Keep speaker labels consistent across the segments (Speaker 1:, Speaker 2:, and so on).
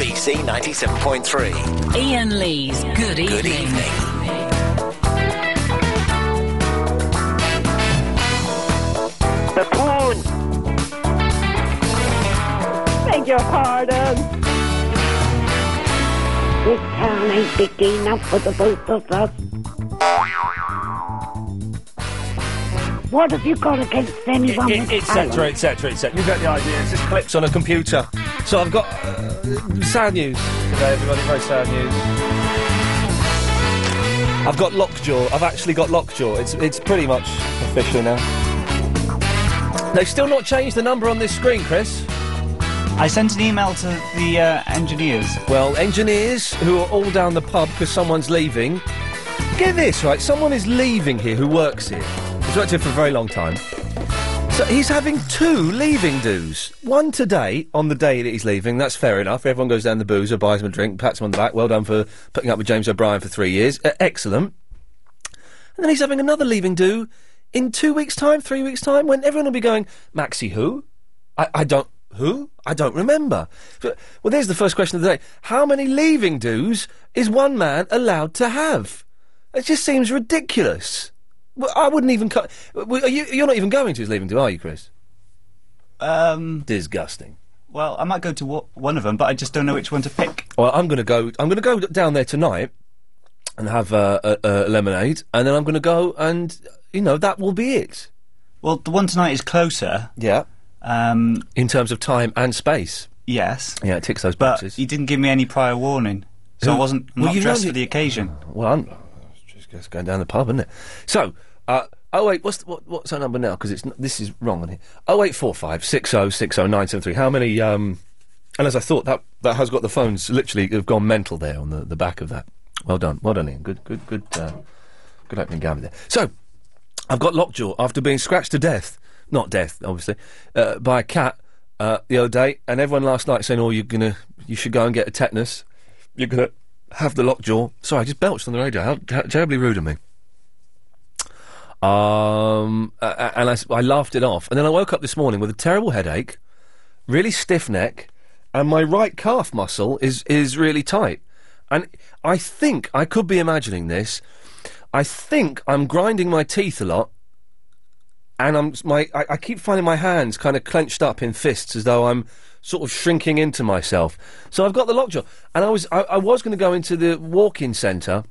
Speaker 1: BBC 97.3.
Speaker 2: Ian Lee's Good Evening.
Speaker 1: Good evening.
Speaker 3: The porn.
Speaker 4: Beg your pardon.
Speaker 3: This town ain't big enough for the both of us. What have you got against anyone
Speaker 5: e-
Speaker 3: with talent?
Speaker 5: Etc. Etc. Etc. You get the idea. It's just clips on a computer. So I've got uh, sad news today, everybody. Very sad news. I've got lockjaw. I've actually got lockjaw. It's it's pretty much official now. They've still not changed the number on this screen, Chris.
Speaker 6: I sent an email to the uh, engineers.
Speaker 5: Well, engineers who are all down the pub because someone's leaving. Get this, right? Someone is leaving here who works here. He's worked here for a very long time. So he's having two leaving dues. One today, on the day that he's leaving. That's fair enough. Everyone goes down the boozer, buys him a drink, pats him on the back. Well done for putting up with James O'Brien for three years. Uh, excellent. And then he's having another leaving do in two weeks' time, three weeks' time, when everyone will be going, Maxi, who? I, I don't. Who? I don't remember. So- Well, there's the first question of the day. How many leaving do's is one man allowed to have? It just seems ridiculous. Well, I wouldn't even. Co- well, are you, you're not even going to his leaving do, are you, Chris?
Speaker 6: Um,
Speaker 5: Disgusting.
Speaker 6: well, I might go to w- one of them, but I just don't know which one to pick.
Speaker 5: Well, I'm going to go. I'm going to go down there tonight and have uh, a, a lemonade, and then I'm going to go and you know that will be it.
Speaker 6: Well, the one tonight is closer.
Speaker 5: Yeah.
Speaker 6: Um,
Speaker 5: In terms of time and space.
Speaker 6: yes,
Speaker 5: Yeah, it ticks those
Speaker 6: but
Speaker 5: boxes.
Speaker 6: you didn't give me any prior warning, so I
Speaker 5: Who-
Speaker 6: wasn't I'm
Speaker 5: Well,
Speaker 6: not
Speaker 5: you know
Speaker 6: dressed
Speaker 5: the-
Speaker 6: for the occasion.
Speaker 5: Well, I'm it's just it's going down the pub, isn't it? So, uh, oh wait, what's the, what, what's our number now? Because it's n- this is wrong on here. Oh eight four five six zero six zero nine seven three. How many? Um, and as I thought, that that has got the phones literally have gone mental there on the, the back of that. Well done, well done, Ian. Good, good, good, uh, good opening gambit there. So, I've got lockjaw after being scratched to death, not death, obviously, uh, by a cat uh, the other day, and everyone last night saying, "Oh, you're gonna, you should go and get a tetanus. You're gonna have the lockjaw." Sorry, I just belched on the radio. How, how terribly rude of me. Um, a- a- and I, s- I laughed it off, and then I woke up this morning with a terrible headache, really stiff neck, and my right calf muscle is is really tight. And I think I could be imagining this. I think I'm grinding my teeth a lot, and I'm my I, I keep finding my hands kind of clenched up in fists as though I'm sort of shrinking into myself. So I've got the lockjaw, and I was I, I was going to go into the walk-in centre.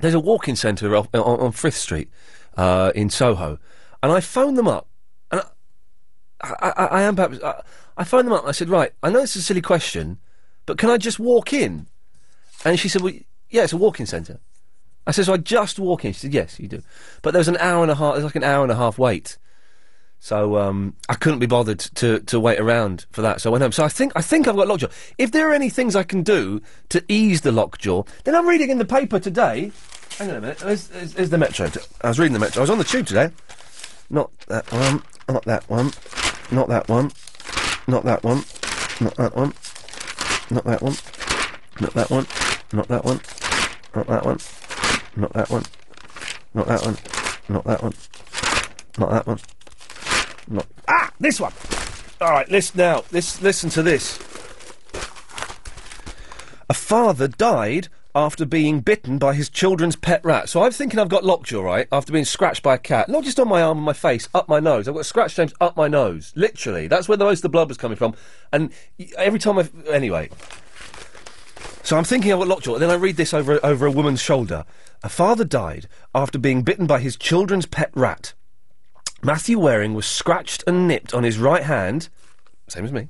Speaker 5: There's a walk-in centre off- on, on Frith Street uh, in Soho, and I phoned them up, and I, I, I, I am perhaps I, I phoned them up. and I said, right, I know this is a silly question, but can I just walk in? And she said, well, yeah, it's a walk-in centre. I said, so I just walk in. She said, yes, you do. But there was an hour and a half. There's like an hour and a half wait. So um, I couldn't be bothered to, to wait around for that. So I went home. So I think I think I've got lockjaw. If there are any things I can do to ease the lockjaw, then I'm reading in the paper today. Hang on a minute. There's, there's, there's the metro. I was reading the metro. I was on the tube today. Not that one. Not that one. Not that one. Not that one. Not that one. Not that one. Not that one. Not that one. Not that one. Not that one. Not that one. Not that one. Not that one. Not ah, this one. All right, listen now. This listen to this. A father died after being bitten by his children's pet rat. So I'm thinking I've got lockjaw, right? After being scratched by a cat, not just on my arm and my face, up my nose. I've got a scratch, James, up my nose. Literally, that's where the most of the blood was coming from. And y- every time I, anyway, so I'm thinking I've got lockjaw, and then I read this over over a woman's shoulder. A father died after being bitten by his children's pet rat. Matthew Waring was scratched and nipped on his right hand, same as me,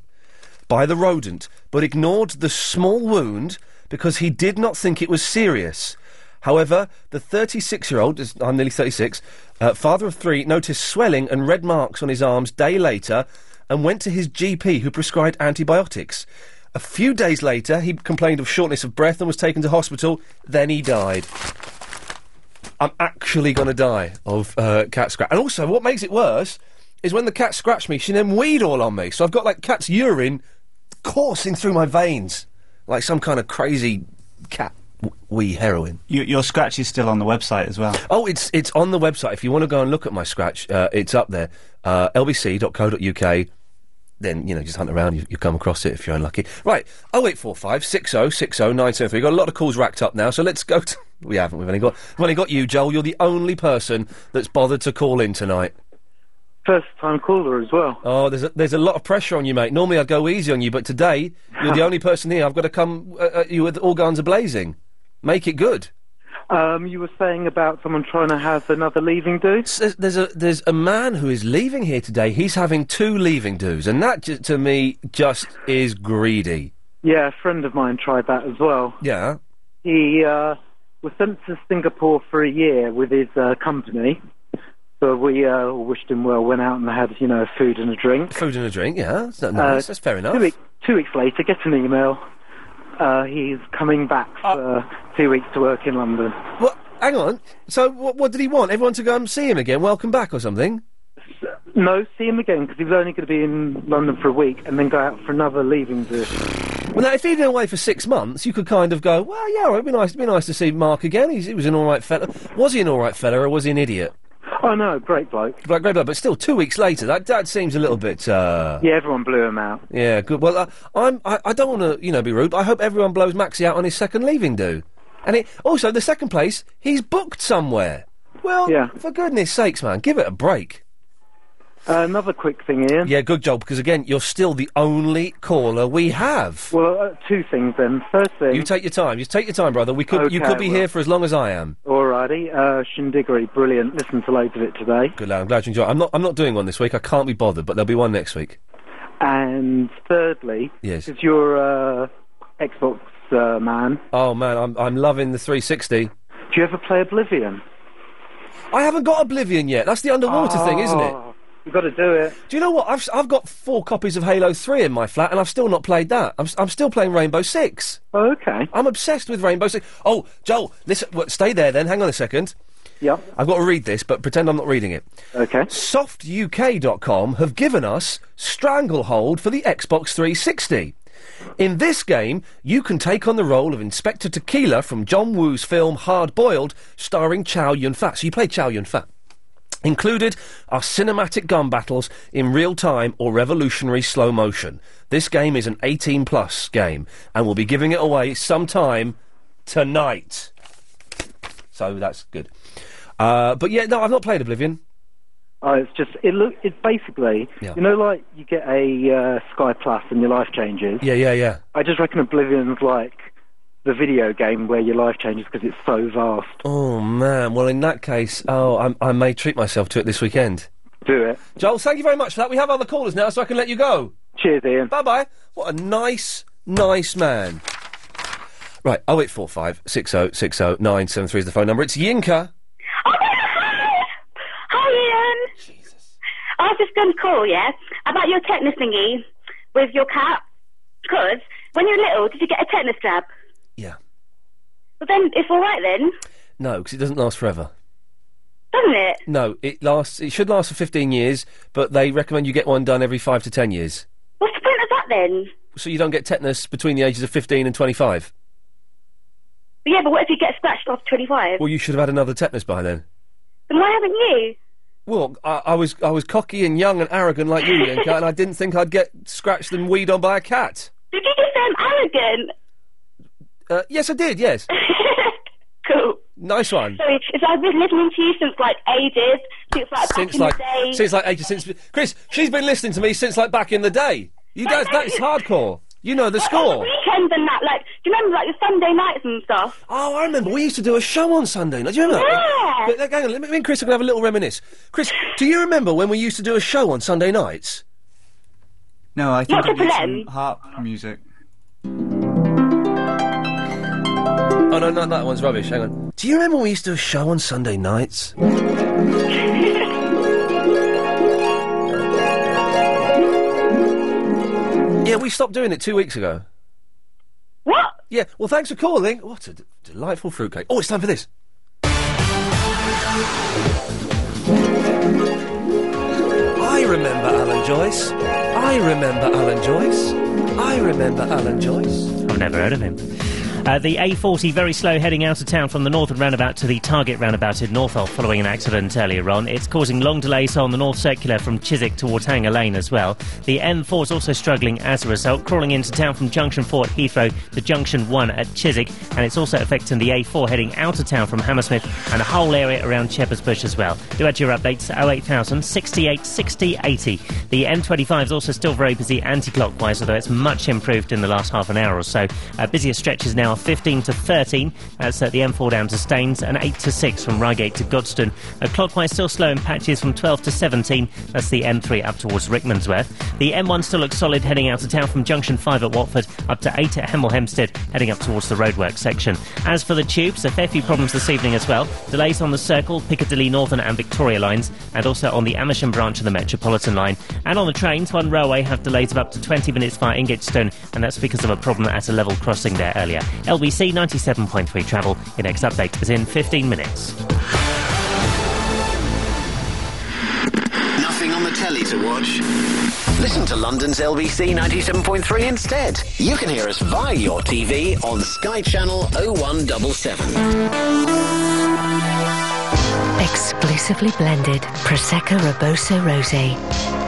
Speaker 5: by the rodent, but ignored the small wound because he did not think it was serious. However, the 36 year old, I'm nearly 36, uh, father of three, noticed swelling and red marks on his arms day later and went to his GP who prescribed antibiotics. A few days later, he complained of shortness of breath and was taken to hospital. Then he died. I'm actually going to die of uh, cat scratch. And also, what makes it worse is when the cat scratched me, she then weed all on me. So I've got like cat's urine coursing through my veins, like some kind of crazy cat w- wee heroin.
Speaker 6: You, your scratch is still on the website as well.
Speaker 5: Oh, it's it's on the website. If you want to go and look at my scratch, uh, it's up there. Uh, lbc.co.uk then you know just hunt around. You, you come across it if you're unlucky. Right, oh eight four five six zero six zero nine seven three. Got a lot of calls racked up now, so let's go. to... We haven't. We've only got we've only got you, Joel. You're the only person that's bothered to call in tonight.
Speaker 7: First time caller as well.
Speaker 5: Oh, there's a, there's a lot of pressure on you, mate. Normally I'd go easy on you, but today you're the only person here. I've got to come uh, at you with all guns a blazing. Make it good.
Speaker 7: Um, you were saying about someone trying to have another leaving do.
Speaker 5: There's, there's a there's a man who is leaving here today. He's having two leaving do's, and that ju- to me just is greedy.
Speaker 7: Yeah, a friend of mine tried that as well.
Speaker 5: Yeah.
Speaker 7: He uh, was sent to Singapore for a year with his uh, company. So we uh, wished him well, went out and had, you know, food and a drink.
Speaker 5: Food and a drink, yeah. That's not
Speaker 7: Uh,
Speaker 5: nice. That's fair enough.
Speaker 7: Two, week, two weeks later, get an email. Uh, he's coming back for two weeks to work in London.
Speaker 5: Uh, Well, hang on. So what, what did he want? Everyone to go and see him again? Welcome back or something?
Speaker 7: No, see him again because he was only going to be in London for a week and then go out for another leaving do.
Speaker 5: Well, now, if he'd been away for six months, you could kind of go, well, yeah, all right, it'd be nice, it'd be nice to see Mark again. He's, he was an all right fella. Was he an all right fella or was he an idiot?
Speaker 7: Oh no, great bloke.
Speaker 5: But, great, but still, two weeks later, that, that seems a little bit. Uh,
Speaker 7: Yeah, everyone blew him out.
Speaker 5: Yeah, good. Well, uh, I'm. I, I don't want to, you know, be rude. But I hope everyone blows Maxi out on his second leaving do. And it, also, the second place, he's booked somewhere. Well, for goodness sakes, man, give it a break.
Speaker 7: Uh, another quick thing, Ian.
Speaker 5: Yeah, good job. Because again, you're still the only caller we have.
Speaker 7: Well, uh, two things then. First thing.
Speaker 5: You take your time. You take your time, brother. We could. you
Speaker 7: Okay,
Speaker 5: could be
Speaker 7: well.
Speaker 5: here for as long as I am.
Speaker 7: Alrighty, uh, Shindiggery, brilliant. Listen to loads of it today.
Speaker 5: Good lad. I'm glad you enjoy. I'm not. I'm not doing one this week. I can't be bothered. But there'll be one next week.
Speaker 7: And thirdly,
Speaker 5: Yes.
Speaker 7: is your uh, Xbox uh, man.
Speaker 5: Oh man, I'm. I'm loving the 360.
Speaker 7: Do you ever play Oblivion?
Speaker 5: I haven't got Oblivion yet. That's the underwater thing, isn't
Speaker 7: Ah.
Speaker 5: it?
Speaker 7: You've got to do it.
Speaker 5: Do you know what? I've, s- I've got four copies of Halo 3 in my flat, and I've still not played that. I'm, s- I'm still playing Rainbow Six.
Speaker 7: Oh, okay.
Speaker 5: I'm obsessed with Rainbow Six. Oh, Joel, listen, w stay there then. Hang on a second.
Speaker 7: Yep.
Speaker 5: I've got to read this, but pretend I'm not reading it.
Speaker 7: Okay.
Speaker 5: SoftUK.com have given us Stranglehold for the Xbox 360. In this game, you can take on the role of Inspector Tequila from John Woo's film Hard Boiled, starring Chow Yun Fat. So you play Chow Yun Fat. Included are cinematic gun battles in real time or revolutionary slow motion. This game is an 18 plus game and we'll be giving it away sometime tonight. So that's good. Uh, but yeah, no, I've not played Oblivion.
Speaker 7: Oh, it's just it look. It's basically
Speaker 5: Yeah.
Speaker 7: you know like you get a uh, Sky Plus and your life changes.
Speaker 5: Yeah, yeah, yeah.
Speaker 7: I just reckon Oblivion's like the video game where your life changes because it's so vast.
Speaker 5: Oh man. Well, in that case, oh, I'm, I may treat myself to it this weekend.
Speaker 7: Do it.
Speaker 5: Joel, thank you very much for that. We have other callers now, so I can let you go.
Speaker 7: Cheers, Ian.
Speaker 5: Bye bye. What a nice, nice man. Right, 0845 6060973 is the phone number. It's Yinka.
Speaker 8: Hi, Ian. Jesus. I was just going to call, yeah, about your tetanus thingy with your cat. Because when you were little, did you get a tetanus jab?
Speaker 5: Yeah.
Speaker 8: Well, then it's all right then,
Speaker 5: No, because it doesn't last forever.
Speaker 8: doesn't it?
Speaker 5: No, it lasts. It should last for 15 years, but they recommend you get one done every 5 to 10 years.
Speaker 8: What's the point of that then?
Speaker 5: So you don't get tetanus between the ages of 15 and 25.
Speaker 8: But yeah, but what if you get scratched after 25?
Speaker 5: Well, you should have had another tetanus by then.
Speaker 8: then why haven't you?
Speaker 5: Well, I, I was I was cocky and young and arrogant like you, Yinka, and I didn't think I'd get scratched and weed on by a cat.
Speaker 8: Did you just say I'm arrogant?
Speaker 5: Uh, yes, I did. Yes.
Speaker 8: cool.
Speaker 5: Nice one.
Speaker 8: Sorry, it's I've been listening to you since like ages, since like back
Speaker 5: since
Speaker 8: in
Speaker 5: like
Speaker 8: the day.
Speaker 5: since like ages since Chris, she's been listening to me since like back in the day. You guys, that is hardcore. You know the
Speaker 8: On the
Speaker 5: score.
Speaker 8: weekends and that, like, do you remember like your Sunday nights and stuff?
Speaker 5: Oh, I remember we used to do a show on Sunday night. Do you remember?
Speaker 8: Yeah.
Speaker 5: But, like, hang on, let me, me and Chris are gonna have a little reminisce. Chris, do you remember when we used to do a show on Sunday nights?
Speaker 9: No, I think
Speaker 5: Not
Speaker 9: it'd be
Speaker 5: Triple
Speaker 9: some harp music.
Speaker 5: Oh no, not that one's rubbish. Hang on. Do you remember when we used to do a show on Sunday nights? Yeah, we stopped doing it two weeks ago.
Speaker 8: What?
Speaker 5: Yeah. Well, thanks for calling. What a d- delightful fruitcake. Oh, it's time for this. I remember Alan Joyce. I remember Alan Joyce. I remember Alan Joyce.
Speaker 10: I've never heard of him. Uh, the A40 very slow heading out of town from the northern roundabout to the target roundabout in Norfolk following an accident earlier on. It's causing long delays on the North Circular from Chiswick towards Hanger Lane as well. The M4 is also struggling as a result, crawling into town from Junction 4 at Heathrow to Junction 1 at Chiswick, and it's also affecting the A4 heading out of town from Hammersmith and the whole area around Shepherd's Bush as well. Do add your updates oh to 08000 68 60 80. The M25 is also still very busy anti clockwise, although it's much improved in the last half an hour or so. Uh, busier stretches now are 15 to 13, that's at the M4 down to Staines, and 8 to 6 from Reigate to Godstone. Uh, clockwise still slow in patches from 12 to 17, that's the M3 up towards Rickmansworth. The M1 still looks solid heading out of town from Junction 5 at Watford up to 8 at Hemel Hempstead, heading up towards the roadwork section. As for the tubes, a fair few problems this evening as well. Delays on the Circle, Piccadilly Northern and Victoria lines, and also on the Amersham branch of the Metropolitan line. And on the trains, one railway have delays of up to 20 minutes via Ingatestone, and that's because of a problem at a level crossing there earlier. LBC 97.3 travel. Your next update is in 15 minutes.
Speaker 11: Nothing on the telly to watch. Listen to London's LBC 97.3 instead. You can hear us via your TV on Sky Channel 0177.
Speaker 12: Exclusively blended Prosecco Roboso Rosé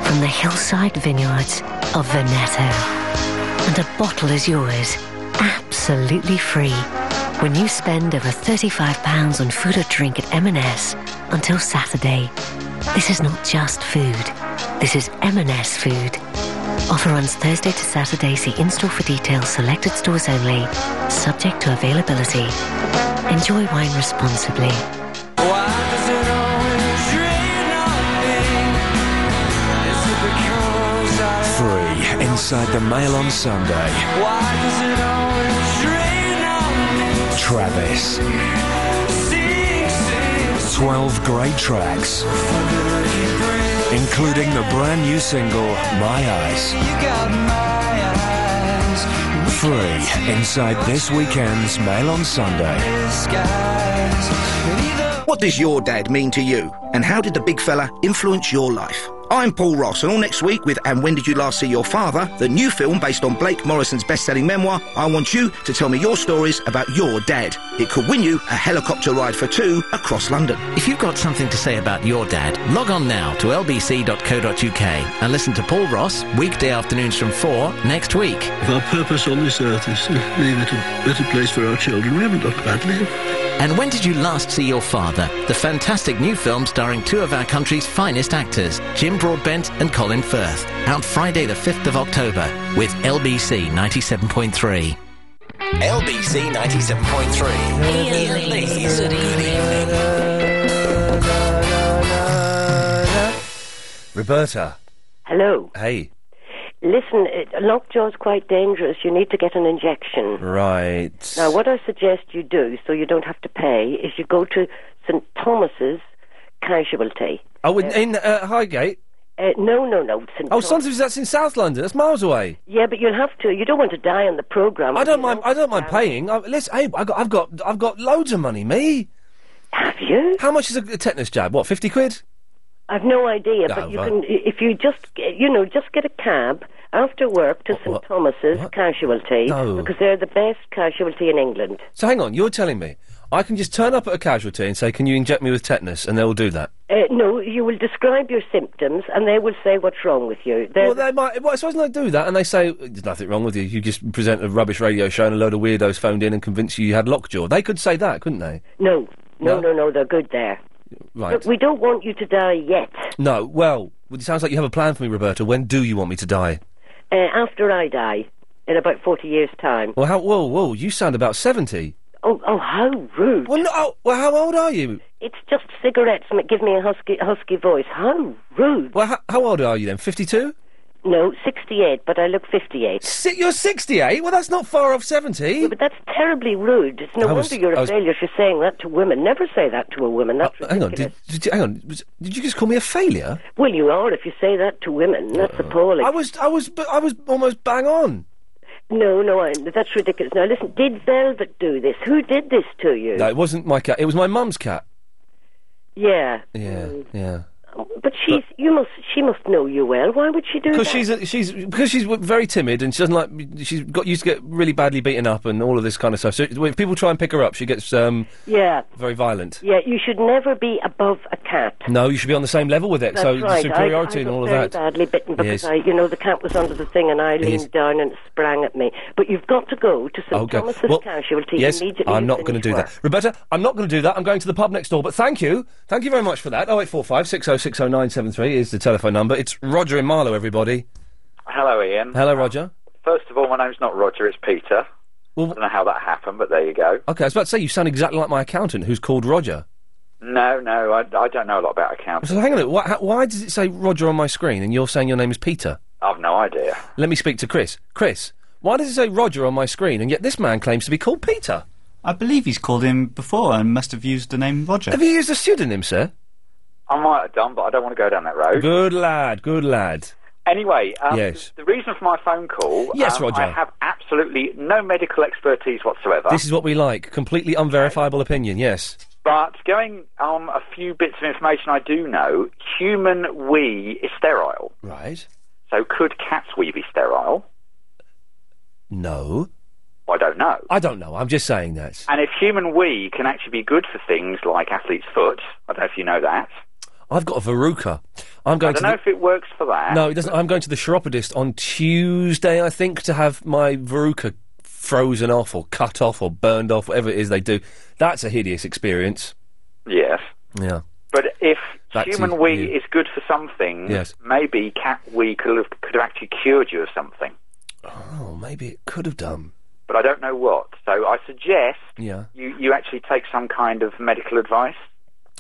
Speaker 12: from the hillside vineyards of Veneto. And a bottle is yours, absolutely free, when you spend over £35 on food or drink at M&S until Saturday. This is not just food. This is M&S food. Offer runs Thursday to Saturday. See in-store for details. Selected stores only. Subject to availability. Enjoy wine responsibly.
Speaker 13: Free inside the Mail on Sunday. Travis. 12 great tracks, including the brand new single My Eyes. Free inside this weekend's Mail on Sunday.
Speaker 14: What does your dad mean to you? And how did the big fella influence your life? I'm Paul Ross, and all next week with And When Did You Last See Your Father, the new film based on Blake Morrison's best selling memoir, I want you to tell me your stories about your dad. It could win you a helicopter ride for two across London.
Speaker 15: If you've got something to say about your dad, log on now to lbc.co.uk and listen to Paul Ross weekday afternoons from 4 next week.
Speaker 16: If our purpose on this earth is to leave it a better place for our children, we haven't done badly.
Speaker 15: And When Did You Last See Your Father? The fantastic new film starring two of our country's finest actors, Jim Broadbent and Colin Firth. Out Friday, the 5th of October, with LBC 97.3.
Speaker 11: LBC 97.3. Ian Lee's Good
Speaker 5: Evening. Roberta.
Speaker 17: Hello.
Speaker 5: Hey.
Speaker 17: Listen, it, lockjaw's quite dangerous. You need to get an injection.
Speaker 5: Right.
Speaker 17: Now, what I suggest you do, so you don't have to pay, is you go to St Thomas's Casualty.
Speaker 5: Oh, in, in uh, Highgate?
Speaker 17: Uh, no, no, no. St.
Speaker 5: Oh, sometimes that's in South London. That's miles away.
Speaker 17: Yeah, but you'll have to. You don't want to die on the programme.
Speaker 5: I don't mind. I don't mind paying. I, listen, hey, I got, I've got, I've got loads of money. Me.
Speaker 17: Have you?
Speaker 5: How much is a, a tetanus jab? What, fifty quid?
Speaker 17: I've no idea, but
Speaker 5: Oh,
Speaker 17: you
Speaker 5: right.
Speaker 17: can if you just you know just get a cab after work to St Thomas's Casualty
Speaker 5: No.
Speaker 17: because they're the best casualty in England.
Speaker 5: So hang on. You're telling me I can just turn up at a casualty and say, "Can you inject me with tetanus?" and they will do that.
Speaker 17: Uh, no, you will describe your symptoms and they will say what's wrong with you. They're
Speaker 5: Well, they might. Well, suppose they do that, and they say there's nothing wrong with you. You just present a rubbish radio show, and a load of weirdos phoned in and convinced you you had lockjaw. They could say that, couldn't they?
Speaker 17: No, no, no, no, they're good there.
Speaker 5: Right.
Speaker 17: But we don't want you to die yet.
Speaker 5: No. Well, it sounds like you have a plan for me, Roberta. When do you want me to die?
Speaker 17: Uh, after I die, in about 40 years' time.
Speaker 5: Well, how? Whoa, whoa! You sound about seventy.
Speaker 17: Oh, oh, how rude.
Speaker 5: Well, no, oh, well, how old are you?
Speaker 17: It's just cigarettes and it gives me a husky, husky voice. How rude.
Speaker 5: Well, how, how old are you then? Fifty-two.
Speaker 17: No, 68, but I look 58.
Speaker 5: you're 68? Well, that's not far off 70.
Speaker 17: but that's terribly rude. It's no
Speaker 5: I
Speaker 17: wonder
Speaker 5: was-
Speaker 17: you're a
Speaker 5: I was-
Speaker 17: failure if you're saying that to women. Never say that to a woman. That's
Speaker 5: Hang on.
Speaker 17: ridiculous.
Speaker 5: Did, did you, hang on. was- Did you just call me a failure?
Speaker 17: Well, you are if you say that to women. That's appalling.
Speaker 5: Uh-huh. I was, I was, but I was almost bang on.
Speaker 17: No, no, I, that's ridiculous. Now listen, did Velvet do this? Who did this to you?
Speaker 5: No, it wasn't my cat. It was my mum's cat.
Speaker 17: Yeah.
Speaker 5: Yeah, yeah.
Speaker 17: But she's you must she must know you well. Why would she do that?
Speaker 5: Because she's a, she's because she's w- very timid and she doesn't like she's got used to get really badly beaten up and all of this kind of stuff. So if people try and pick her up, she gets um
Speaker 17: Yeah,
Speaker 5: very violent.
Speaker 17: yeah. You should never be above a cat.
Speaker 5: No, you should be on the same level with it.
Speaker 17: That's
Speaker 5: so the
Speaker 17: right. I,
Speaker 5: superiority
Speaker 17: I
Speaker 5: and
Speaker 17: got
Speaker 5: all of
Speaker 17: very
Speaker 5: that.
Speaker 17: badly bitten because
Speaker 5: Yes.
Speaker 17: I, you know, the cat was under the thing and I leaned
Speaker 5: Yes.
Speaker 17: down and it sprang at me. But you've got to go to St
Speaker 5: Okay.
Speaker 17: Thomas's
Speaker 5: Well,
Speaker 17: Casualty
Speaker 5: yes,
Speaker 17: immediately.
Speaker 5: I'm not going to do that, Roberta. I'm not going to do that. I'm going to the pub next door. But thank you, thank you very much for that. Oh eight four five six zero six zero nine seven three is the telephone number. It's Roger in Marlow. Everybody,
Speaker 18: Hello, Ian.
Speaker 5: hello, Roger.
Speaker 18: First of all, my name's not Roger, it's Peter.
Speaker 5: Well,
Speaker 18: I don't know how that happened, but there you go.
Speaker 5: Okay, I was about to say you sound exactly like my accountant, who's called Roger.
Speaker 18: No, no, I, I don't know a lot about accounting.
Speaker 5: So hang on a minute. Why, how- why does it say Roger on my screen and you're saying your name is Peter?
Speaker 18: I've no idea.
Speaker 5: Let me speak to Chris. Chris, why does it say Roger on my screen and yet this man claims to be called Peter?
Speaker 19: I believe he's called him before and must have used the name Roger.
Speaker 5: Have you used a pseudonym, sir?
Speaker 18: I might have done, but I don't want to go down that road.
Speaker 5: Good lad, good lad.
Speaker 18: Anyway, um,
Speaker 5: Yes.
Speaker 18: the reason for my phone call.
Speaker 5: Yes,
Speaker 18: um,
Speaker 5: Roger.
Speaker 18: I have absolutely no medical expertise whatsoever.
Speaker 5: This is what we like. Completely unverifiable opinion, yes.
Speaker 18: But going on a few bits of information I do know, human wee is sterile.
Speaker 5: Right.
Speaker 18: So could cat's wee be sterile?
Speaker 5: No.
Speaker 18: I don't know.
Speaker 5: I don't know. I'm just saying that.
Speaker 18: And if human wee can actually be good for things like athlete's foot, I don't know if you know that.
Speaker 5: I've got a verruca. I'm
Speaker 18: I
Speaker 5: going
Speaker 18: don't
Speaker 5: to.
Speaker 18: know
Speaker 5: the-
Speaker 18: if it works for that.
Speaker 5: No, it doesn't. I'm going to the chiropodist on Tuesday, I think, to have my verruca frozen off or cut off or burned off, whatever it is they do. That's a hideous experience.
Speaker 18: Yes.
Speaker 5: Yeah.
Speaker 18: But if
Speaker 5: Back to
Speaker 18: human
Speaker 5: you.
Speaker 18: wee is good for something,
Speaker 5: Yes.
Speaker 18: maybe cat wee could have, could have actually cured you of something.
Speaker 5: Oh, maybe it could have done.
Speaker 18: But I don't know what. So I suggest
Speaker 5: Yeah.
Speaker 18: you, you actually take some kind of medical advice.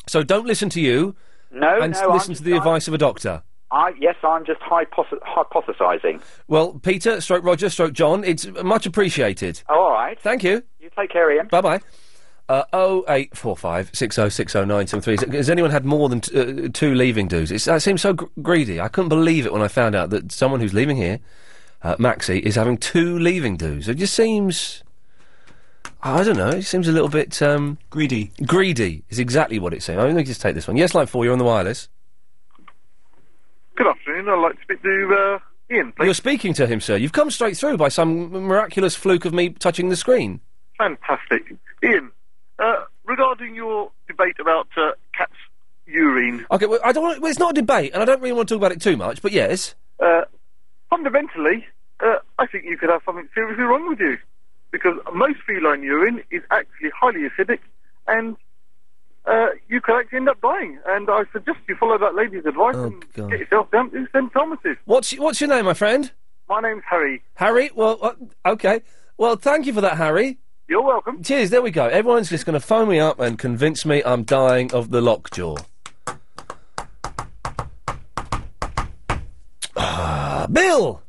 Speaker 5: So don't listen to you.
Speaker 18: No,
Speaker 5: and s-
Speaker 18: no,
Speaker 5: listen
Speaker 18: I'm
Speaker 5: to the advice of a doctor.
Speaker 18: I, yes, I'm just hypothes- hypothesizing.
Speaker 5: Well, Peter, stroke Roger, stroke John, it's much appreciated.
Speaker 18: Oh, all right.
Speaker 5: Thank you.
Speaker 18: You take care, Ian.
Speaker 5: Bye bye. Uh, 0845 oh, 6060973. Has- Has anyone had more than t- uh, two leaving dues? It's, that seems so gr- greedy. I couldn't believe it when I found out that someone who's leaving here, uh, Maxi, is having two leaving dues. It just seems. I don't know. It seems a little bit. Um,
Speaker 19: greedy.
Speaker 5: Greedy is exactly what it seems. I'm going to just take this one. Yes, line 4, you're on the wireless.
Speaker 20: Good afternoon. I'd like to speak to uh, Ian.
Speaker 5: You're speaking to him, sir. You've come straight through by some miraculous fluke of me touching the screen.
Speaker 20: Fantastic. Ian, uh, regarding your debate about uh, cats' urine,
Speaker 5: Okay, well, I don't. want- Well, it's not a debate, and I don't really want to talk about it too much. But yes,
Speaker 20: uh, fundamentally, uh, I think you could have something seriously wrong with you. Because most feline urine is actually highly acidic, and uh, you could actually end up dying. And I suggest you follow that lady's advice and
Speaker 5: Oh, God.
Speaker 20: get yourself down to St. Thomas's.
Speaker 5: What's what's your name, my friend?
Speaker 20: My name's Harry.
Speaker 5: Harry. Well, uh, okay. Well, thank you for that, Harry.
Speaker 20: You're welcome.
Speaker 5: Cheers. There we go. Everyone's just going to phone me up and convince me I'm dying of the lockjaw. Ah, Bill.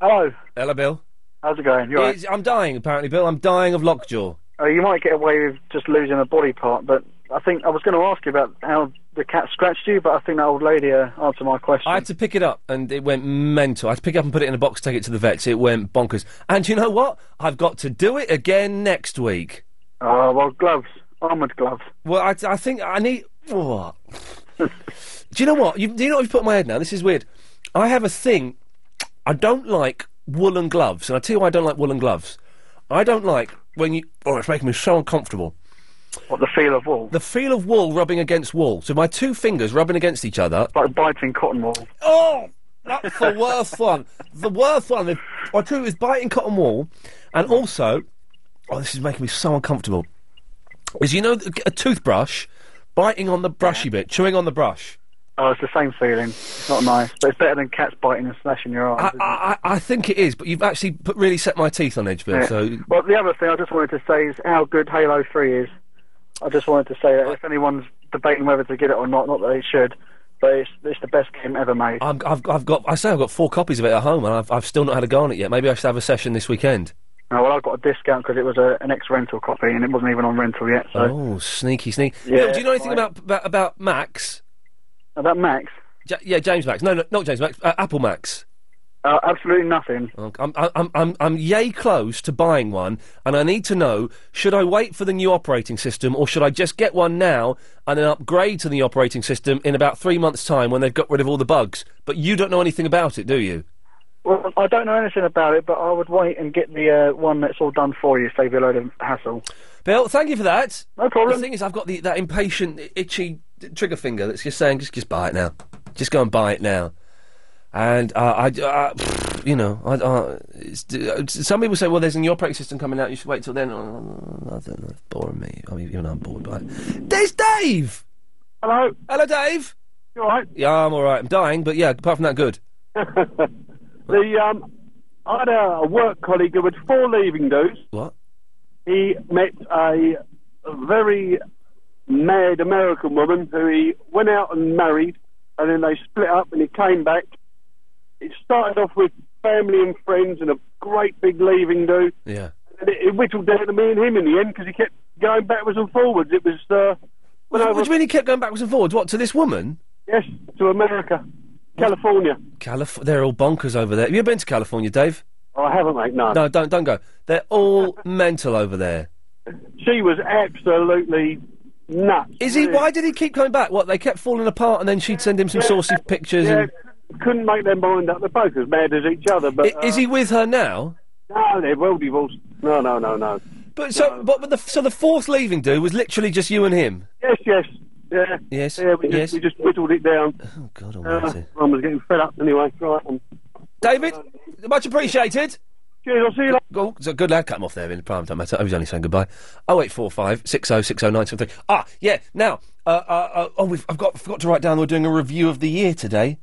Speaker 21: Hello.
Speaker 5: Hello, Bill.
Speaker 21: How's it going? You all right?
Speaker 5: It's- I'm dying, apparently, Bill. I'm dying of lockjaw.
Speaker 21: Uh, you might get away with just losing a body part, but I think I was going to ask you about how the cat scratched you, but I think that old lady uh, answered my question.
Speaker 5: I had to pick it up and it went mental. I had to pick it up and put it in a box, take it to the vets. It went bonkers. And you know what? I've got to do it again next week.
Speaker 21: Oh, well, gloves. Armoured gloves.
Speaker 5: Well, I, I think I need. Oh. do you know what? You, do you know what you've put in my head now? This is weird. I have a thing. I don't like woolen gloves, and I tell you why I don't like woolen gloves. I don't like when you. Oh, it's making me so uncomfortable.
Speaker 21: What the feel of wool?
Speaker 5: The feel of wool rubbing against wool. So my two fingers rubbing against each other.
Speaker 21: Like biting cotton wool.
Speaker 5: Oh, that's the worst one. The worst one. Is, my two is biting cotton wool, and also, oh, this is making me so uncomfortable. Is you know th- a toothbrush biting on the brushy bit, chewing on the brush.
Speaker 21: Oh, it's the same feeling. It's not nice, but it's better than cats biting and slashing your eyes. isn't it?
Speaker 5: I, I think it is, but you've actually put, really set my teeth on edge, Bill.
Speaker 21: Yeah.
Speaker 5: So
Speaker 21: Well, the other thing I just wanted to say is how good Halo 3 is. I just wanted to say that if anyone's debating whether to get it or not, not that they should, but it's, it's the best game ever made.
Speaker 5: I'm, I've, I've got. I say I've got four copies of it at home, and I've, I've still not had a go on it yet. Maybe I should have a session this weekend.
Speaker 21: Oh, well, I got a discount because it was a, an ex-rental copy and it wasn't even on rental yet. So
Speaker 5: Oh, sneaky, sneaky.
Speaker 21: Yeah,
Speaker 5: Bill, do you know anything
Speaker 21: right.
Speaker 5: about, about about Max?
Speaker 21: About Max?
Speaker 5: Ja- yeah, James Max. No, no, not James Max. Uh, Apple Max.
Speaker 21: Uh, absolutely nothing.
Speaker 5: I'm, I'm, I'm, I'm, I'm yay close to buying one, and I need to know should I wait for the new operating system or should I just get one now and then upgrade to the operating system in about three months' time when they've got rid of all the bugs? But you don't know anything about it, do you?
Speaker 21: Well, I don't know anything about it, but I would wait and get the uh, one that's all done for you, save you a load of hassle.
Speaker 5: Bill, thank you for that.
Speaker 21: No problem.
Speaker 5: The thing is, I've got the, that impatient, i- itchy d- trigger finger that's just saying, just, just buy it now. Just go and buy it now. And uh, I, uh, pfft, you know, I, uh, it's, d- uh, s- some people say, well, there's a new operating system coming out, you should wait till then. Oh, I don't know, it's boring me. I mean, even I'm bored by it. There's Dave!
Speaker 2: Hello.
Speaker 5: Hello, Dave.
Speaker 2: You alright?
Speaker 5: Yeah, I'm alright. I'm dying, but yeah, apart from that, good.
Speaker 2: The um, I had a, a work colleague who had four leaving dues.
Speaker 5: What?
Speaker 2: He met a very mad American woman who he went out and married, and then they split up, and he came back. It started off with family and friends and a great big leaving do,
Speaker 5: Yeah.
Speaker 2: and it, it whittled down to me and him in the end because he kept going backwards and forwards. It was uh,
Speaker 5: What, what do you mean he kept going backwards and forwards? What, to this woman?
Speaker 2: yes to America, California.
Speaker 5: Calif- they're all bonkers over there. Have you ever been to California, Dave?
Speaker 2: Oh, I haven't, mate. No.
Speaker 5: No, don't don't go. They're all mental over there.
Speaker 2: She was absolutely nuts.
Speaker 5: Is he? Why did he keep coming back? What they kept falling apart, and then she'd send him some saucy pictures.
Speaker 2: Yeah,
Speaker 5: and
Speaker 2: couldn't make their mind up. They're both as mad as each other. But uh,
Speaker 5: I- is he with her now?
Speaker 2: No, they're well divorced. No, no, no, no.
Speaker 5: But so, but, but the so the fourth leaving dude was literally just you and him.
Speaker 2: Yes, yes, yeah,
Speaker 5: Yes,
Speaker 2: yeah. We just,
Speaker 5: yes.
Speaker 2: we just whittled it down.
Speaker 5: Oh God,
Speaker 2: uh, I was getting fed up anyway. Right. um,
Speaker 5: David, much appreciated.
Speaker 2: Cheers, I'll see you later.
Speaker 5: Go, so good lad, cut him off there in the prime time matter. I was only saying goodbye. Oh eight four five six oh six oh nine seven three. Ah, yeah. Now, uh, uh, uh, oh, we've, I've got forgot to write down. We're doing a review of the year today.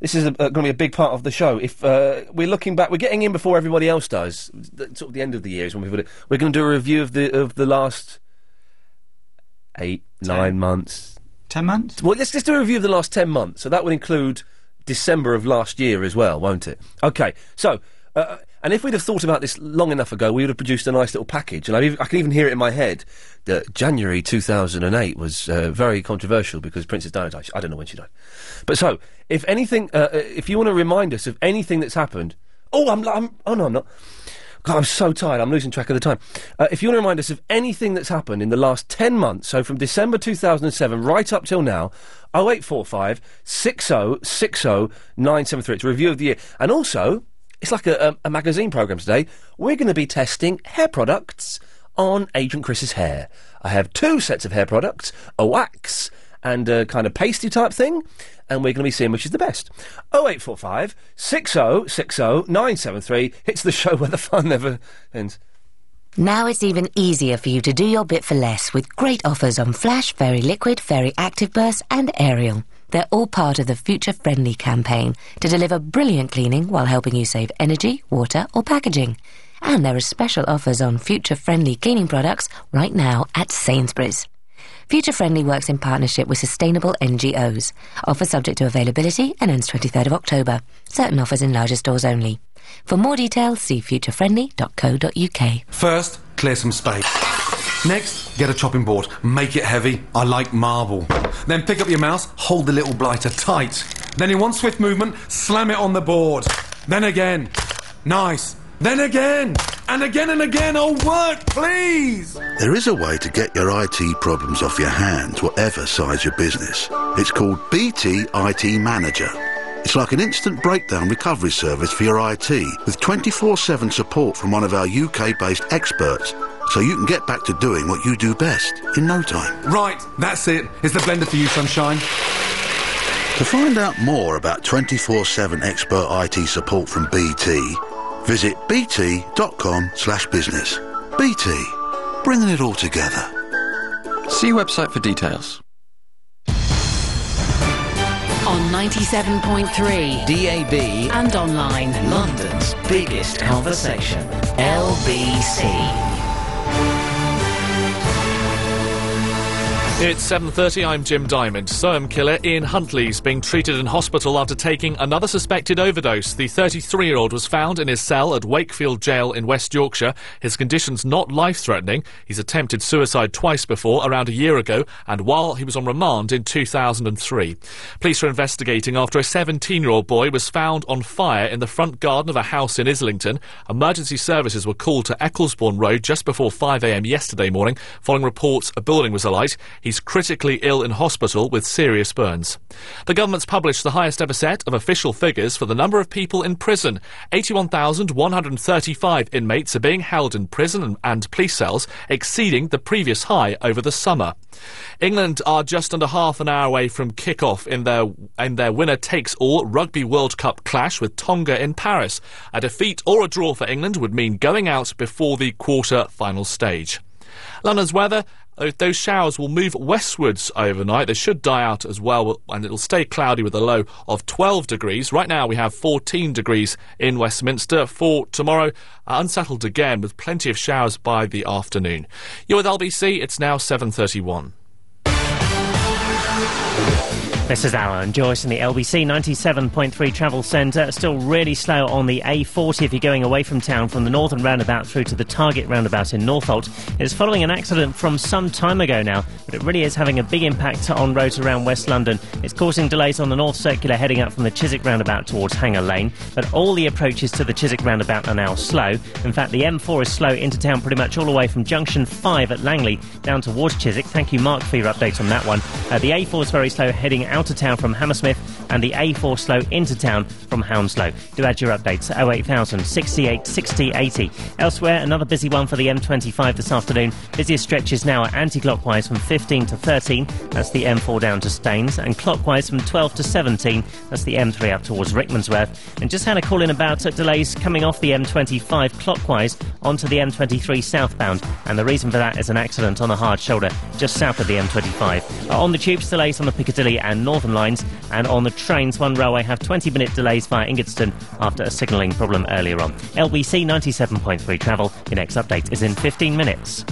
Speaker 5: This is uh, going to be a big part of the show. If uh, we're looking back, we're getting in before everybody else does. The, sort of the end of the year is when we put it. We're going to do a review of the of the last eight, nine months.
Speaker 22: Ten months?
Speaker 5: Well, let's just do a review of the last ten months. So that would include December of last year as well, won't it? Okay. So, uh, and if we'd have thought about this long enough ago, we would have produced a nice little package. And I, even, I can even hear it in my head that January 2008 was uh, very controversial because Princess Diana died. I don't know when she died. But so, if anything, uh, uh, if you want to remind us of anything that's happened. Oh, I'm, I'm. Oh, no, I'm not. God, I'm so tired. I'm losing track of the time. Uh, if you want to remind us of anything that's happened in the last 10 months, so from December 2007 right up till now, 0845 60 60 973. It's a review of the year. And also, it's like a, a, a magazine programme today. We're going to be testing hair products on Agent Chris's hair. I have two sets of hair products a wax and a kind of pasty type thing, and we're going to be seeing which is the best. 0845 60 60 973. It's the show where the fun never ends.
Speaker 23: Now it's even easier for you to do your bit for less with great offers on Flash, Fairy Liquid, Fairy Active Burst, and Aerial. They're all part of the Future Friendly campaign to deliver brilliant cleaning while helping you save energy, water, or packaging. And there are special offers on future friendly cleaning products right now at Sainsbury's. Future Friendly works in partnership with sustainable NGOs. Offer subject to availability and ends 23rd of October. Certain offers in larger stores only. For more details, see futurefriendly.co.uk.
Speaker 24: First, clear some space. Next, get a chopping board. Make it heavy. I like marble. Then pick up your mouse, hold the little blighter tight. Then, in one swift movement, slam it on the board. Then again. Nice. Then again. And again and again. Oh, work, please!
Speaker 25: There is a way to get your IT problems off your hands, whatever size your business. It's called BT IT Manager. It's like an instant breakdown recovery service for your IT with 24 7 support from one of our UK based experts so you can get back to doing what you do best in no time.
Speaker 24: Right, that's it. It's the blender for you, sunshine.
Speaker 25: To find out more about 24 7 expert IT support from BT, visit bt.com slash business. BT, bringing it all together. See website for details.
Speaker 26: On 97.3
Speaker 27: DAB
Speaker 26: and online.
Speaker 27: London's biggest conversation. LBC.
Speaker 28: It's 7.30, I'm Jim Diamond. Soham killer Ian Huntley's being treated in hospital after taking another suspected overdose. The 33-year-old was found in his cell at Wakefield Jail in West Yorkshire. His condition's not life-threatening. He's attempted suicide twice before, around a year ago, and while he was on remand in 2003. Police are investigating after a 17-year-old boy was found on fire in the front garden of a house in Islington. Emergency services were called to Ecclesbourne Road just before 5am yesterday morning following reports a building was alight. He's critically ill in hospital with serious burns. The government's published the highest ever set of official figures for the number of people in prison. 81,135 inmates are being held in prison and police cells, exceeding the previous high over the summer. England are just under half an hour away from kick-off in their in their winner takes all Rugby World Cup clash with Tonga in Paris. A defeat or a draw for England would mean going out before the quarter final stage. London's weather. uh, Those showers will move westwards overnight. They should die out as well, and it'll stay cloudy with a low of 12 degrees. Right now, we have 14 degrees in Westminster. For tomorrow, uh, unsettled again with plenty of showers by the afternoon. You're with LBC. It's now 7:31.
Speaker 10: This is Alan Joyce in the LBC 97.3 Travel Centre. Still really slow on the A40 if you're going away from town from the northern roundabout through to the Target roundabout in Northolt. It's following an accident from some time ago now, but it really is having a big impact on roads around West London. It's causing delays on the North Circular heading up from the Chiswick roundabout towards Hanger Lane, but all the approaches to the Chiswick roundabout are now slow. In fact, the M4 is slow into town pretty much all the way from Junction 5 at Langley down towards Chiswick. Thank you, Mark, for your update on that one. Uh, the A4 is very slow heading out of town from Hammersmith, and the A4 slow into town from Hounslow. Do add your updates Oh, 08000 68 60 80. Elsewhere, another busy one for the M25 this afternoon. Busiest stretches now are anti clockwise from 15 to 13, that's the M4 down to Staines, and clockwise from 12 to 17, that's the M3 up towards Rickmansworth. And just had a call in about uh, delays coming off the M25 clockwise onto the M23 southbound, and the reason for that is an accident on a hard shoulder just south of the M25. Uh, on the tubes, delays on the Piccadilly and Northern lines, and on the trains, one railway have 20 minute delays via Ingatestone after a signalling problem earlier on. LBC 97.3 travel. Your next update is in 15 minutes.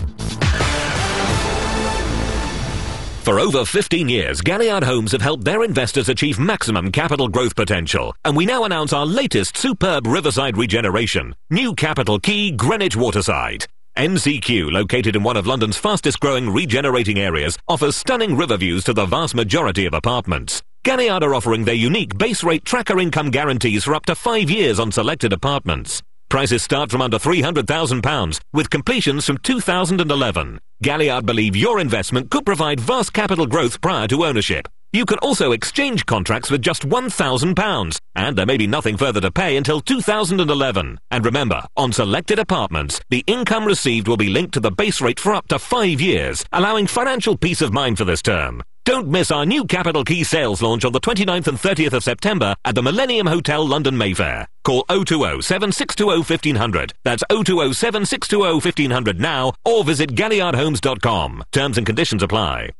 Speaker 29: For over 15 years, Galliard Homes have helped their investors achieve maximum capital growth potential. And we now announce our latest superb riverside regeneration New Capital Key, Greenwich Waterside. NCQ, located in one of London's fastest growing regenerating areas, offers stunning river views to the vast majority of apartments. Galliard are offering their unique base rate tracker income guarantees for up to five years on selected apartments. Prices start from under £300,000 with completions from 2011. Galliard believe your investment could provide vast capital growth prior to ownership. You can also exchange contracts with just £1,000 and there may be nothing further to pay until 2011. And remember, on selected apartments, the income received will be linked to the base rate for up to five years, allowing financial peace of mind for this term. Don't miss our new Capital Key sales launch on the 29th and 30th of September at the Millennium Hotel London Mayfair. Call 020 7620 1500. That's 020 7620 1500 now or visit galliardhomes.com. Terms and conditions apply.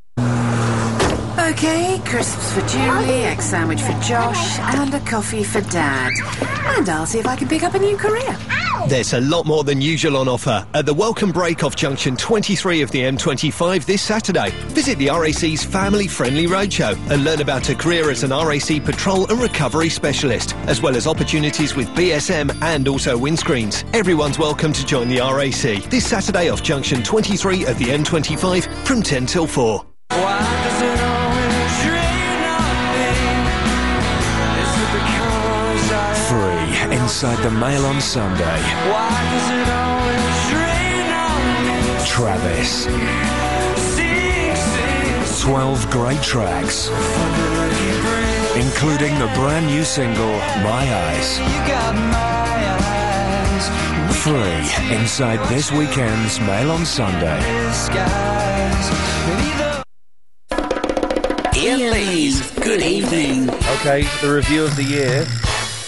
Speaker 30: Okay, crisps for Julie, egg sandwich for Josh, and a coffee for Dad. And I'll see if I can pick up a new career.
Speaker 31: There's a lot more than usual on offer at the Welcome Break off junction 23 of the M25 this Saturday. Visit the RAC's family friendly roadshow and learn about a career as an RAC patrol and recovery specialist, as well as opportunities with BSM and also windscreens. Everyone's welcome to join the RAC this Saturday off junction 23 of the M25 from 10 till 4.
Speaker 13: Free inside the Mail on Sunday. Travis. 12 great tracks, including the brand new single My Eyes. Free inside this weekend's Mail on Sunday.
Speaker 5: Ian Lee's E Good Evening. Okay, the review of the year.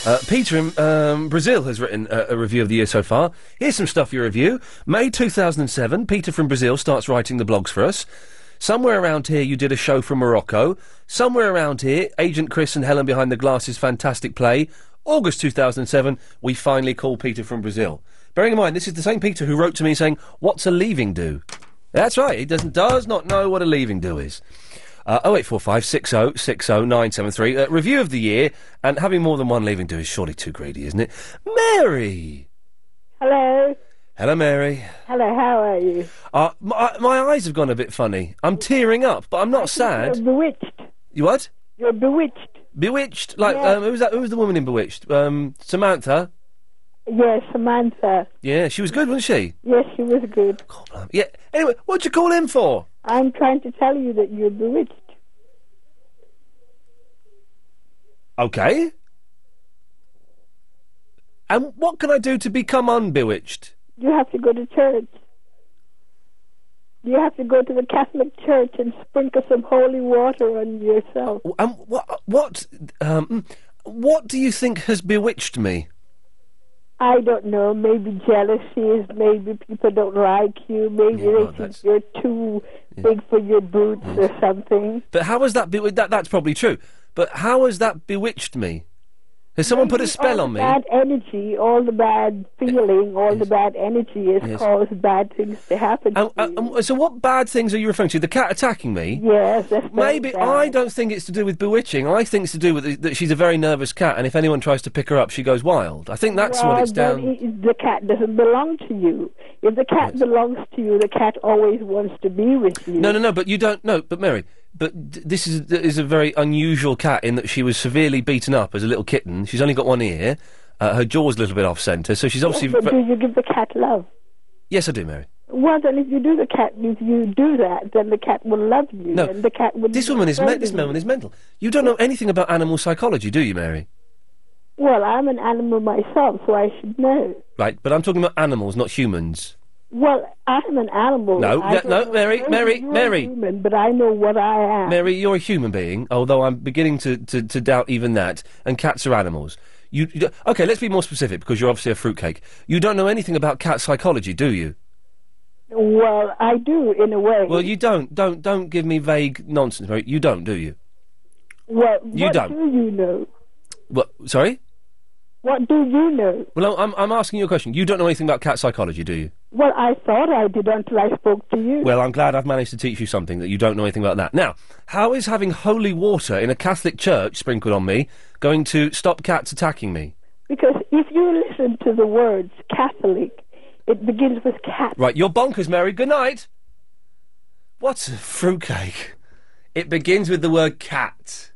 Speaker 5: Uh, Peter in um, Brazil has written uh, a review of the year so far. Here's some stuff you review. May 2007, Peter from Brazil starts writing the blogs for us. Somewhere around here, you did a show from Morocco. Somewhere around here, Agent Chris and Helen Behind the Glasses' fantastic play. August 2007, we finally call Peter from Brazil. Bearing in mind, this is the same Peter who wrote to me saying, What's a leaving do? That's right. He doesn't does not know what a leaving do is. Uh, 0845 60 60 973. Uh, review of the year, and having more than one leaving do is surely too greedy, isn't it? Mary!
Speaker 8: Hello.
Speaker 5: Hello, Mary.
Speaker 8: Hello, how are you?
Speaker 5: Uh, my, my eyes have gone a bit funny. I'm tearing up, but I'm not sad.
Speaker 8: You're bewitched.
Speaker 5: You what?
Speaker 8: You're bewitched.
Speaker 5: Bewitched? Like,
Speaker 8: Yeah.
Speaker 5: um, who was that? Who was the woman in Bewitched? Um, Samantha.
Speaker 8: Yes, Samantha.
Speaker 5: Yeah, she was good, wasn't she?
Speaker 8: Yes, she was good.
Speaker 5: Yeah. Anyway, what'd you call in for?
Speaker 8: I'm trying to tell you that you're bewitched.
Speaker 5: Okay. And what can I do to become unbewitched?
Speaker 8: You have to go to church. You have to go to the Catholic Church and sprinkle some holy water on yourself.
Speaker 5: Um, what, what, um, what do you think has bewitched me?
Speaker 8: I don't know. Maybe jealousy is. Maybe people don't like you. Maybe
Speaker 5: Yeah, well, Mm.
Speaker 8: they think you're too big for your boots or something.
Speaker 5: But how has that be- that that's probably true. But how has that bewitched me? Has someone put a spell
Speaker 8: all
Speaker 5: on
Speaker 8: the
Speaker 5: me?
Speaker 8: Mm, oh, Bad energy, all the bad feeling, all the bad energy has
Speaker 5: Yes.
Speaker 8: caused bad things to happen.
Speaker 5: Um, uh, um, so what bad things are you referring to? The cat attacking me?
Speaker 8: Yes, that's very
Speaker 5: Maybe
Speaker 8: bad.
Speaker 5: I don't think it's to do with bewitching. I think it's to do with the, that she's a very nervous cat, and if anyone tries to pick her up, she goes wild. I think that's
Speaker 8: well,
Speaker 5: what it's
Speaker 8: then
Speaker 5: down.
Speaker 8: it- the cat doesn't belong to you. If the cat belongs to you, the cat always wants to be with you.
Speaker 5: No, no, no. But you don't. No, but Mary. But d- this is th- is a very unusual cat in that she was severely beaten up as a little kitten. She's only got one ear. Uh, her jaw's a little bit off centre, so she's obviously.
Speaker 8: Yes, but
Speaker 5: ve-
Speaker 8: do you give the cat love?
Speaker 5: yes, I do, Mary.
Speaker 8: Well, then, if you do the cat, if you do that, then the cat will love you.
Speaker 5: No,
Speaker 8: and the cat will.
Speaker 5: This woman is me-
Speaker 8: friendly.
Speaker 5: this woman is mental. You don't know anything about animal psychology, do you, Mary?
Speaker 8: Well, I'm an animal myself, so I should know.
Speaker 5: Right, but I'm talking about animals, not humans.
Speaker 8: Well, I'm an animal. Oh,
Speaker 5: No,
Speaker 8: I
Speaker 5: yeah,
Speaker 8: don't
Speaker 5: no,
Speaker 8: know-
Speaker 5: Mary,
Speaker 8: you're-
Speaker 5: Mary,
Speaker 8: you're a
Speaker 5: Mary.
Speaker 8: Human, but I know what I am.
Speaker 5: Mary, you're a human being, although I'm beginning to, to, to doubt even that. And cats are animals. You, you don't- okay? Let's be more specific because you're obviously a fruitcake. You don't know anything about cat psychology, do you?
Speaker 8: Well, I do in a way.
Speaker 5: Well, you don't. Don't don't give me vague nonsense, Mary. You don't, do you?
Speaker 8: Well,
Speaker 5: you
Speaker 8: what
Speaker 5: don't.
Speaker 8: do you know?
Speaker 5: What? Sorry.
Speaker 8: What do you know?
Speaker 5: Well, I'm I'm asking you a question. You don't know anything about cat psychology, do you?
Speaker 8: Well, I thought I did until I spoke to you.
Speaker 5: Well, I'm glad I've managed to teach you something that you don't know anything about that. Now, how is having holy water in a Catholic church sprinkled on me going to stop cats attacking me?
Speaker 8: Because if you listen to the words Catholic, it begins with cat.
Speaker 5: Right, you're bonkers, Mary. Good night. What's a fruitcake? It begins with the word cat.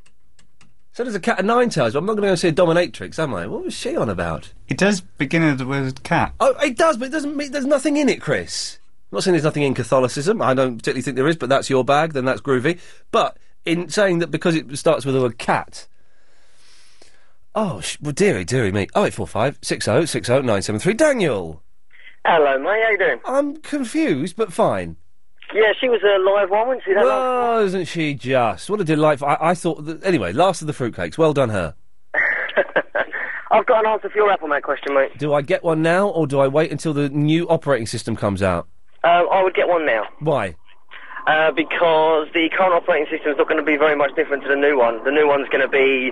Speaker 5: So does a cat of nine tails. but I'm not going to go see a dominatrix, am I? What was she on about?
Speaker 32: It does begin with the word cat.
Speaker 5: Oh, it does, but it doesn't. mean There's nothing in it, Chris. I'm not saying there's nothing in Catholicism. I don't particularly think there is, but that's your bag. Then that's groovy. But in saying that because it starts with the word cat. Oh, sh- well, dearie, dearie me. Oh eight four five six zero six zero nine seven three. Daniel,
Speaker 33: Hello, mate. How you doing?
Speaker 5: I'm confused but fine.
Speaker 33: Yeah, she was a live one, wasn't she? That last-
Speaker 5: Wasn't she just? What a delightful. I, I thought. That, anyway, last of the fruitcakes. Well done, her.
Speaker 33: I've got an answer for your Appleman question, mate.
Speaker 5: Do I get one now, or do I wait until the new operating system comes out?
Speaker 33: Um, I would get one now
Speaker 5: Why?
Speaker 33: uh, because the current operating system's not going to be very much different to the new one. The new one's going to be,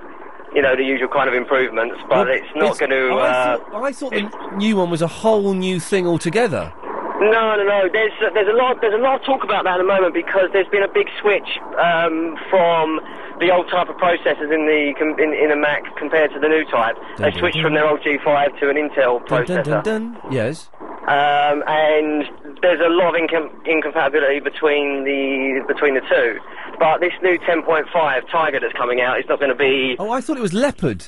Speaker 33: you know, the usual kind of improvements, but it's not going to.
Speaker 5: Oh, I
Speaker 33: Uh,
Speaker 5: thought, I thought the new one was a whole new thing altogether.
Speaker 33: No, no, no. There's uh, there's a lot there's a lot of talk about that at the moment because there's been a big switch um, from the old type of processors in the com- in, in a Mac compared to the new type. They
Speaker 5: Dun, dun,
Speaker 33: switched
Speaker 5: dun.
Speaker 33: from their old G5 to an Intel
Speaker 5: Dun,
Speaker 33: processor.
Speaker 5: dun, dun, dun. Yes.
Speaker 33: Um, and there's a lot of incom- incompatibility between the between the two. But this new 10.5 Tiger that's coming out is not going to be.
Speaker 5: Oh, I thought it was leopard.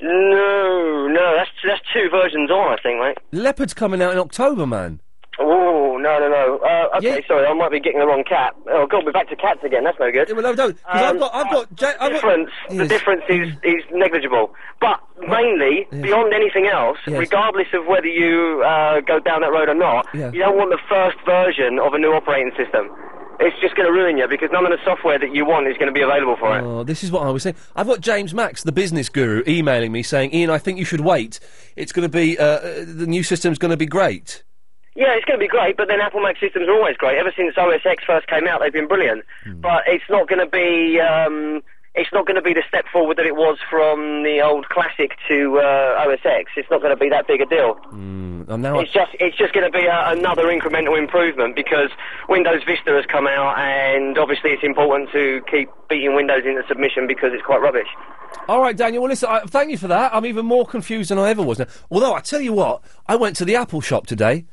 Speaker 33: No, no, that's that's two versions on, I think, mate.
Speaker 5: Leopard's coming out in October, man.
Speaker 33: Oh no, no, no. Uh, okay, sorry, I might be getting the wrong cat. Oh God, we're back to cats again. That's no good. Um,
Speaker 5: well, no, don't. Because I've got, I've got. Ja- I've got-
Speaker 33: difference, the difference is, is negligible. But mainly, beyond anything else, regardless of whether you uh, go down that road or not,
Speaker 5: Yeah.
Speaker 33: you don't want the first version of a new operating system. It's just going to ruin you because none of the software that you want is going to be available for it.
Speaker 5: Oh, this is what I was saying. I've got James Max, the business guru, emailing me saying, "Ian, I think you should wait. It's going to be uh, uh, the new system's going to be great."
Speaker 33: Yeah, it's going to be great, but then Apple Mac systems are always great. Ever since OS X first came out, they've been brilliant. But it's not going to be. Um, it's not going to be the step forward that it was from the old classic to uh, OS X. It's not going to be that big a deal.
Speaker 5: Mm, I'm now.
Speaker 33: It's just it's just going to be a, another incremental improvement because Windows Vista has come out, and obviously it's important to keep beating Windows into submission because it's quite rubbish.
Speaker 5: All right, Daniel. Well, listen. I, thank you for that. I'm even more confused than I ever was. Now, although I tell you what, I went to the Apple shop today.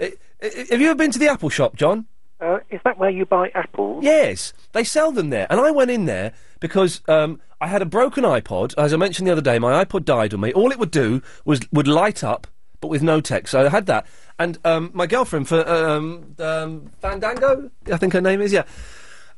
Speaker 5: I- I- have you ever been to the Apple shop, John?
Speaker 11: Uh, is that where you buy apples?
Speaker 5: Yes, they sell them there, and I went in there because um, I had a broken iPod. As I mentioned the other day, my iPod died on me. All it would do was would light up, but with no text. So I had that, and um, my girlfriend for um, um, Fandango, I think her name is. Yeah,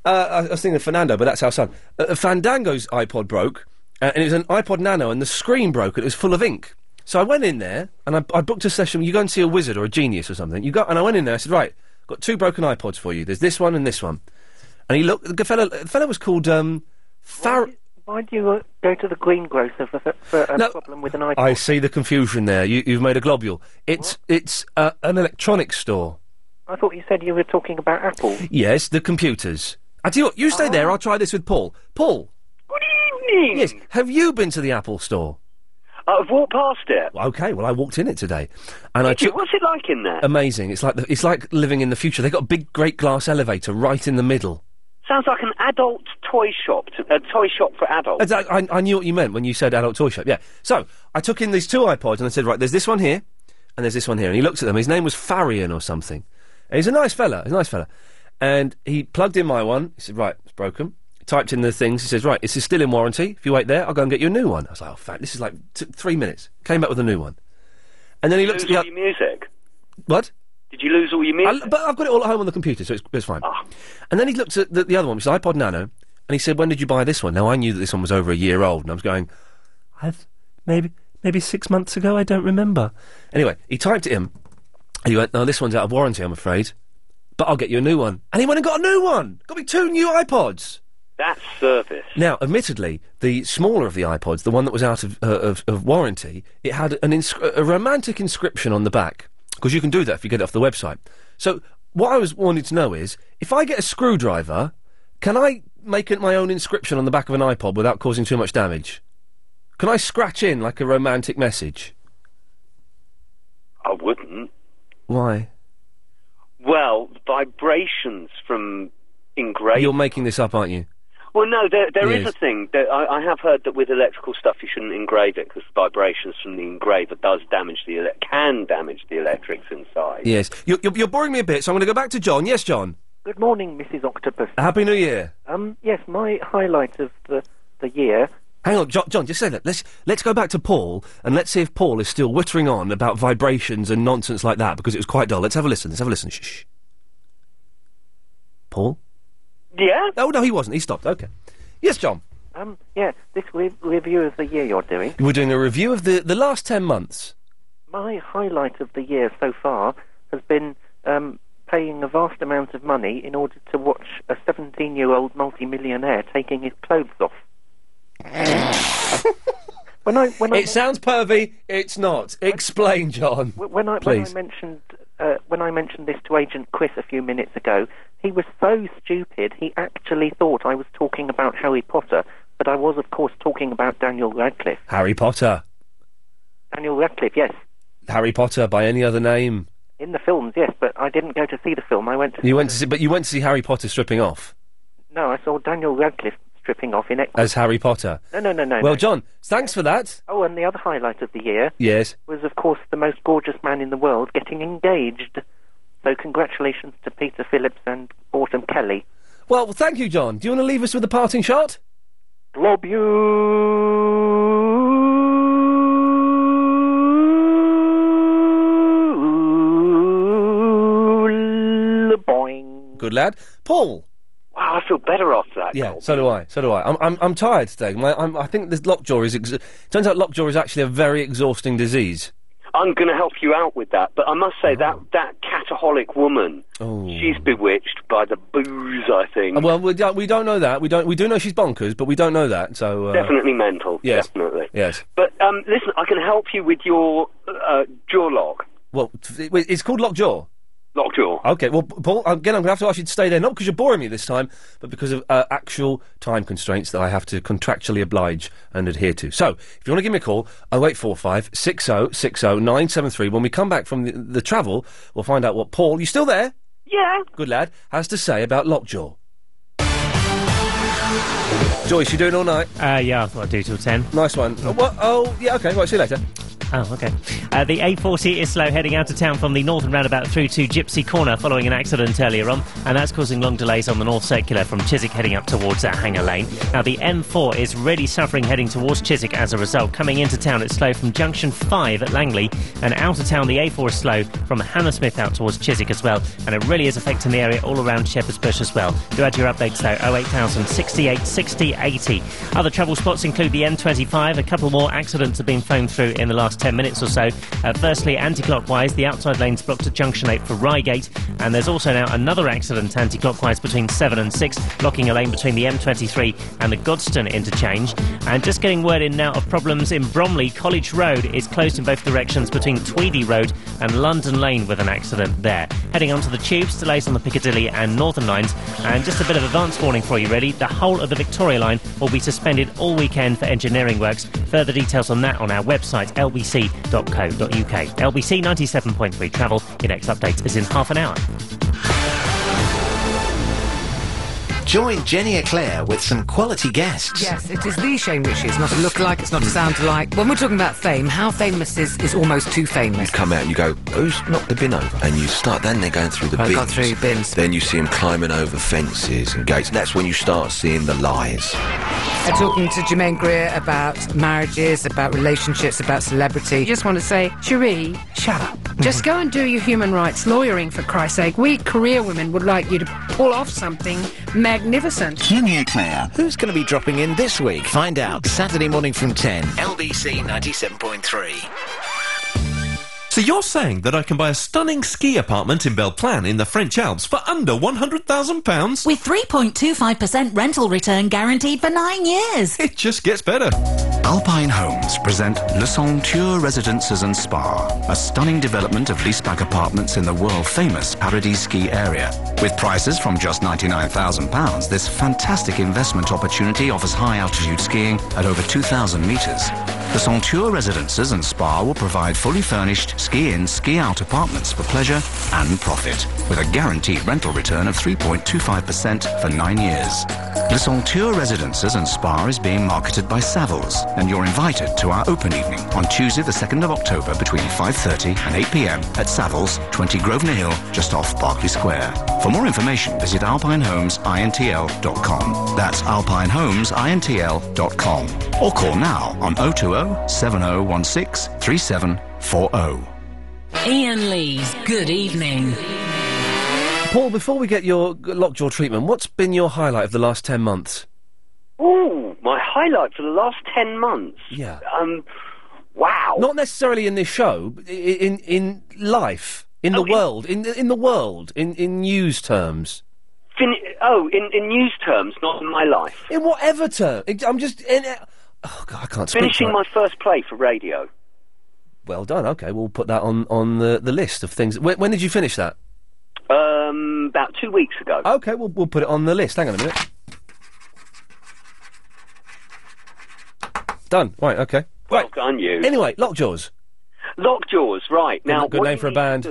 Speaker 5: uh, I, I was thinking of Fernando, but that's our son. Uh, uh, Fandango's iPod broke, uh, and it was an iPod Nano, and the screen broke. and It was full of ink. So I went in there and I, I booked a session. You go and see a wizard or a genius or something. You go and I went in there. I said, right, got two broken iPods for you. There's this one and this one. And he looked. The fellow, the fellow was called um, Far.
Speaker 11: Why do you uh, go to the greengrocer for, for, for a
Speaker 5: No.
Speaker 11: problem with an iPod?
Speaker 5: I see the confusion there. You, you've made a globule. It's it's uh, an electronics store.
Speaker 11: I thought you said you were talking about apples.
Speaker 5: Yes, the computers. I tell you what, you stay there.
Speaker 34: Oh.
Speaker 5: I'll try this with Paul. Paul. Good evening. Yes. Have you been to the Apple store?
Speaker 34: Uh, I've walked past it.
Speaker 5: Okay. Well, I walked in it today, and I
Speaker 34: Did you?
Speaker 5: took.
Speaker 34: What's it like in there?
Speaker 5: Amazing. It's like the, it's like living in the future. They got a big, great glass elevator right in the middle.
Speaker 34: Sounds like an adult toy shop, to, a toy shop for adults.
Speaker 5: As I, I, I knew what you meant when you said adult toy shop. Yeah. So I took in these two iPods and I said, right, there's this one here, and there's this one here. And he looked at them. His name was Farian or something. And he's a nice fella. He's a nice fella. And he plugged in my one. He said, right, it's broken. Typed in the things. He says, right, this is still in warranty. If you wait there, I'll go and get you a new one. I was like, oh, fuck, this is like t- three minutes. Came back with a new one. And then he looked
Speaker 34: Did
Speaker 5: at
Speaker 34: you
Speaker 5: the
Speaker 34: lose
Speaker 5: other.
Speaker 34: all your music?
Speaker 5: What?
Speaker 34: Did you lose all your Ah.
Speaker 5: I-
Speaker 34: music?
Speaker 5: but I've got it all at home on the computer, so it's, it's fine. And then he looked at the, the other one, which is iPod Nano, and he said, "When did you buy this one?" Now I knew that this one was over a year old, and I was going, "I've maybe maybe six months ago. I don't remember." Anyway, he typed it in, and he went, "No, this one's out of warranty, I'm afraid, but I'll get you a new one." And he went and got a new one. Got me two new iPods.
Speaker 34: That service.
Speaker 5: Now, admittedly, the smaller of the iPods, the one that was out of, uh, of, of warranty, it had an inscri- a romantic inscription on the back. Because you can do that if you get it off the website. So, what I was wanting to know is if I get a screwdriver, can I make it my own inscription on the back of an iPod without causing too much damage? Can I scratch in like a romantic message?
Speaker 34: I wouldn't.
Speaker 5: Why?
Speaker 34: Well, vibrations from engraving.
Speaker 5: You're making this up, aren't you?
Speaker 34: Well, no, there there is
Speaker 5: Yes.
Speaker 34: a thing. That I, I have heard that with electrical stuff, you shouldn't engrave it because vibrations from the engraver does damage the ele- can damage the electrics inside.
Speaker 5: Yes. You're, you're, you're boring me a bit, so I'm going to go back to John. Yes, John.
Speaker 11: Good morning, Mrs. Octopus.
Speaker 5: Happy New Year.
Speaker 11: Um, yes, my highlight of the, the year.
Speaker 5: Hang on, John, John, just say that. Let's let's go back to Paul and let's see if Paul is still whittering on about vibrations and nonsense like that because it was quite dull. Let's have a listen. Let's have a listen. Shh. shh. Paul?
Speaker 34: Yeah?
Speaker 5: Oh no, he wasn't. He stopped. Okay. Yes, John.
Speaker 11: Um, yeah, this re- review of the year you're doing.
Speaker 5: We're doing a review of the the last ten months.
Speaker 11: My highlight of the year so far has been um, paying a vast amount of money in order to watch a 17 year old multimillionaire taking his clothes off. when I, when
Speaker 5: it sounds pervy. It's not. Explain, John.
Speaker 11: W- When I, when I
Speaker 5: Please.
Speaker 11: mentioned uh, when I mentioned this to Agent Chris a few minutes ago, he was so stupid he actually thought I was talking about Harry Potter, but I was of course talking about Daniel Radcliffe.
Speaker 5: Harry Potter.
Speaker 11: Daniel Radcliffe, yes,
Speaker 5: Harry Potter by any other name.
Speaker 11: in the films, yes, but I didn't go to see the film. I went to
Speaker 5: You went to see, but you went to see Harry Potter stripping off
Speaker 11: no, I saw Daniel Radcliffe stripping off in Ex-
Speaker 5: as Harry Potter.
Speaker 11: No, no, no, no.
Speaker 5: Uh, well,
Speaker 11: no.
Speaker 5: John, thanks for that.
Speaker 11: Oh, and the other highlight of the year
Speaker 5: Yes.
Speaker 11: was, of course, the most gorgeous man in the world getting engaged. So, congratulations to Peter Phillips and Autumn Kelly.
Speaker 5: Well, thank you, John. Do you want to leave us with a parting shot?
Speaker 11: Globule.
Speaker 5: Good lad, Paul.
Speaker 34: Wow, I feel better after that.
Speaker 5: Yeah, so do I. So do I. I'm I'm, I'm tired today. My, I'm, I think this lockjaw is. Ex- turns out lockjaw is actually a very exhausting disease.
Speaker 34: I'm going to help you out with that, but I must say that that cataholic woman,
Speaker 5: Oh.
Speaker 34: she's bewitched by the booze. I think
Speaker 5: Uh, Well, we don't, we don't know that. We don't. We do know she's bonkers, but we don't know that. So uh,
Speaker 34: definitely mental.
Speaker 5: Yes.
Speaker 34: Definitely.
Speaker 5: Yes.
Speaker 34: But um, listen, I can help you with your uh, jaw lock.
Speaker 5: Well, t- it- it's called lockjaw.
Speaker 34: Lockjaw.
Speaker 5: Okay, well, P- Paul, again, I'm going to have to ask you to stay there, not because you're boring me this time, but because of uh, actual time constraints that I have to contractually oblige and adhere to. So, if you want to give me a call, 0845 60 60 973. When we come back from the, the travel, we'll find out what Paul, you still there?
Speaker 35: Yeah.
Speaker 5: Good lad, has to say about Lockjaw. Joyce, you doing all night?
Speaker 10: Uh, yeah, I'll do till 10.
Speaker 5: Nice one. Oh, what? oh yeah, okay, right, see you later.
Speaker 10: Oh, okay. Uh, the A40 is slow heading out of town from the northern roundabout through to Gypsy Corner following an accident earlier on, and that's causing long delays on the north circular from Chiswick heading up towards that Hanger Lane. Now, the M4 is really suffering heading towards Chiswick as a result. Coming into town, it's slow from Junction 5 at Langley, and out of town, the A4 is slow from Hammersmith out towards Chiswick as well, and it really is affecting the area all around Shepherd's Bush as well. Do add your updates though 08000 68 60 80. Other travel spots include the M25. A couple more accidents have been phoned through in the last 10 minutes or so. Uh, firstly, anti clockwise, the outside lane's blocked at junction 8 for Reigate, and there's also now another accident anti clockwise between 7 and 6, blocking a lane between the M23 and the Godstone interchange. And just getting word in now of problems in Bromley, College Road is closed in both directions between Tweedy Road and London Lane with an accident there. Heading onto the tubes, delays on the Piccadilly and Northern lines, and just a bit of advance warning for you, really. The whole of the Victoria line will be suspended all weekend for engineering works. Further details on that on our website, lbc.co.uk. LBC 97.3 travel. Your next update is in half an hour.
Speaker 15: Join Jenny Eclair with some quality guests.
Speaker 35: Yes, it is the Shane Ritchie. It's not a look alike, it's not a sound alike. When we're talking about fame, how famous is, is almost too famous.
Speaker 36: come out and you go, who's knocked the bin over? And you start, then they're going through the
Speaker 35: Right,
Speaker 36: bins.
Speaker 35: gone through bins.
Speaker 36: Then you see them climbing over fences and gates. That's when you start seeing the lies.
Speaker 35: Uh, talking to Jermaine Greer about marriages, about relationships, about celebrity. Just want to say, Cherie, shut up.
Speaker 37: Just go and do your human rights lawyering, for Christ's sake. We career women would like you to pull off something magnificent.
Speaker 15: Jenny Eclair. Who's going to be dropping in this week? Find out Saturday morning from 10. LBC 97.3.
Speaker 29: So you're saying that I can buy a stunning ski apartment in Belplan in the French Alps for under £100,000?
Speaker 27: With 3.25% rental return guaranteed for nine years.
Speaker 29: It just gets better.
Speaker 38: Alpine Homes present Le Sanctuaire Residences and Spa, a stunning development of leaseback apartments in the world-famous Paradis ski area. With prices from just £99,000, this fantastic investment opportunity offers high-altitude skiing at over 2,000 metres. The Sanctuaire Residences and Spa will provide fully furnished ski-in, ski-out apartments for pleasure and profit, with a guaranteed rental return of 3.25% for nine years. Le Sanctuaire Residences and Spa is being marketed by Savills, and you're invited to our open evening on Tuesday the 2nd of October between 5.30 and 8pm at Savills, 20 Grosvenor Hill, just off Berkeley Square. For more information, visit alpinehomesintl.com. That's alpinehomesintl.com. Or call now on 020 7016 3740.
Speaker 39: Ian Lee's Good Evening.
Speaker 5: Paul, before we get your g- lockjaw treatment, what's been your highlight of the last 10 months?
Speaker 34: Ooh, my highlight for the last ten months.
Speaker 5: Yeah.
Speaker 34: Um, wow.
Speaker 5: Not necessarily in this show, but i- in in life, in the world, in in the world, in in news terms,
Speaker 34: Fin- oh, in, in news terms, not in my life.
Speaker 5: in whatever term. It- I'm just in. Oh God, I can't speak.
Speaker 34: Finishing
Speaker 5: tonight.
Speaker 34: my first play for radio.
Speaker 5: Well done. Okay, we'll put that on on the the list of things. When, when did you finish that?
Speaker 34: Um, about two weeks ago.
Speaker 5: Okay, we'll we'll put it on the list. Hang on a minute. Done. Right. Okay.
Speaker 34: Well done, you.
Speaker 5: Anyway, Lockjaws.
Speaker 34: Lockjaws, right. Now,
Speaker 5: good
Speaker 34: what
Speaker 5: name
Speaker 34: do
Speaker 5: for a
Speaker 34: you
Speaker 5: band.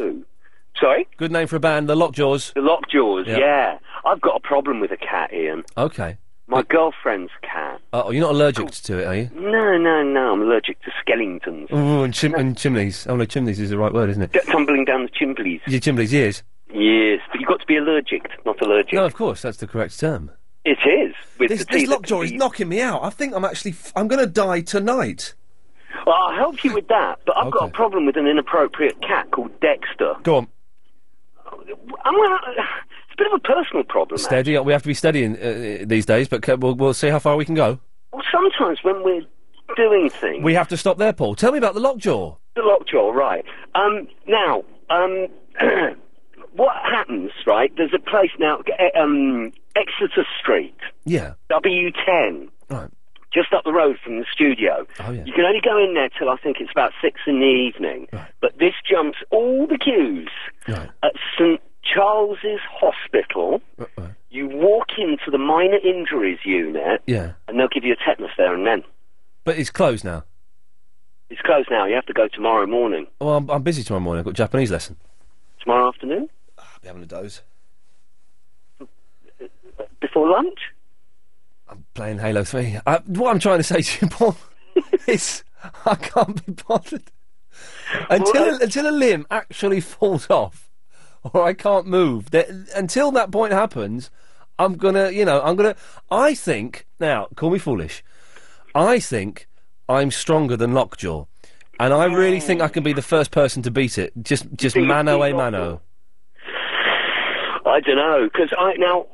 Speaker 34: Sorry.
Speaker 5: Good name for a band. The Lockjaws.
Speaker 34: The Lockjaws,
Speaker 5: Yeah.
Speaker 34: yeah. I've got a problem with a cat, Ian.
Speaker 5: Okay.
Speaker 34: My girlfriend's cat.
Speaker 5: Oh, you're not allergic to it, are you?
Speaker 34: No, no, no. I'm allergic to skeletons.
Speaker 5: Oh, and, chim- and chimneys. Oh no, chimneys is the right word, isn't it?
Speaker 34: Get tumbling down the chimneys.
Speaker 5: Your chimneys ears.
Speaker 34: Yes, but you've got to be allergic, not allergic.
Speaker 5: No, of course, that's the correct term.
Speaker 34: It is. With
Speaker 5: This,
Speaker 34: the tea
Speaker 5: this
Speaker 34: that
Speaker 5: lockjaw
Speaker 34: can
Speaker 5: is
Speaker 34: be-
Speaker 5: knocking me out. I think I'm actually f- I'm going to die tonight.
Speaker 34: Well, I'll help you with that, but I've got a problem with an inappropriate cat called Dexter.
Speaker 5: Go on.
Speaker 34: I'm gonna, it's a bit of a personal problem.
Speaker 5: Steady. We have to be steady in, uh, uh, these days, but c- we'll, we'll see how far we can go.
Speaker 34: Well, sometimes when we're doing things,
Speaker 5: We have to stop there, Paul. Tell me about the lockjaw.
Speaker 34: the lockjaw, right? Um, now, um, what happens, right? There's a place now, e- um, Exeter Street,
Speaker 5: Yeah.
Speaker 34: W10.
Speaker 5: Right.
Speaker 34: just up the road from the studio.
Speaker 5: Oh, yeah.
Speaker 34: You can only go in there till I think it's about six in the evening. But this jumps all the queues at St Charles's Hospital. You walk into the minor injuries unit,
Speaker 5: Yeah.
Speaker 34: and they'll give you a tetanus there and then.
Speaker 5: But it's closed now.
Speaker 34: It's closed now. You have to go tomorrow morning.
Speaker 5: Well, I'm, I'm busy tomorrow morning. I've got Japanese lesson.
Speaker 34: Tomorrow afternoon?
Speaker 5: Ah, I'll be having a doze.
Speaker 34: Before lunch?
Speaker 5: Playing Halo 3. I, what I'm trying to say to you, Paul, is I can't be bothered. Until, a, until a limb actually falls off or I can't move, that, until that point happens, I'm going to, you know, I'm going to. I think, now, call me foolish, I think I'm stronger than Lockjaw. And I really think I can be the first person to beat it. Just, just
Speaker 34: think you
Speaker 5: mano
Speaker 34: beat
Speaker 5: a mano.
Speaker 34: I don't know because I now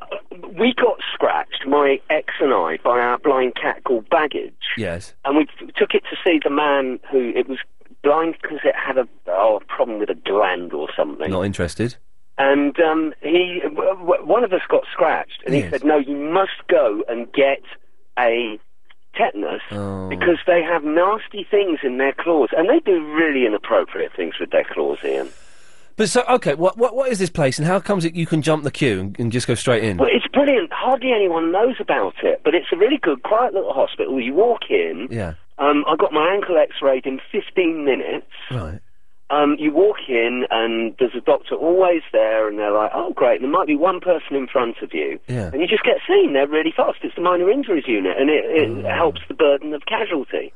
Speaker 34: we got scratched, my ex and I, by our blind cat called Baggage,
Speaker 5: Yes.
Speaker 34: and we t- took it to see the man who it was blind because it had a oh, a problem with a gland or something.
Speaker 5: Not interested.
Speaker 34: And um, he, w- w- one of us got scratched, and he
Speaker 5: Yes.
Speaker 34: said, "No, you must go and get a tetanus
Speaker 5: Oh.
Speaker 34: because they have nasty things in their claws, and they do really inappropriate things with their claws, Ian."
Speaker 5: But so okay, what what what is this place, and how comes it you can jump the queue and, and just go straight in?
Speaker 34: Well, it's brilliant. Hardly anyone knows about it, but it's a really good, quiet little hospital. You walk in.
Speaker 5: yeah,
Speaker 34: Um, I got my ankle x-rayed in 15 minutes.
Speaker 5: right.
Speaker 34: Um, you walk in, and there's a doctor always there, and they're like, "Oh, great!" There might be one person in front of you,
Speaker 5: Yeah.
Speaker 34: and you just get seen there really fast. It's the minor injuries unit, and it, it
Speaker 5: Mm.
Speaker 34: helps the burden of casualty.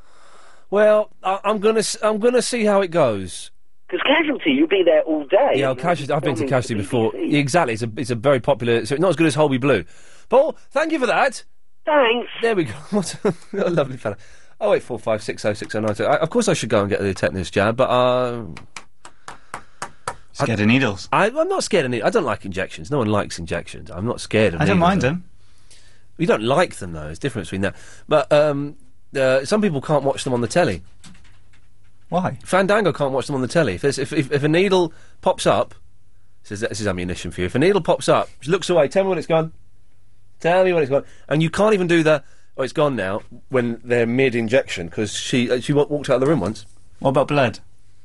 Speaker 5: Well, I, I'm gonna s- I'm gonna see how it goes.
Speaker 34: Because casualty, you'll be there all day.
Speaker 5: yeah,
Speaker 34: and
Speaker 5: casualty. I've been to
Speaker 34: filming
Speaker 5: casualty before. Yeah, exactly. It's a it's a very popular. So not as good as Holby Blue. Paul, thank you for that.
Speaker 34: Thanks.
Speaker 5: There we go. What a, what a lovely fella. Oh eight four five six oh six oh nine. I- Of course, I should go and get the tetanus jab, but uh,
Speaker 40: Scared of needles?
Speaker 5: I, I'm not scared of needles. I don't like injections. No one likes injections. I'm not scared of.
Speaker 40: I don't
Speaker 5: needles,
Speaker 40: mind
Speaker 5: though.
Speaker 40: them.
Speaker 5: You don't like them though. There's a difference between that. But um, uh, some people can't watch them on the telly.
Speaker 40: Why?
Speaker 5: Fandango can't watch them on the telly. If, there's- if, if, if a needle pops up, this is, this is ammunition for you. If a needle pops up, just looks away. Tell me when it's gone. Tell me when it's gone. And you can't even do the oh it's gone now when they're mid injection because she uh, she wa- walked out of the room once.
Speaker 40: What about blood?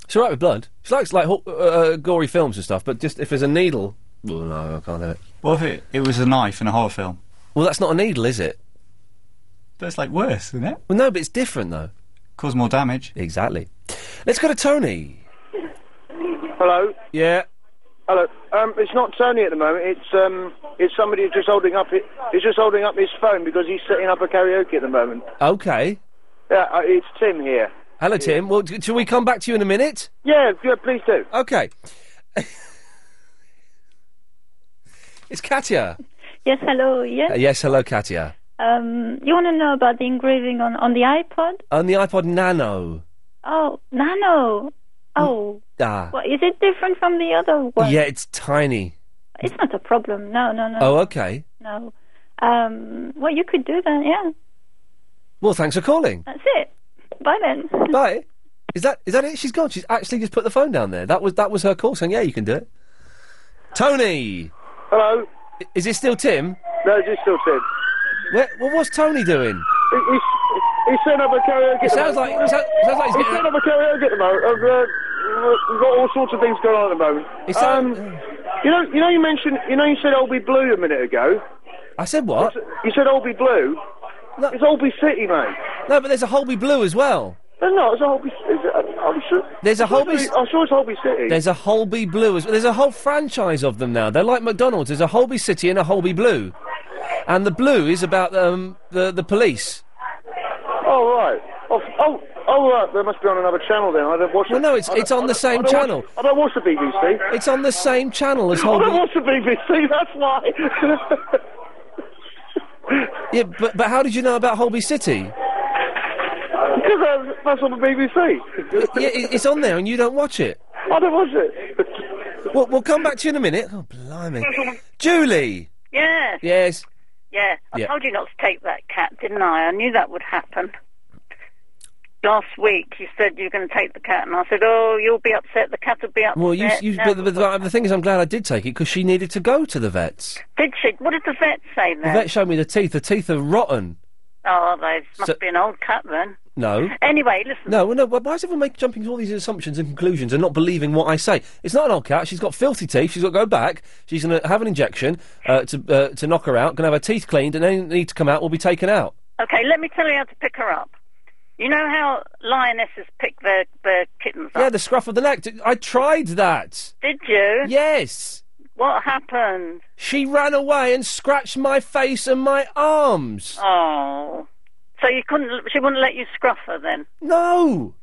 Speaker 5: It's all right with blood. She likes like ho- uh, uh, gory films and stuff, but just if there's a needle, well, no, I can't have it.
Speaker 40: What if it, it was a knife in a horror film?
Speaker 5: Well, that's not a needle, is it?
Speaker 40: But it's like worse, isn't it?
Speaker 5: Well, no, but it's different though.
Speaker 40: Cause more damage.
Speaker 5: Exactly. Let's go to Tony.
Speaker 2: Hello.
Speaker 5: Yeah.
Speaker 2: Hello. Um, it's not Tony at the moment. It's um, it's somebody who's just holding up. It, he's just holding up his phone because he's setting up a karaoke at the moment.
Speaker 5: Okay.
Speaker 2: Yeah, uh, it's Tim here.
Speaker 5: Hello, Tim. Well, d- shall we come back to you in a minute?
Speaker 2: Yeah, yeah please do.
Speaker 5: Okay. it's Katya.
Speaker 41: Yes, hello. Yes.
Speaker 5: Uh, yes, hello, Katya.
Speaker 41: Um, you want to know about the engraving on, on the iPod?
Speaker 5: On the iPod Nano.
Speaker 41: Oh, Nano. Oh,
Speaker 5: Ah.
Speaker 41: well, is it different from the other one?
Speaker 5: Yeah, it's tiny.
Speaker 41: It's not a problem. No, no, no.
Speaker 5: Oh, okay.
Speaker 41: No. Um, well, you could do that. Yeah,
Speaker 5: Well, thanks for calling.
Speaker 41: that's it. Bye then.
Speaker 5: Bye. Is that is that it? She's gone. She's actually just put the phone down there. That was that was her call saying, "Yeah, you can do it." Tony.
Speaker 2: Hello.
Speaker 5: Is it still Tim?
Speaker 2: No, it's just still Tim.
Speaker 5: Where, what was Tony doing?
Speaker 2: He, he's, he's setting up a karaoke.
Speaker 5: It
Speaker 2: at the
Speaker 5: sounds
Speaker 2: moment.
Speaker 5: like- it sounds like he's
Speaker 2: he's
Speaker 5: getting-
Speaker 2: setting up a karaoke at the moment. I've, uh, we've got all sorts of things going on at the moment.
Speaker 5: It
Speaker 2: um, you know, you know, you mentioned, you know, you said Old Be Blue a minute ago.
Speaker 5: I said what?
Speaker 2: You said Old Be Blue. It's Old Be City, mate.
Speaker 5: No, but there's a Holby Blue as well.
Speaker 2: No, no, it's a Holby. Is it, uh, I'm sure.
Speaker 5: There's a
Speaker 2: I'm sure
Speaker 5: Holby-
Speaker 2: it's- I'm sure it's Holby City.
Speaker 5: There's a Holby Blue as well. There's a whole franchise of them now. They're like McDonald's. There's a Holby City and a Holby Blue, and the blue is about um, the the police.
Speaker 2: Oh right. Oh, f- oh, oh right. They must be on another channel then. I don't watch.
Speaker 5: Well,
Speaker 2: it.
Speaker 5: no, it's
Speaker 2: I don't-
Speaker 5: it's on
Speaker 2: I
Speaker 5: the
Speaker 2: don't
Speaker 5: same
Speaker 2: watch-
Speaker 5: channel.
Speaker 2: I don't watch the BBC.
Speaker 5: It's on the same channel as Holby.
Speaker 2: I don't watch the BBC. That's why.
Speaker 5: Yeah, but but how did you know about Holby City?
Speaker 2: Because that's, that's on the BBC.
Speaker 5: yeah, it, it's on there, and you don't watch it.
Speaker 2: I don't watch it.
Speaker 5: We'll, we'll come back to you in a minute. Oh, blimey, Julie.
Speaker 42: Yeah,
Speaker 5: Yes.
Speaker 42: yeah. I
Speaker 5: Yeah.
Speaker 42: told you not to take that cat, didn't I? I knew that would happen. Last week, you said you were going to take the cat, and I said, "Oh, you'll be upset. The cat will be upset."
Speaker 5: Well, you, you
Speaker 42: No.
Speaker 5: but, but, but the thing is, I'm glad I did take it because she needed to go to the vets.
Speaker 42: did she? What did the vet say
Speaker 5: The
Speaker 42: then?
Speaker 5: vet showed me the teeth. The teeth are rotten.
Speaker 42: Oh, they must
Speaker 5: So-
Speaker 42: be an old cut then.
Speaker 5: No.
Speaker 42: Anyway, listen.
Speaker 5: No, well, no. Why why is everyone make, jumping to all these assumptions and conclusions and not believing what I say? It's not an old cat. She's got filthy teeth. She's got to go back. She's going to have an injection uh, to uh, to knock her out. Going to have her teeth cleaned, and any that need to come out will be taken out.
Speaker 42: Okay, let me tell you how to pick her up. You know how lionesses pick their, their kittens up?
Speaker 5: Yeah, the scruff of the neck. D- I tried that.
Speaker 42: Did you?
Speaker 5: Yes.
Speaker 42: What happened?
Speaker 5: She ran away and scratched my face and my arms.
Speaker 42: Oh. So you couldn't, she wouldn't let you scruff her then?
Speaker 5: No.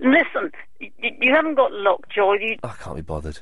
Speaker 42: Listen, you, you haven't got lockjaw. You,
Speaker 5: Can't be bothered.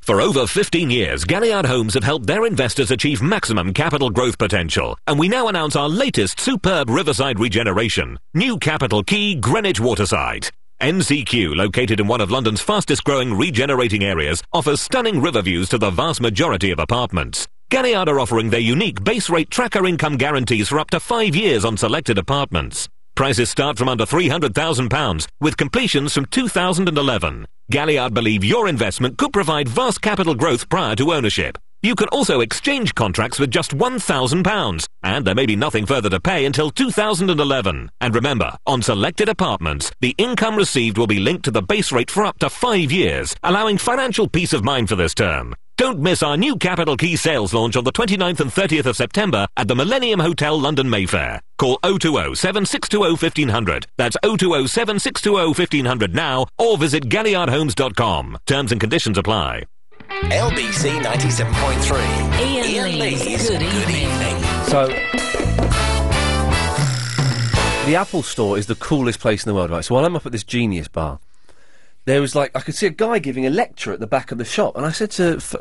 Speaker 29: For over 15 years, Galliard Homes have helped their investors achieve maximum capital growth potential, and we now announce our latest superb riverside regeneration, New Capital Key, Greenwich Waterside. NCQ, located in one of London's fastest growing regenerating areas, offers stunning river views to the vast majority of apartments. Galliard are offering their unique base rate tracker income guarantees for up to five years on selected apartments. Prices start from under £300,000 with completions from 2011. Galliard believe your investment could provide vast capital growth prior to ownership. You can also exchange contracts with just £1,000 and there may be nothing further to pay until 2011. And remember, on selected apartments, the income received will be linked to the base rate for up to five years, allowing financial peace of mind for this term. Don't miss our new Capital Key sales launch on the 29th and 30th of September at the Millennium Hotel London Mayfair. Call 020 762 1500. That's 020 762 1500 now or visit galliardhomes.com. Terms and conditions apply.
Speaker 15: LBC 97.3.
Speaker 39: Ian, Lee's, Good Evening.
Speaker 5: So, the Apple Store is the coolest place in the world, right? So while I'm up at this Genius Bar, there was like I could see a guy giving a lecture at the back of the shop, and I said to F-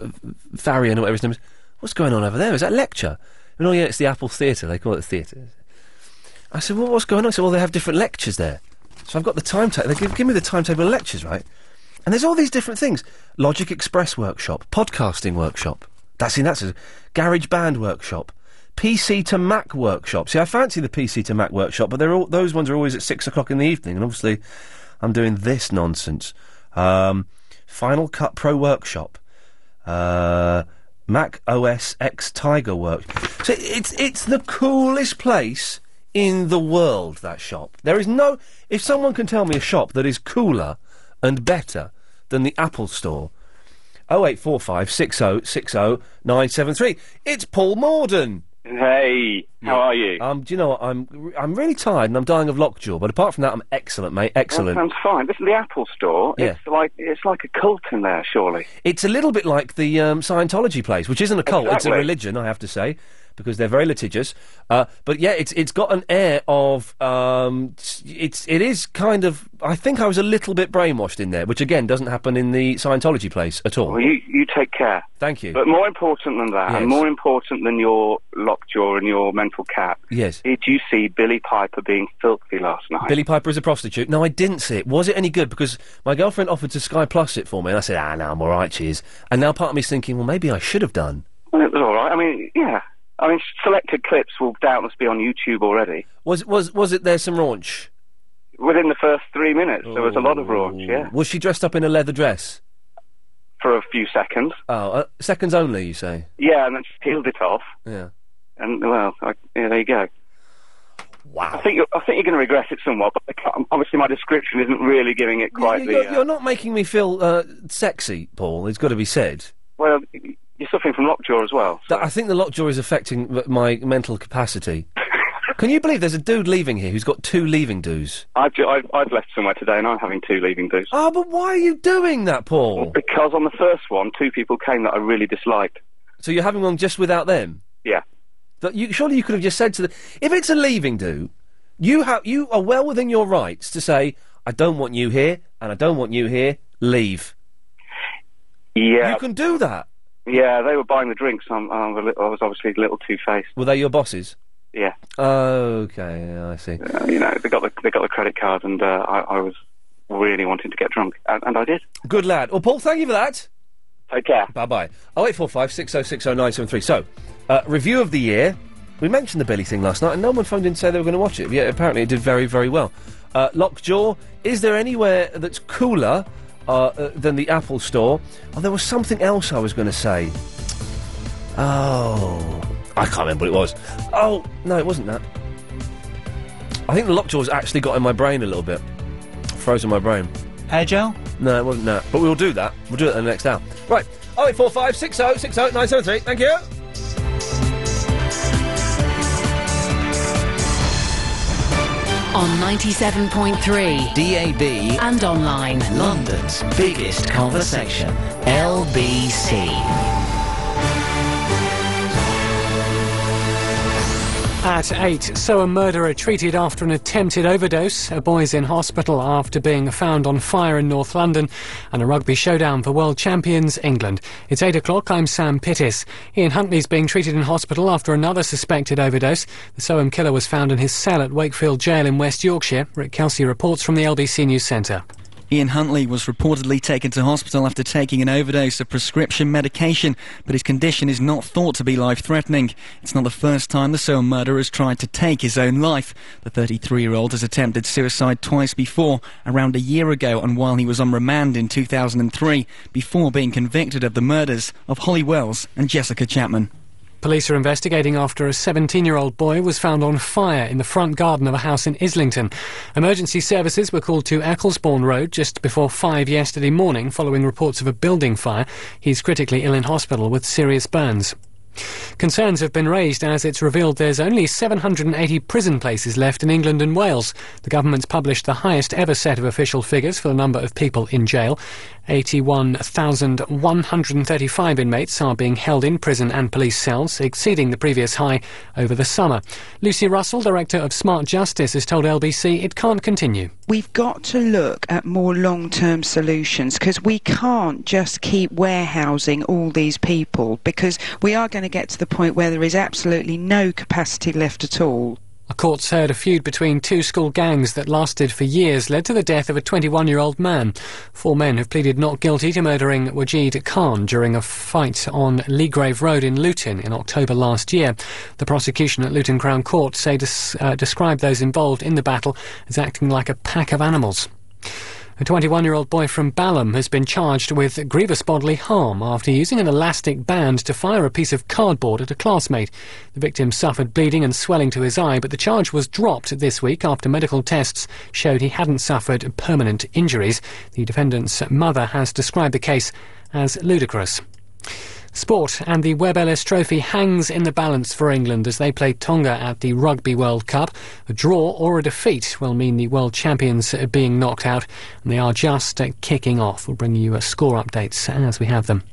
Speaker 5: Farian or whatever his name is, "What's going on over there? Is that a lecture?" And oh yeah, it's the Apple Theatre. They call it the theatre. I said, "Well, what's going on?" I said, "Well, they have different lectures there." So I've got the timetable. They give, give me the timetable of lectures, right? And there's all these different things: Logic Express workshop, podcasting workshop. That's in that's a garage band workshop, PC to Mac workshop. See, I fancy the PC to Mac workshop, but they're all, those ones are always at six o'clock in the evening, and obviously, I'm doing this nonsense. Um, Final Cut Pro workshop uh, Mac OS X Tiger work. So it's it's the coolest place in the world. That shop. There is no. If someone can tell me a shop that is cooler and better than the Apple Store, oh eight four five six zero six zero nine seven three. It's Paul Morden.
Speaker 40: Hey, how are you?
Speaker 5: Um, do you know what? I'm I'm really tired and I'm dying of lockjaw, but apart from that, I'm excellent, mate. Excellent.
Speaker 40: That sounds fine. Listen, the Apple Store.
Speaker 5: Yeah.
Speaker 40: It's like it's like a cult in there, surely.
Speaker 5: It's a little bit like the um, Scientology place, which isn't a cult; it's a
Speaker 40: Exactly.
Speaker 5: religion, I have to say, because they're very litigious. Uh, but yeah, it's it's got an air of um, s- it's it is kind of. I think I was a little bit brainwashed in there, which again doesn't happen in the Scientology place at all.
Speaker 40: Well, you you take care.
Speaker 5: Oh. Thank you.
Speaker 40: But more important than that,
Speaker 5: Yes.
Speaker 40: and more important than your lockjaw and your mental cap,
Speaker 5: yes,
Speaker 40: did you see Billy Piper being filthy last night?
Speaker 5: Billy Piper is a prostitute. No, I didn't see it. Was it any good? Because my girlfriend offered to Sky Plus it for me, and I said, "Ah, no, I'm all right, cheers." And now part of me's thinking, well, maybe I should have done.
Speaker 40: Well, it was all right. I mean, yeah. I mean, selected clips will doubtless be on YouTube already.
Speaker 5: Was was was it there some raunch?
Speaker 40: Within the first three minutes, there was a lot of raunch, yeah,
Speaker 5: Was she dressed up in a leather dress?
Speaker 40: for a few seconds.
Speaker 5: Oh, uh, seconds only, you say?
Speaker 40: Yeah, and then she peeled it off.
Speaker 5: Yeah.
Speaker 40: And well, I, yeah, there you go.
Speaker 5: Wow.
Speaker 40: I think you're, I think you're going to regret it somewhat, but I can't- obviously my description isn't really giving it quite
Speaker 5: You-
Speaker 40: the.
Speaker 5: You're,
Speaker 40: uh,
Speaker 5: you're not making me feel uh, sexy, Paul. It's got to be said.
Speaker 40: well, you're suffering from lockjaw as well.
Speaker 5: That- I think the lockjaw is affecting m- my mental capacity. Can you believe there's a dude leaving here who's got two leaving dues?
Speaker 40: I've, ju- I've, I've left somewhere today, and I'm having two leaving dues.
Speaker 5: Oh, but why are you doing that, Paul?
Speaker 40: Because on the first one, two people came that I really disliked.
Speaker 5: So you're having one just without them?
Speaker 40: Yeah.
Speaker 5: That you, surely you could have just said to the if it's a leaving do, you have you are well within your rights to say I don't want you here and I don't want you here. Leave.
Speaker 40: Yeah.
Speaker 5: You can do that.
Speaker 40: Yeah, they were buying the drinks. I'm, I'm a li- I was obviously a little two faced.
Speaker 5: Were they your bosses?
Speaker 40: Yeah.
Speaker 5: Okay, I see.
Speaker 40: Uh, You know, they got the they got the credit card, and uh, I, I was really wanting to get drunk, and, and I did.
Speaker 5: Good lad. Well, Paul, thank you for that.
Speaker 40: Take care.
Speaker 5: Bye bye. Oh eight four five six zero six zero nine seven three. So, uh, review of the year. We mentioned the Billy thing last night, and no one phoned in to say they were going to watch it. Yeah, apparently it did very very well. Uh, Lockjaw. Is there anywhere that's cooler uh, uh, than the Apple Store? Oh, there was something else I was going to say. Oh, I can't remember what it was. Oh no, it wasn't that. I think the lockjaw's actually got in my brain a little bit. Frozen my brain.
Speaker 43: Hair gel?
Speaker 5: No, it wasn't that. But we'll do that. We'll do it in the next hour. Right. Oh, 0845 60 60 973. Thank you.
Speaker 39: On 97.3
Speaker 27: DAB
Speaker 39: and online.
Speaker 27: London's biggest conversation, LBC.
Speaker 44: At eight, so a murderer treated after an attempted overdose, a boy's in hospital after being found on fire in North London, and a rugby showdown for world champions England. It's eight o'clock. I'm Sam Pittis. Ian Huntley's being treated in hospital after another suspected overdose. The Soham killer was found in his cell at Wakefield Jail in West Yorkshire. Rick Kelsey reports from the LBC News Centre.
Speaker 9: Ian Huntley was reportedly taken to hospital after taking an overdose of prescription medication, but his condition is not thought to be life threatening. It's not the first time the Seoul murderer has tried to take his own life. The 33 year old has attempted suicide twice before, around a year ago, and while he was on remand in 2003, before being convicted of the murders of Holly Wells and Jessica Chapman.
Speaker 44: Police are investigating after a 17 year old boy was found on fire in the front garden of a house in Islington. Emergency services were called to Ecclesbourne Road just before 5 yesterday morning following reports of a building fire. He's critically ill in hospital with serious burns. Concerns have been raised as it's revealed there's only 780 prison places left in England and Wales. The government's published the highest ever set of official figures for the number of people in jail. 81,135 inmates are being held in prison and police cells, exceeding the previous high over the summer. Lucy Russell, director of Smart Justice, has told LBC it can't continue.
Speaker 45: We've got to look at more long term solutions because we can't just keep warehousing all these people because we are going to get to the point where there is absolutely no capacity left at all.
Speaker 44: A court's heard a feud between two school gangs that lasted for years led to the death of a 21 year old man. Four men have pleaded not guilty to murdering Wajid Khan during a fight on Leegrave Road in Luton in October last year. The prosecution at Luton Crown Court say des- uh, described those involved in the battle as acting like a pack of animals. A 21 year old boy from Balham has been charged with grievous bodily harm after using an elastic band to fire a piece of cardboard at a classmate. The victim suffered bleeding and swelling to his eye, but the charge was dropped this week after medical tests showed he hadn't suffered permanent injuries. The defendant's mother has described the case as ludicrous. Sport and the Webb Ellis Trophy hangs in the balance for England as they play Tonga at the Rugby World Cup. A draw or a defeat will mean the world champions are being knocked out, and they are just uh, kicking off. We'll bring you uh, score updates as we have them.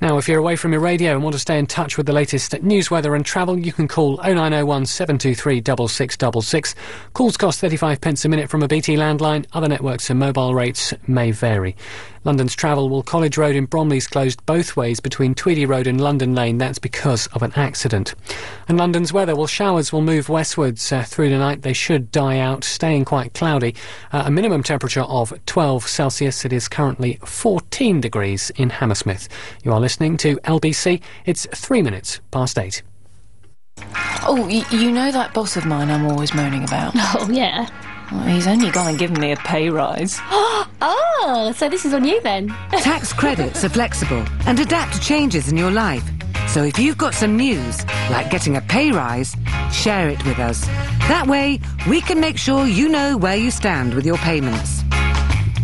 Speaker 44: Now, if you're away from your radio and want to stay in touch with the latest news, weather, and travel, you can call 0901 723 6666. Calls cost 35 pence a minute from a BT landline. Other networks and mobile rates may vary. London's travel will College Road in Bromley's closed both ways between Tweedy Road and London Lane. That's because of an accident. And London's weather well, showers will move westwards uh, through tonight. They should die out, staying quite cloudy. Uh, a minimum temperature of 12 Celsius. It is currently 14 degrees in Hammersmith. You are listening to LBC. It's three minutes past eight.
Speaker 46: Oh, y- you know that boss of mine I'm always moaning about?
Speaker 47: Oh, yeah.
Speaker 46: Well, he's only gone and given me a pay rise.
Speaker 47: oh, so this is on you then?
Speaker 35: Tax credits are flexible and adapt to changes in your life. So if you've got some news, like getting a pay rise, share it with us. That way, we can make sure you know where you stand with your payments.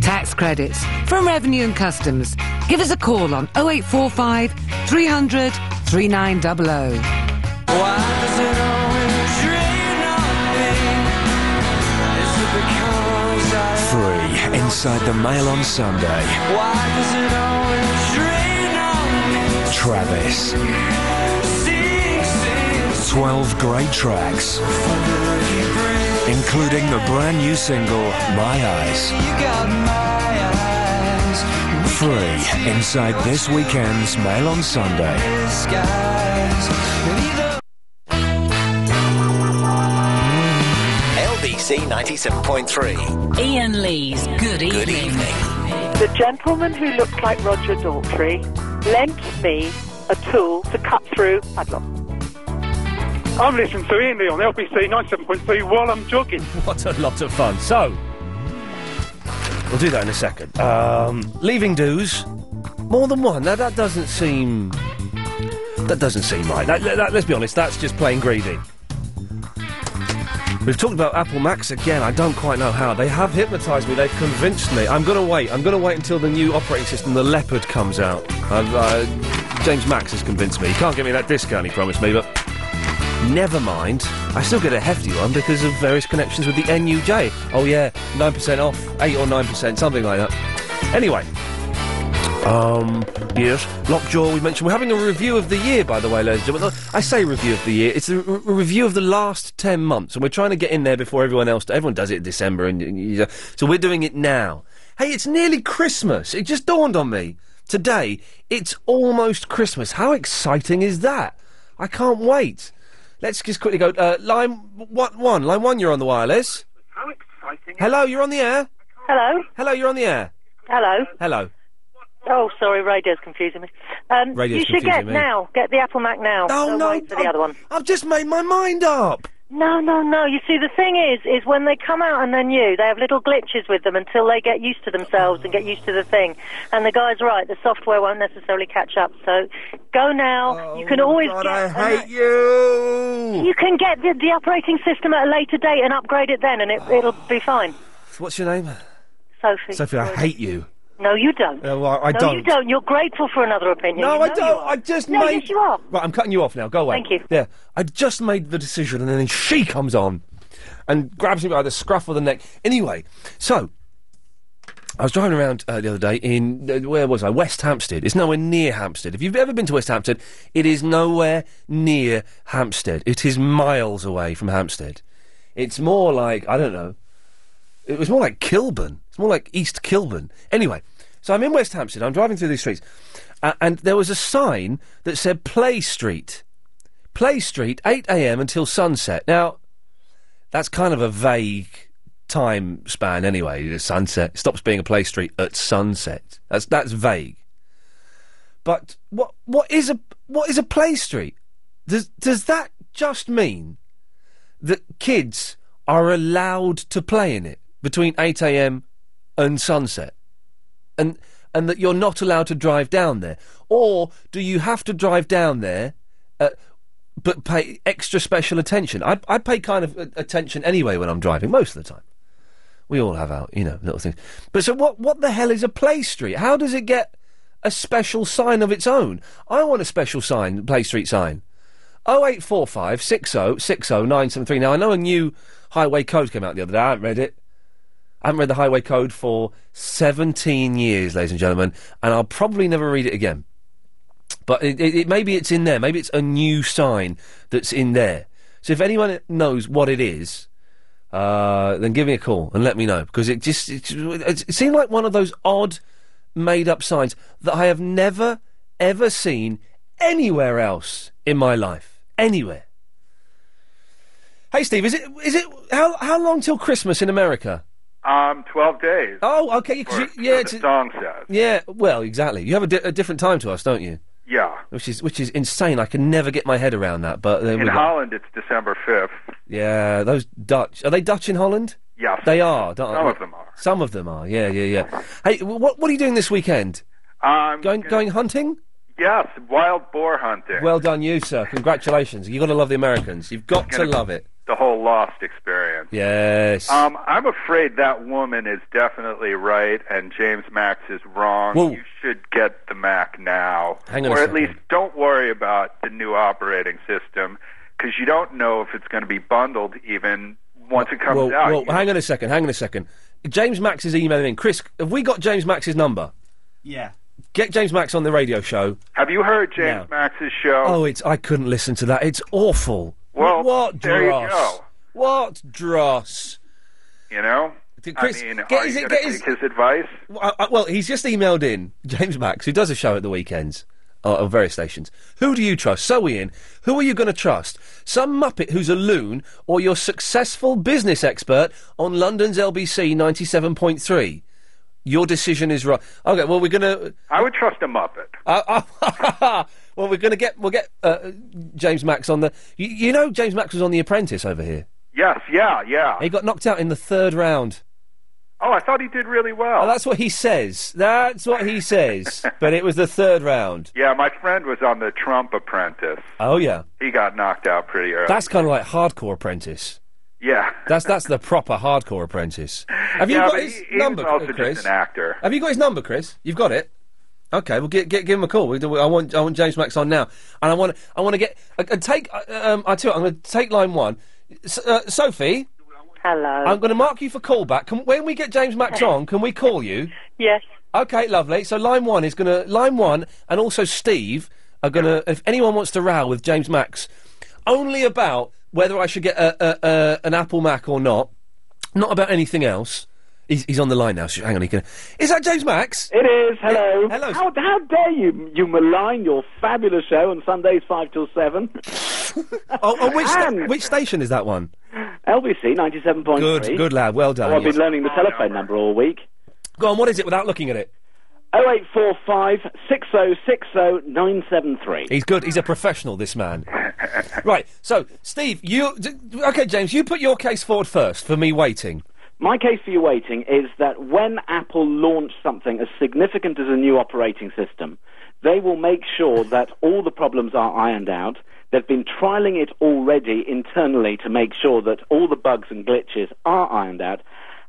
Speaker 35: Tax credits from Revenue and Customs. Give us a call on 0845 300 3900.
Speaker 13: Free inside the mail on Sunday. Travis. 12 great tracks, including the brand new single My Eyes. Free inside this weekend's Mail on Sunday.
Speaker 27: LBC 97.3.
Speaker 39: Ian Lee's Good Evening.
Speaker 27: Good evening.
Speaker 48: The gentleman who looked like Roger Daltrey lent me a tool to cut through padlock.
Speaker 2: I'm listening to Ian Lee on LBC 97.3 while I'm jogging.
Speaker 5: What a lot of fun. So, we'll do that in a second. Um, leaving dues, more than one. Now that doesn't seem. That doesn't seem right. That- that- let's be honest. That's just plain greedy. We've talked about Apple Max again. I don't quite know how. They have hypnotised me. They've convinced me. I'm going to wait. I'm going to wait until the new operating system, the Leopard, comes out. I've, uh, James Max has convinced me. He can't give me that discount he promised me, but never mind. I still get a hefty one because of various connections with the NUJ. Oh yeah, nine percent off, eight or nine percent, something like that. Anyway, um, yes. Lockjaw, we mentioned. We're having a review of the year, by the way, ladies and gentlemen. I say review of the year. It's a re- review of the last 10 months, and we're trying to get in there before everyone else. Everyone does it in December, and, and you- so we're doing it now. Hey, it's nearly Christmas. It just dawned on me. Today, it's almost Christmas. How exciting is that? I can't wait. Let's just quickly go. Uh, line what, one. Line one, you're on the wireless.
Speaker 49: How exciting.
Speaker 5: Hello, you're on the air.
Speaker 49: Hello.
Speaker 5: Hello, you're on the air.
Speaker 49: Hello.
Speaker 5: Hello.
Speaker 49: Oh, sorry, radio's confusing me. Um,
Speaker 5: Radio's
Speaker 49: you should
Speaker 5: confusing
Speaker 49: get
Speaker 5: me.
Speaker 49: now. Get the Apple Mac now.
Speaker 5: Oh,
Speaker 49: Don't
Speaker 5: no,
Speaker 49: Wait for the
Speaker 5: I'm-
Speaker 49: other one.
Speaker 5: I've just made my mind up.
Speaker 49: No, no, no. You see, the thing is, is when they come out and they're new, they have little glitches with them until they get used to themselves and get used to the thing. And the guy's right. The software won't necessarily catch up. So go now. you can always
Speaker 5: Oh God,
Speaker 49: get.
Speaker 5: I hate you.
Speaker 49: You can get the, the operating system at a later date and upgrade it then, and it, it'll be fine.
Speaker 5: What's your name?
Speaker 49: Sophie.
Speaker 5: Sophie, I hate you.
Speaker 49: No, you don't.
Speaker 5: Uh, well, I
Speaker 49: no,
Speaker 5: don't.
Speaker 49: you don't. You're grateful for another opinion.
Speaker 5: No,
Speaker 49: You
Speaker 5: I
Speaker 49: know
Speaker 5: don't.
Speaker 49: you are.
Speaker 5: I just
Speaker 49: no,
Speaker 5: made.
Speaker 49: yes, you are.
Speaker 5: Right, I'm cutting you off now. Go away.
Speaker 49: Thank you.
Speaker 5: Yeah, I just made the decision, and then she comes on and grabs me by the scruff of the neck. Anyway, so I was driving around uh, the other day in uh, where was I? West Hampstead. It's nowhere near Hampstead. If you've ever been to West Hampstead, it is nowhere near Hampstead. It is miles away from Hampstead. It's more like I don't know. It was more like Kilburn. It's more like East Kilburn. Anyway, so I'm in West Hampstead. I'm driving through these streets, uh, and there was a sign that said Play Street. Play Street, 8 a.m. until sunset. Now, that's kind of a vague time span anyway. The sunset it stops being a play street at sunset. That's that's vague. But what what is a what is a play street? Does does that just mean that kids are allowed to play in it between eight a.m. and sunset? and and that you're not allowed to drive down there, or do you have to drive down there, uh, but pay extra special attention? I I pay kind of uh, attention anyway when I'm driving most of the time. We all have our you know little things, but so what? What the hell is a play street? How does it get a special sign of its own? I want a special sign, play street sign. 0845 60 60 973. Now, I know a new highway code came out the other day. I haven't read it. I haven't read the highway code for 17 years, ladies and gentlemen, and I'll probably never read it again. But it, it, it, maybe it's in there. Maybe it's a new sign that's in there. So if anyone knows what it is, uh, then give me a call and let me know because it just it, it seemed like one of those odd, made-up signs that I have never ever seen anywhere else in my life. Anywhere. Hey, Steve, is it is it how how long till Christmas in America?
Speaker 1: Um, 12 days.
Speaker 5: Oh, okay. 'cause you- yeah, it's
Speaker 1: the song says.
Speaker 5: Yeah, well, exactly. You have a, di- a different time to us, don't you?
Speaker 1: Yeah.
Speaker 5: Which is which is insane. I can never get my head around that. But there we
Speaker 1: In
Speaker 5: go.
Speaker 1: Holland, it's December 5th.
Speaker 5: yeah, those Dutch are they Dutch in Holland?
Speaker 1: Yes.
Speaker 5: they are. Don't
Speaker 1: Some of them
Speaker 5: are. Some of them are. Yeah, yeah, yeah. Hey, wh- what what are you doing this weekend?
Speaker 1: Um,
Speaker 5: Going going hunting?
Speaker 1: Yes, wild boar hunting.
Speaker 5: Well done, you sir. Congratulations. You've got to love the Americans. You've got to
Speaker 1: Gonna-
Speaker 5: love it.
Speaker 1: the whole lost experience.
Speaker 5: Yes.
Speaker 1: Um, I'm afraid that woman is definitely right and James Max is wrong.
Speaker 5: Whoa.
Speaker 1: You should get the Mac now.
Speaker 5: Hang on a
Speaker 1: or at
Speaker 5: second.
Speaker 1: least don't worry about the new operating system because you don't know if it's going to be bundled even once it comes
Speaker 5: Well,
Speaker 1: out.
Speaker 5: well, hang on a second. Hang on a second. James Max is emailing in. Chris, have we got James Max's number?
Speaker 6: Yeah.
Speaker 5: Get James Max on the radio show.
Speaker 1: Have you heard James Max's show?
Speaker 5: Oh, it's I couldn't listen to that. It's awful.
Speaker 1: Well,
Speaker 5: what
Speaker 1: there you
Speaker 5: dross?
Speaker 1: go.
Speaker 5: What dross?
Speaker 1: You know?
Speaker 5: Chris,
Speaker 1: I mean,
Speaker 5: get
Speaker 1: are
Speaker 5: his-
Speaker 1: you gonna
Speaker 5: get
Speaker 1: take
Speaker 5: his-
Speaker 1: his advice?
Speaker 5: Well, I- I- well, he's just emailed in James Max, who does a show at the weekends uh, on various stations. Who do you trust? So Ian, who are you going to trust? Some muppet who's a loon, or your successful business expert on London's LBC ninety-seven point three? Your decision is right. Okay, well we're gonna.
Speaker 1: I would trust a muppet.
Speaker 5: Uh, uh, well, we're gonna get we'll get uh, James Max on the. You, you know, James Max was on The Apprentice over here.
Speaker 1: Yes, yeah, yeah.
Speaker 5: He got knocked out in the third round.
Speaker 1: Oh, I thought he did really well.
Speaker 5: Well, Oh, that's what he says. That's what he says. but it was the third round.
Speaker 1: Yeah, my friend was on the Trump Apprentice.
Speaker 5: Oh yeah,
Speaker 1: He got knocked out pretty early.
Speaker 5: that's kind of like hardcore Apprentice.
Speaker 1: Yeah.
Speaker 5: That's that's the proper hardcore apprentice. Have you
Speaker 1: Yeah,
Speaker 5: got
Speaker 1: but
Speaker 5: his
Speaker 1: he- he
Speaker 5: number,
Speaker 1: was also just
Speaker 5: Chris?
Speaker 1: an actor.
Speaker 5: Have you got his number, Chris? You've got it. Okay, well, get, get, give him a call. We, do- I want I want James Max on now, and I want I want to get I, I take uh, um I tell you, what, I'm going to take line one. S- uh, Sophie,
Speaker 49: Hello.
Speaker 5: I'm going to mark you for callback. Can, when we get James Max on, can we call you?
Speaker 49: Yes.
Speaker 5: Okay, lovely. So line one is going to line one, and also Steve are going to. If anyone wants to row with James Max, only about whether I should get a, a, a, an Apple Mac or not, not about anything else. He's, he's on the line now. So hang on, he can. Is that James Max?
Speaker 3: It is. Hello.
Speaker 5: Hello.
Speaker 3: How, how dare you you malign your fabulous show on Sundays five till seven?
Speaker 5: oh, oh, which sta- which station is that one?
Speaker 3: LBC ninety seven point three. Oh,
Speaker 5: Good, good lad. Well done.
Speaker 3: I've
Speaker 5: yes.
Speaker 3: been learning the telephone number all week.
Speaker 5: Go on. What is it without looking at it?
Speaker 3: Oh eight four five six oh six oh nine seven three.
Speaker 5: He's good. He's a professional. This man. right. So, Steve, you d- okay, James? You put your case forward first for me waiting.
Speaker 3: My case for you waiting is that when Apple launch something as significant as a new operating system, they will make sure that all the problems are ironed out. They've been trialing it already internally to make sure that all the bugs and glitches are ironed out.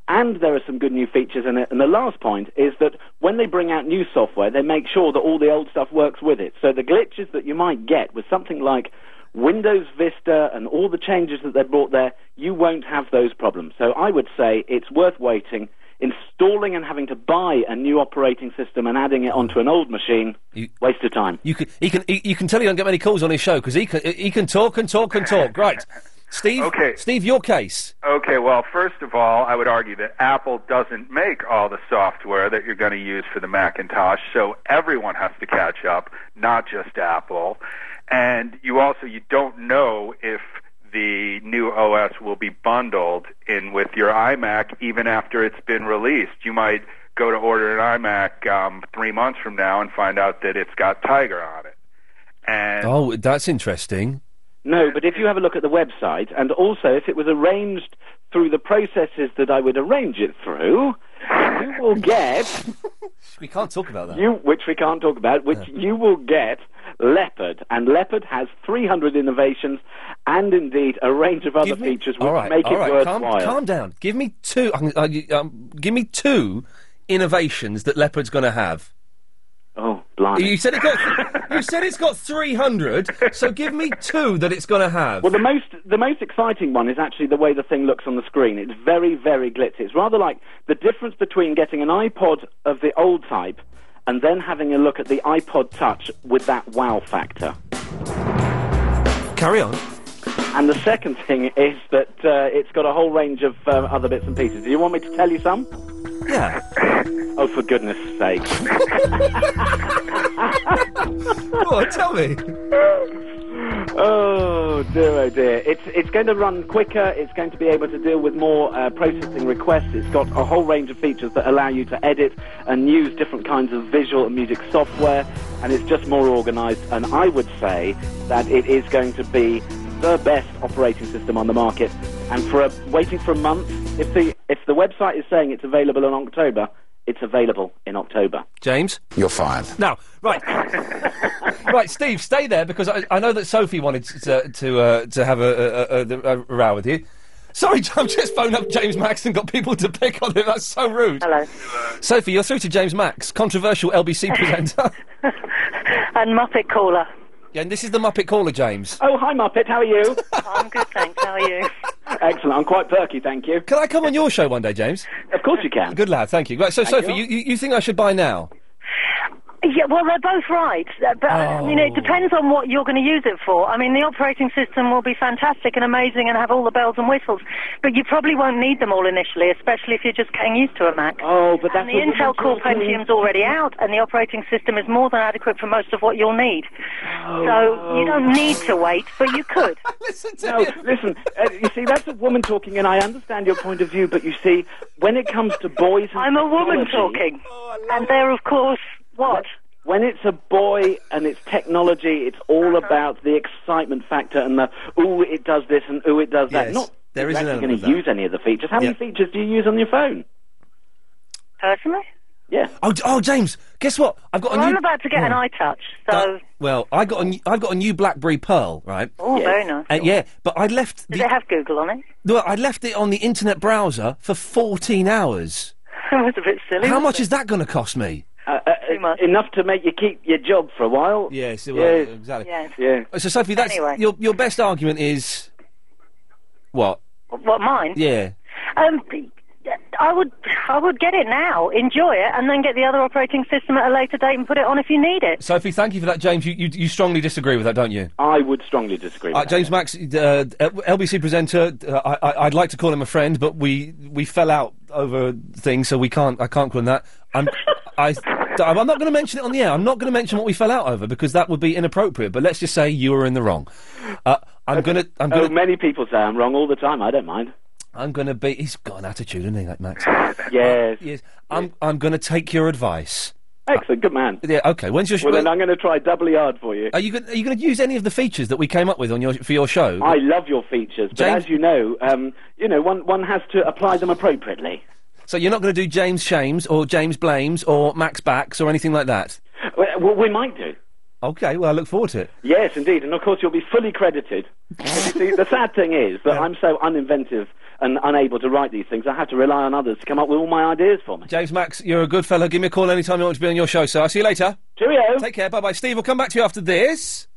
Speaker 3: And there are some good new features in it. And the last point is that when they bring out new software, they make sure that all the old stuff works with it. So the glitches that you might get with something like Windows Vista and all the changes that they brought there, you won't have those problems. So I would say it's worth waiting. Installing and having to buy a new operating system and adding it onto an old machine, waste of time.
Speaker 5: You can, he can, he, you can tell he don't get many calls on his show because he can, he can talk and talk and talk. Right, Steve. Okay. Steve, your case.
Speaker 1: Okay, well, first of all, I would argue that Apple doesn't make all the software that you're going to use for the Macintosh, so everyone has to catch up, not just Apple. And you also you don't know if the new OS will be bundled in with your iMac even after it's been released. You might go to order an iMac um, three months from now and find out that it's got Tiger on it. And
Speaker 5: Oh, that's interesting.
Speaker 3: No, but if you have a look at the website, and also if it was arranged through the processes that I would arrange it through, you will get
Speaker 5: We can't talk about that.
Speaker 3: you, which we can't talk about, which you will get Leopard, and Leopard has 300 innovations, and indeed a range of other features which
Speaker 5: all right,
Speaker 3: make
Speaker 5: all
Speaker 3: it
Speaker 5: right.
Speaker 3: worthwhile.
Speaker 5: calm, calm down. Give me two. I can- I- you- um, give me two innovations that Leopard's going to have.
Speaker 3: Oh, blimey!
Speaker 5: You said it got. you said it's got three hundred. So give me two that it's going to have.
Speaker 3: Well, the most the most exciting one is actually the way the thing looks on the screen. It's very very glitzy. It's rather like the difference between getting an iPod of the old type and then having a look at the iPod Touch with that wow factor.
Speaker 5: Carry on.
Speaker 3: And the second thing is that uh, it's got a whole range of uh, other bits and pieces. Do you want me to tell you some?
Speaker 5: Yeah.
Speaker 3: Oh, for goodness sake.
Speaker 5: what? Tell me.
Speaker 3: Oh dear, oh dear. It's, it's going to run quicker, it's going to be able to deal with more uh, processing requests, it's got a whole range of features that allow you to edit and use different kinds of visual and music software, and it's just more organised, and I would say that it is going to be the best operating system on the market, and for a, waiting for a month, if the, if the website is saying it's available in October, it's available in October.
Speaker 5: James?
Speaker 3: You're fired.
Speaker 5: Now, right, right, Steve, stay there because I, I know that Sophie wanted to to, uh, to have a, a, a, a, a row with you. Sorry, I've just phoned up James Max and got people to pick on him. That's so rude.
Speaker 49: Hello.
Speaker 5: Sophie, you're through to James Max, controversial LBC presenter.
Speaker 49: and Muppet caller.
Speaker 5: Yeah, and this is the Muppet caller, James.
Speaker 3: Oh, hi Muppet, how are you?
Speaker 49: I'm good, thanks. How are you?
Speaker 3: Excellent, I'm quite perky, thank you.
Speaker 5: Can I come on your show one day, James?
Speaker 3: Of course you can.
Speaker 5: Good lad, thank you. Right, so
Speaker 49: Thank
Speaker 5: Sophie, you.
Speaker 49: you.
Speaker 5: You, you think I should buy now?
Speaker 49: Yeah, well, they're both right. Uh, But, I mean,
Speaker 5: Oh.
Speaker 49: it depends on what you're going to use it for. I mean, the operating system will be fantastic and amazing and have all the bells and whistles, but you probably won't need them all initially, especially if you're just getting used to a Mac.
Speaker 3: Oh, but
Speaker 49: And the Intel Core Pentium's already out, and the operating system is more than adequate for most of what you'll need.
Speaker 5: Oh,
Speaker 49: So you don't need to wait, but you could.
Speaker 5: listen
Speaker 3: no, listen. Uh, you see, that's a woman talking, and I understand your point of view. But you see, when it comes to boys, and
Speaker 49: I'm a woman
Speaker 3: technology-
Speaker 49: talking, and they're of course what.
Speaker 3: When it's a boy and it's technology, it's all
Speaker 49: Uh-huh.
Speaker 3: about the excitement factor and the ooh, it does this and ooh, it does that.
Speaker 5: Yes,
Speaker 3: Not
Speaker 5: there is an
Speaker 3: exactly
Speaker 5: element
Speaker 3: going
Speaker 5: of
Speaker 3: to
Speaker 5: that.
Speaker 50: Uh,
Speaker 3: use any of the features. How many features do you use on your phone?
Speaker 49: Personally,
Speaker 5: Yeah. Oh, d- oh, James, guess what? I've got a
Speaker 49: Well,
Speaker 5: new.
Speaker 49: I'm about to get an
Speaker 5: Oh.
Speaker 49: iTouch, so
Speaker 5: Well, I got a new, I've got a new BlackBerry Pearl, right?
Speaker 49: Oh, Yes. very nice.
Speaker 5: Uh, yeah, but I left
Speaker 49: does
Speaker 5: the
Speaker 49: it have Google on it?
Speaker 5: well, I left it on the internet browser for 14 hours.
Speaker 49: That was a bit silly.
Speaker 5: How much is that going to cost me?
Speaker 3: Uh, uh, Enough to make you keep your job for a while.
Speaker 5: Yes, it
Speaker 3: will.
Speaker 5: will, exactly.
Speaker 49: Yes.
Speaker 3: Yeah.
Speaker 5: So, Sophie, that's your your best argument is what?
Speaker 49: What mine?
Speaker 5: Yeah.
Speaker 49: Um, I would, I would get it now, enjoy it, and then get the other operating system at a later date and put it on if you need it.
Speaker 5: Sophie, thank you for that. James, you, you, you strongly disagree with that, don't you?
Speaker 3: I would strongly disagree.
Speaker 5: Uh, James Max, uh, uh, LBC presenter. Uh, I, I, I'd like to call him a friend, but we we fell out over things, so we can't. I can't call him that. I'm. I, I'm not going to mention it on the air. I'm not going to mention what we fell out over because that would be inappropriate. But let's just say you were in the wrong. Uh, I'm going to. I'm
Speaker 3: Oh,
Speaker 5: going to.
Speaker 3: many people say I'm wrong all the time. I don't mind.
Speaker 5: I'm going to be. He's got an attitude, isn't he, that Max?
Speaker 3: Yes.
Speaker 5: yes. I'm. I'm going to take your advice.
Speaker 3: Excellent, good man.
Speaker 5: Yeah. Okay. When's your? sh-
Speaker 3: Well, then
Speaker 5: when-
Speaker 3: I'm going to try doubly hard for you.
Speaker 5: are you going? Are you going to use any of the features that we came up with on your for your show?
Speaker 3: I love your features, but
Speaker 5: James-
Speaker 3: as you know, um, you know, one one has to apply them appropriately.
Speaker 5: So you're not going to do James Shames or James Blames or Max Backs or anything like that?
Speaker 3: Well, we might do.
Speaker 5: Okay, well, I look forward to it.
Speaker 3: Yes, indeed, and of course you'll be fully credited. But you see, the sad thing is that I'm so uninventive and unable to write these things. I have to rely on others to come up with all my ideas for me.
Speaker 5: James Max, you're a good fellow. Give me a call anytime you want to be on your show, sir. I'll see you later.
Speaker 3: Cheerio.
Speaker 5: Take care. Bye bye. Steve, we'll come back to you after this.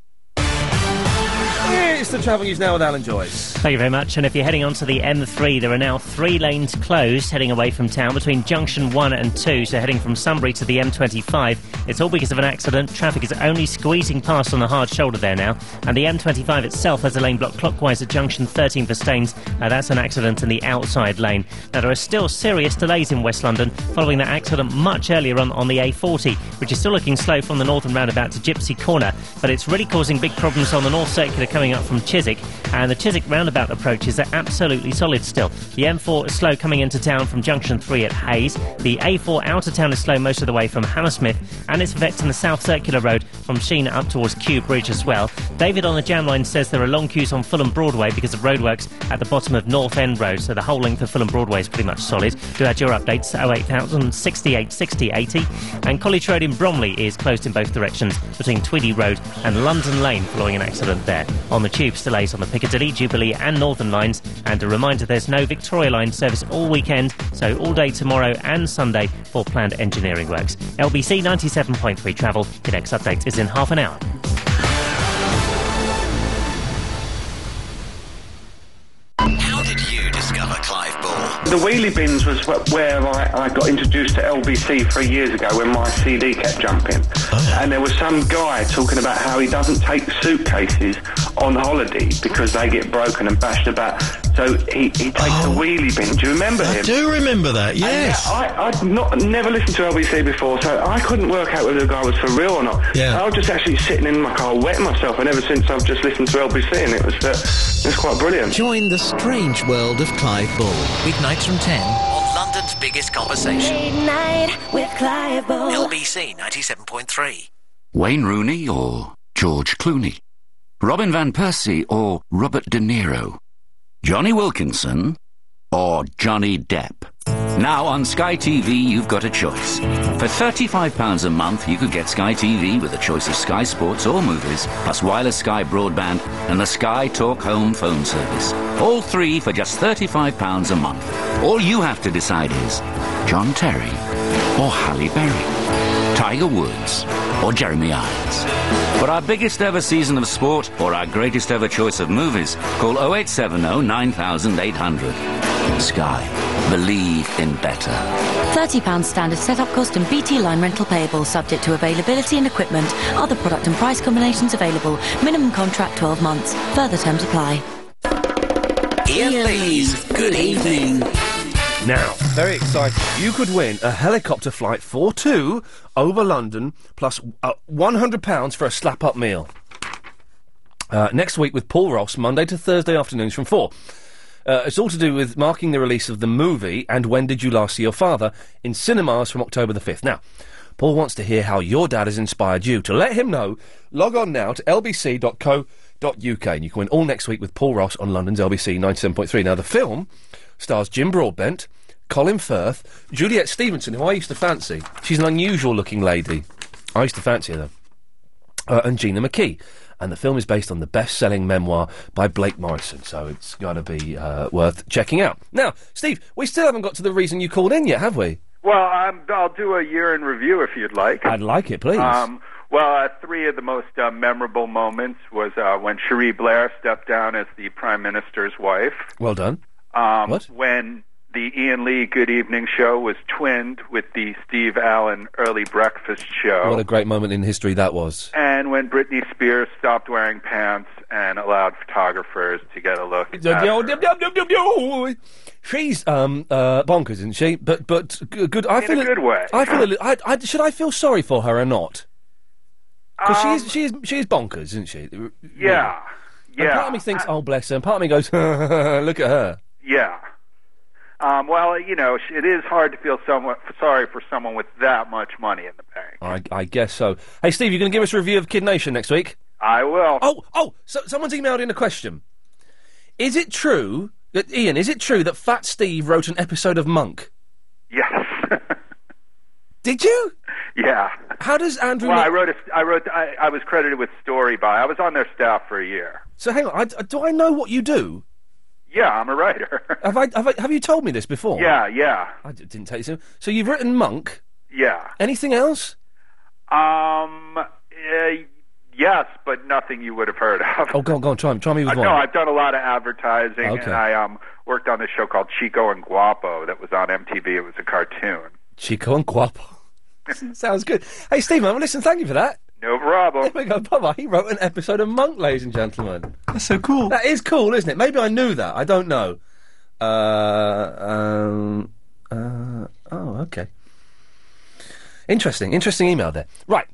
Speaker 5: It's the travel news now with Alan Joyce.
Speaker 10: Thank you very much. And if you're heading onto the M3, there are now three lanes closed heading away from town between junction 1 and 2. So heading from Sunbury to the M25. It's all because of an accident. Traffic is only squeezing past on the hard shoulder there now. And the M25 itself has a lane blocked clockwise at junction 13 for Staines. Uh, that's an accident in the outside lane. Now, there are still serious delays in West London following that accident much earlier on on the A40, which is still looking slow from the northern roundabout to Gypsy Corner, but it's really causing big problems on the North Circular coming up from Chiswick, and the Chiswick roundabout approaches are absolutely solid still. The M4 is slow coming into town from Junction 3 at Hayes, the A4 out of town is slow most of the way from Hammersmith, and it's affecting the South Circular Road from Sheen up towards Kew Bridge as well. David on the jam line says there are long queues on Fulham Broadway because of roadworks at the bottom of North End Road, so the whole length of Fulham Broadway is pretty much solid. Do add your updates 08000 68 60 80. And College Road in Bromley is closed in both directions between Tweedy Road and London Lane following an accident there. On the tubes, delays on the Piccadilly, Jubilee and Northern lines. And a reminder there's no Victoria Line service all weekend, so all day tomorrow and Sunday for planned engineering works. LBC 97.3 travel. Your next update is in half an hour.
Speaker 15: How did you discover Clive Ball?
Speaker 40: The wheelie bins was wh- where I, I got introduced to LBC three years ago when my CD kept jumping. And there was some guy talking about how he doesn't take suitcases on holiday because they get broken and bashed about. So he, he takes a wheelie bin. Do you remember him?
Speaker 2: Oh. I do remember that,
Speaker 40: And,
Speaker 2: yes.
Speaker 40: uh, I, I'd not never listened to LBC before, so I couldn't work out whether the guy was for real or not.
Speaker 2: Yeah.
Speaker 40: I was just actually sitting in my car wetting myself, and ever since I've just listened to LBC, and it was uh, it was quite brilliant.
Speaker 15: Join the strange world of Clive Ball. Weeknights from 10 on London's biggest conversation.
Speaker 46: with Clive
Speaker 15: LBC 97.3.
Speaker 51: Wayne Rooney or George Clooney, Robin Van Persie or Robert De Niro, Johnny Wilkinson or Johnny Depp. Now on Sky TV, you've got a choice. For £35 a month, you could get Sky TV with a choice of Sky Sports or movies, plus wireless Sky broadband and the Sky Talk Home phone service. All three for just £35 a month. All you have to decide is John Terry or Halle Berry. Tiger Woods or Jeremy Irons. For our biggest ever season of sport or our greatest ever choice of movies, call 0870 9800. Sky. Believe in better.
Speaker 46: £30 standard setup cost and BT line rental payable subject to availability and equipment. Other product and price combinations available. Minimum contract 12 months. Further terms apply.
Speaker 15: Ian Lee's Good Evening.
Speaker 5: Now, very exciting. You could win a helicopter flight for two over London plus uh, £100 for a slap up meal. Uh, next week with Paul Ross, Monday to Thursday afternoons from 4. Uh, it's all to do with marking the release of the movie and When Did You Last See Your Father in cinemas from October the 5th. Now, Paul wants to hear how your dad has inspired you. To let him know, log on now to lbc.co.uk and you can win all next week with Paul Ross on London's LBC 97.3. Now, the film stars Jim Broadbent, Colin Firth, Juliet Stevenson, who I used to fancy. She's an unusual looking lady. I used to fancy her, though. Uh, and Gina McKee. And the film is based on the best selling memoir by Blake Morrison, so it's going to be uh, worth checking out. Now, Steve, we still haven't got to the reason you called in yet, have we?
Speaker 1: Well, um, I'll do a year in review if you'd like.
Speaker 5: I'd like it, please.
Speaker 1: Um, well, uh, three of the most uh, memorable moments was uh, when Cherie Blair stepped down as the prime minister's wife.
Speaker 5: well done.
Speaker 1: Um,
Speaker 5: What?
Speaker 1: When the Ian Lee Good Evening Show was twinned with the Steve Allen Early Breakfast Show.
Speaker 5: What a great moment in history that was.
Speaker 1: and when Britney Spears stopped wearing pants and allowed photographers to get a look. at her.
Speaker 5: She's um, uh, bonkers, isn't she? But but g- good. I
Speaker 1: In
Speaker 5: feel
Speaker 1: a good way.
Speaker 5: I feel. A li- I, I, should I feel sorry for her or not? Because she's she's she's bonkers, isn't she?
Speaker 1: Yeah,
Speaker 5: And
Speaker 1: Um, yeah.
Speaker 5: part of me thinks, oh bless her, and part of me goes, look at her.
Speaker 1: Yeah. Um, well, you know, sh- it is hard to feel somewhat sorry for someone with that much money in the bank.
Speaker 5: I, I guess so. Hey Steve, you're going to give us a review of Kid Nation next week.
Speaker 1: I will.
Speaker 5: Oh oh, so, someone's emailed in a question. Is it true that Ian? Is it true that Fat Steve wrote an episode of Monk?
Speaker 1: Yes.
Speaker 5: Did you?
Speaker 1: Yeah.
Speaker 5: How does Andrew?
Speaker 1: Well,
Speaker 5: Lo-
Speaker 1: I wrote. A, I wrote. I, I was credited with story by. I was on their staff for a year.
Speaker 5: So hang on, I, do I know what you do?
Speaker 1: Yeah, I'm a writer.
Speaker 5: Have I, have I have you told me this before?
Speaker 1: Yeah, yeah,
Speaker 5: I d- didn't take so. So you've written Monk.
Speaker 1: yeah.
Speaker 5: Anything else?
Speaker 1: Um. eh, yes, but nothing you would have heard of.
Speaker 5: Oh, go on, go on, try, try me
Speaker 1: Uh,
Speaker 5: with one.
Speaker 1: no, I've done a lot of advertising,
Speaker 5: Okay.
Speaker 1: and I um, worked on this show called Chico and Guapo that was on MTV. It was a cartoon.
Speaker 5: Chico and Guapo. Sounds good. Hey, Steve, man, listen, thank you for that. Oh
Speaker 1: No problem.
Speaker 5: There we go, Bubba. He wrote an episode of Monk, ladies and gentlemen. That's so cool. That is cool, isn't it? Maybe I knew that. I don't know. Uh, um, uh, oh, okay. Interesting, interesting email there. Right.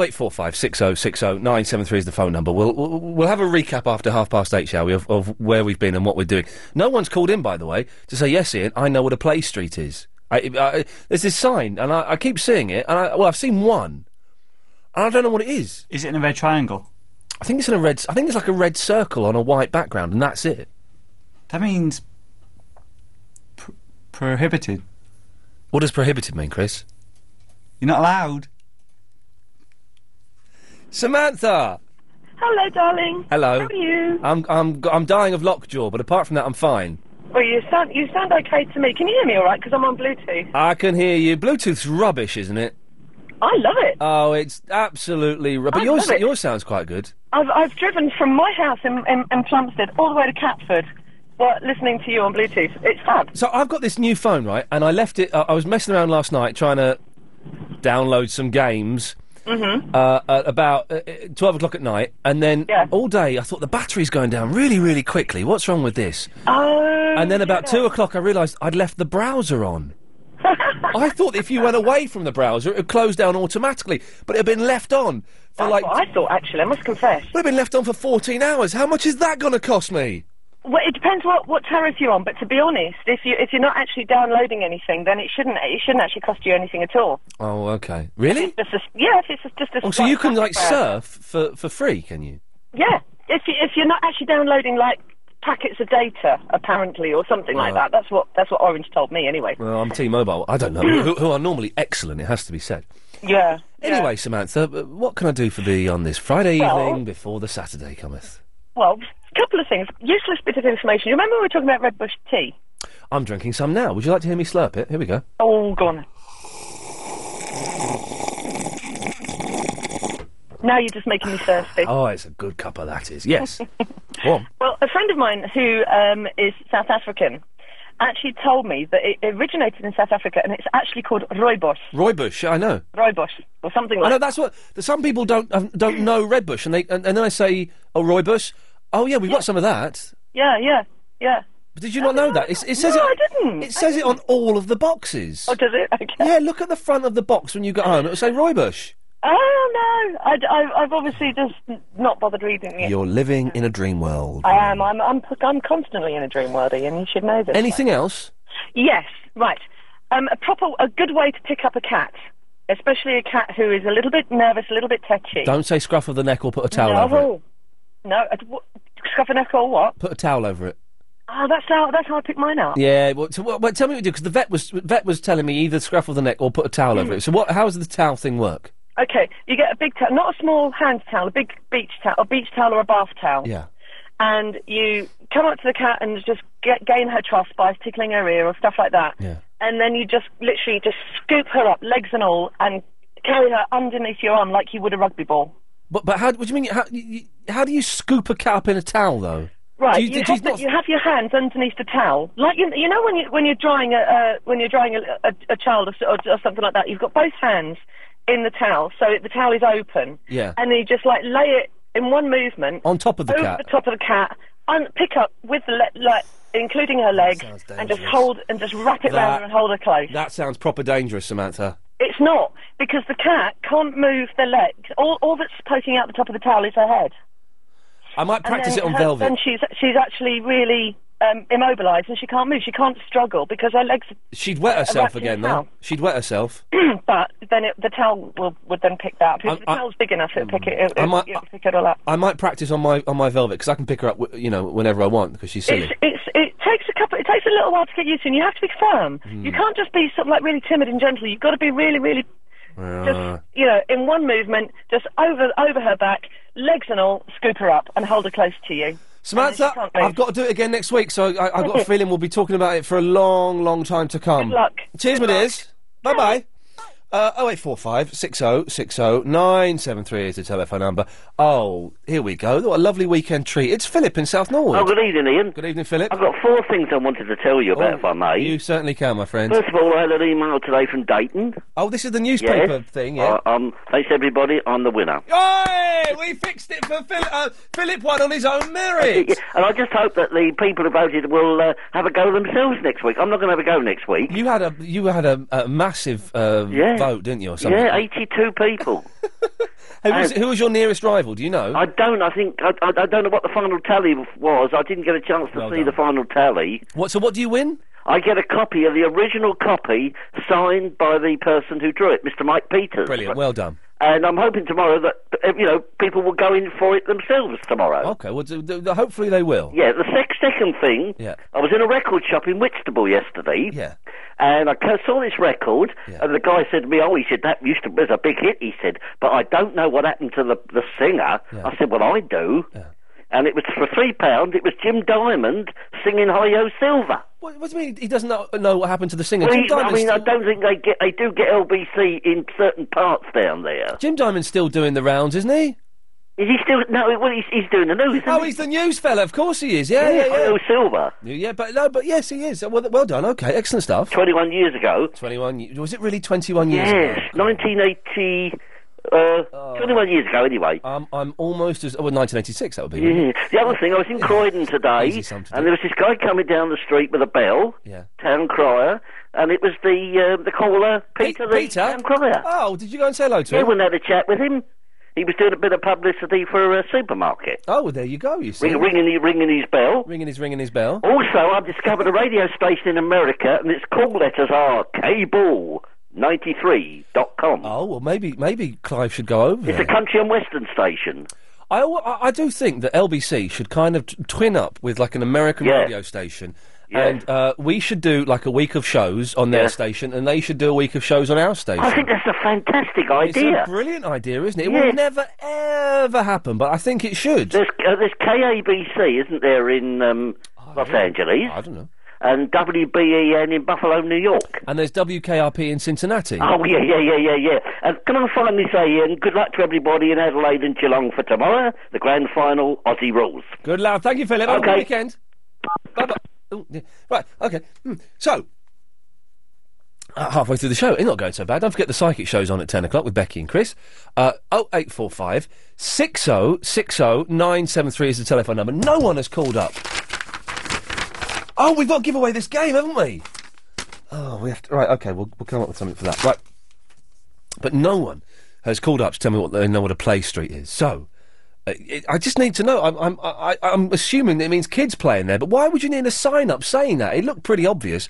Speaker 5: 0845 6060 973 is the phone number. We'll, we'll we'll have a recap after half past eight, shall we, of, of where we've been and what we're doing. No one's called in, by the way, to say, yes, Ian, I know what a play street is. I, I, there's this sign, and I, I keep seeing it, and I, well, I've seen one, and I don't know what it is.
Speaker 52: Is it in a red triangle?
Speaker 5: I think it's in a red. I think it's like a red circle on a white background, and that's it.
Speaker 52: That means prohibited.
Speaker 5: What does prohibited mean, Chris?
Speaker 52: You're not allowed.
Speaker 5: Samantha,
Speaker 53: Hello, darling.
Speaker 5: hello.
Speaker 53: How are you?
Speaker 5: I'm I'm I'm dying of lockjaw, but apart from that, I'm fine.
Speaker 53: Well, Oh, you sound you sound okay to me. Can you hear me all right? Because I'm on Bluetooth.
Speaker 5: I can hear you. Bluetooth's rubbish, isn't it?
Speaker 53: I love it.
Speaker 5: Oh, it's absolutely rubbish.
Speaker 53: I
Speaker 5: But yours
Speaker 53: love it.
Speaker 5: yours sounds quite good.
Speaker 53: I've I've driven from my house in, in, in Plumstead all the way to Catford, while listening to you on Bluetooth. It's fab.
Speaker 5: So I've got this new phone, right? And I left it. uh, I I was messing around last night trying to download some games.
Speaker 53: Mhm.
Speaker 5: Uh, at about uh, uh, twelve o'clock at night, and then all day I thought the battery's going down really, really quickly. What's wrong with this?
Speaker 53: Oh.
Speaker 5: and then about two o'clock, I realised I'd left the browser on. I thought if you went away from the browser, it would close down automatically, but it had been left on for like.
Speaker 53: I thought actually. I must confess.
Speaker 5: But it had been left on for fourteen hours. How much is that going to cost me?
Speaker 53: Well, it depends what what terrace you're on. But to be honest, if you if you're not actually downloading anything, then it shouldn't it shouldn't actually cost you anything at all.
Speaker 5: Oh, okay. Really?
Speaker 53: Just a, yeah, if it's just a.
Speaker 5: Oh, so you can like
Speaker 53: surf.
Speaker 5: surf for for free, can you?
Speaker 53: Yeah, if you, if you're not actually downloading like packets of data, apparently, or something like
Speaker 5: Right.
Speaker 53: that. That's what that's what Orange told me, anyway.
Speaker 5: Well, I'm T-Mobile. I don't know. who, who are normally excellent, it has to be said.
Speaker 53: Yeah.
Speaker 5: Anyway, Samantha, uh, what can I do for thee on this Friday
Speaker 53: Well-
Speaker 5: evening before the Saturday cometh?
Speaker 53: Well, a couple of things. Useless bit of information. You remember we were talking about Red Bush tea?
Speaker 5: I'm drinking some now. Would you like to hear me slurp it? Here we go.
Speaker 53: Oh, gone. Now you're just making me thirsty.
Speaker 5: Oh, it's a good cup of that is. Yes. Go on.
Speaker 53: Well, a friend of mine who um, is South African actually told me that it originated in South Africa and it's actually called rooibos,
Speaker 5: Roybush, I know.
Speaker 53: rooibos, or something
Speaker 5: I
Speaker 53: like
Speaker 5: know that's what th- some people don't um, don't know Redbush, and they and, and then I say, "Oh, Roybush." Oh, yeah, we've got some of that.
Speaker 53: Yeah, yeah, yeah.
Speaker 5: But did you not know that? It's, it says
Speaker 53: No,
Speaker 5: it,
Speaker 53: I didn't.
Speaker 5: It says it on all of the boxes. Oh,
Speaker 53: does it?
Speaker 5: Yeah, look at the front of the box when you get home. It'll say Roybush.
Speaker 53: Oh no, I, I, have obviously just n- not bothered reading it.
Speaker 5: You're living in a dream world.
Speaker 53: I am. I'm. I'm. I'm constantly in a dream world, Ian. You should know this.
Speaker 5: Anything else?
Speaker 53: Yes. Right. Um, a proper, a good way to pick up a cat, especially a cat who is a little bit nervous, a little bit tetchy.
Speaker 5: Don't say scruff of the neck or put a towel
Speaker 53: no.
Speaker 5: over it.
Speaker 53: No. uh, wh- Scruff a neck or what?
Speaker 5: Put a towel over it.
Speaker 53: Ah, that's how that's how I picked mine up.
Speaker 5: Yeah. Well, so what, well, tell me what you do because the vet was vet was telling me either scruffle the neck or put a towel over it. So what? How does the towel thing work?
Speaker 53: Okay, you get a big towel, not a small hand towel, a big beach towel, a beach towel or a bath towel.
Speaker 5: Yeah.
Speaker 53: And you come up to the cat and just get, gain her trust by tickling her ear or stuff like that.
Speaker 5: Yeah.
Speaker 53: And then you just literally just scoop her up, legs and all, and carry her underneath your arm like you would a rugby ball.
Speaker 5: But but how? What do you mean? How, you, how do you scoop a cat up in a towel though?
Speaker 53: Right,
Speaker 5: Do
Speaker 53: you,
Speaker 5: do
Speaker 53: have the- you have your hands underneath the towel, like you, you know when you when you're drying a uh, when you're drying a, a, a child or, s- or, or something like that. You've got both hands in the towel, so the towel is open.
Speaker 5: Yeah.
Speaker 53: and then you just like lay it in one movement
Speaker 5: On top of the
Speaker 53: over
Speaker 5: cat.
Speaker 53: the top of the cat, and pick up with the le- like including her legs, and just hold and just wrap it round
Speaker 5: That-
Speaker 53: her and hold her close.
Speaker 5: That sounds proper dangerous, Samantha.
Speaker 53: It's not because the cat can't move the legs. All all that's poking out the top of the towel is her head.
Speaker 5: I might practice
Speaker 53: and
Speaker 5: it
Speaker 53: then
Speaker 5: on
Speaker 53: her-
Speaker 5: velvet.
Speaker 53: Then she's she's actually really um, immobilised and she can't move. She can't struggle because her legs.
Speaker 5: She'd wet herself
Speaker 53: wrapped in
Speaker 5: again
Speaker 53: the
Speaker 5: though.
Speaker 53: towel.
Speaker 5: She'd wet herself.
Speaker 53: but then it, the towel will, would then pick that up. If
Speaker 5: I'm-
Speaker 53: the
Speaker 5: I- Mm.
Speaker 53: towel's big enough, it'll pick it. It'll,
Speaker 5: I might-
Speaker 53: it'll pick it all up.
Speaker 5: I might practice on my on my velvet because I can pick her up, w- you know, whenever I want because she's silly.
Speaker 53: It's, it's, it takes a couple. It takes a little while to get used to, and you have to be firm.
Speaker 5: Mm.
Speaker 53: You can't just be sort of like really timid and gentle. You've got to be really, really,
Speaker 5: Ah.
Speaker 53: you know, in one movement, just over over her back, legs and all, scoop her up and hold her close to you.
Speaker 5: Samantha, I've got to do it again next week, so I, I've got a feeling we'll be talking about it for a long, long time to come.
Speaker 53: Good luck.
Speaker 5: Cheers, my dears. Bye bye. Uh, 0845 60 60 973 is the telephone number. Oh, here we go. What a lovely weekend treat. It's Philip in South Norwood.
Speaker 4: Oh, good evening, Ian.
Speaker 5: Good evening, Philip. Oh,
Speaker 4: I've got four things I wanted to tell you about, if I may.
Speaker 5: You certainly can, my friend.
Speaker 4: First of all, I had an email today from Dayton.
Speaker 5: Oh, this is the newspaper thing, yeah.
Speaker 4: Uh, um, thanks, everybody. I'm the winner.
Speaker 5: Hey, we fixed it for Philip. Uh, Philip won on his own merit.
Speaker 4: And I just hope that the people who voted will uh, have a go themselves next week. I'm not going to have a go next week.
Speaker 5: You had a you had a, a massive uh,
Speaker 4: Yeah.
Speaker 5: vote, didn't you, or something?
Speaker 4: Yeah, 82 people.
Speaker 5: Who was, who was your nearest rival? Do you know?
Speaker 4: I don't. I think I, I, I don't know what the final tally was. I didn't get a chance to see the final tally.
Speaker 5: What? So what do you win?
Speaker 4: I get a copy of the original copy signed by the person who drew it, Mr. Mike Peters.
Speaker 5: Brilliant. Well done.
Speaker 4: And I'm hoping tomorrow that uh, you know people will go in for it themselves tomorrow.
Speaker 5: Okay. Well, d- d- hopefully they will.
Speaker 4: Yeah. The sec- second thing.
Speaker 5: Yeah.
Speaker 4: I was in a record shop in Whitstable yesterday.
Speaker 5: Yeah.
Speaker 4: And I ca- saw this record, and the guy said to me, "Oh, he said that used to was a big hit." He said, "But I don't know what happened to the the singer." I said, "Well, I do." And it was for three pound. It was Jim Diamond singing "Hi Yo Silver."
Speaker 5: What, what do you mean he doesn't know, know what happened to the singer?
Speaker 4: Well,
Speaker 5: Jim
Speaker 4: he- I
Speaker 5: Diamond's
Speaker 4: mean, I
Speaker 5: still,
Speaker 4: don't think they get. They do get LBC in certain parts down there.
Speaker 5: Jim Diamond's still doing the rounds, isn't he?
Speaker 4: Is he still? No, well, he's, he's doing the news.
Speaker 5: Oh, he's the news fella. Of course he is. Yeah, yeah, yeah.
Speaker 4: Hello, Silver.
Speaker 5: Yeah, but no, but yes, he is. Well, well done. Okay, excellent stuff.
Speaker 4: Twenty-one years ago.
Speaker 5: Twenty-one. ye- Was it really twenty-one years
Speaker 4: Yes,
Speaker 5: ago?
Speaker 4: 1980. Uh, 21 years ago, anyway.
Speaker 5: Um, I'm almost as. Oh, well, 1986, that would be.
Speaker 4: Yeah. The other thing, I was in Croydon today,
Speaker 5: Easy sum to
Speaker 4: and there was this guy coming down the street with a bell,
Speaker 5: Yeah.
Speaker 4: town crier, and it was the uh, the caller Peter, the
Speaker 5: Peter?
Speaker 4: town crier.
Speaker 5: Oh, did you go and say hello to
Speaker 4: yeah,
Speaker 5: him?
Speaker 4: Yeah, we had a chat with him. He was doing a bit of publicity for a supermarket.
Speaker 5: Oh, well, there you go. You see,
Speaker 4: Ring, Oh, ringing, he- ringing his bell.
Speaker 5: Ringing his ringing his bell.
Speaker 4: Also, I've discovered a radio station in America, and its call letters are cable93.com.
Speaker 5: Oh well, maybe maybe Clive should go over
Speaker 4: It's
Speaker 5: there.
Speaker 4: a country and western station.
Speaker 5: I, al- I I do think that LBC should kind of t- twin up with like an American
Speaker 4: Yeah.
Speaker 5: radio station.
Speaker 4: Yeah.
Speaker 5: And uh, we should do like a week of shows on their
Speaker 4: Yeah.
Speaker 5: station, and they should do a week of shows on our station.
Speaker 4: I think that's a fantastic idea.
Speaker 5: It's a brilliant idea, isn't it? It
Speaker 4: Yeah.
Speaker 5: will never ever happen, but I think it should.
Speaker 4: There's, uh, there's KABC, isn't there, in um, Los Angeles? I
Speaker 5: don't know.
Speaker 4: And WBEN in Buffalo, New York.
Speaker 5: And there's WKRP in Cincinnati.
Speaker 4: Oh, yeah, yeah, yeah, yeah, yeah. And can I finally say, Ian, good luck to everybody in Adelaide and Geelong for tomorrow, the grand final, Aussie rules.
Speaker 5: Good lad. Thank you, Philip. Have a good
Speaker 4: Okay.
Speaker 5: weekend. Bye bye. Ooh, yeah. Right, okay. Hmm. So, uh, halfway through the show, it's not going so bad. Don't forget the psychic show's on at 10 o'clock with Becky and Chris. Uh, 0845 6060 973 is the telephone number. No one has called up. Oh, we've got to give away this game, haven't we? Oh, we have to. Right, okay, we'll, we'll come up with something for that. Right. But no one has called up to tell me what they know what a play street is. So, uh, it, I just need to know. I'm, I'm, I, I'm assuming it means kids playing there, but why would you need a sign up saying that? It looked pretty obvious.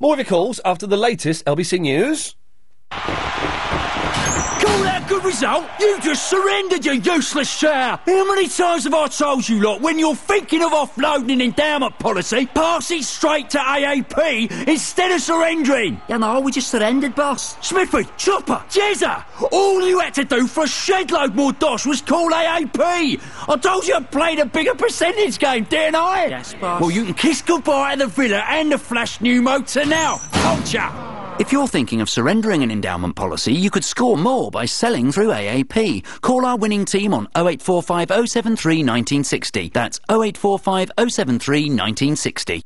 Speaker 5: More of your calls after the latest LBC News. Call
Speaker 54: all that good result, you just surrendered your useless share. How many times have I told you lot, when you're thinking of offloading an endowment policy, pass it straight to AAP instead of surrendering? You know, we just surrendered, boss. Smithy, Chopper, Jezza, all you had to do for a shedload more dosh was call AAP. I told you I played a bigger percentage game, didn't I? Yes, boss. Well, you can kiss goodbye to the Villa and the Flash new motor now. Culture!
Speaker 27: If you're thinking of surrendering an endowment policy, you could score more by selling through AAP. Call our winning team on 0845 073 1960. That's 0845 073 1960.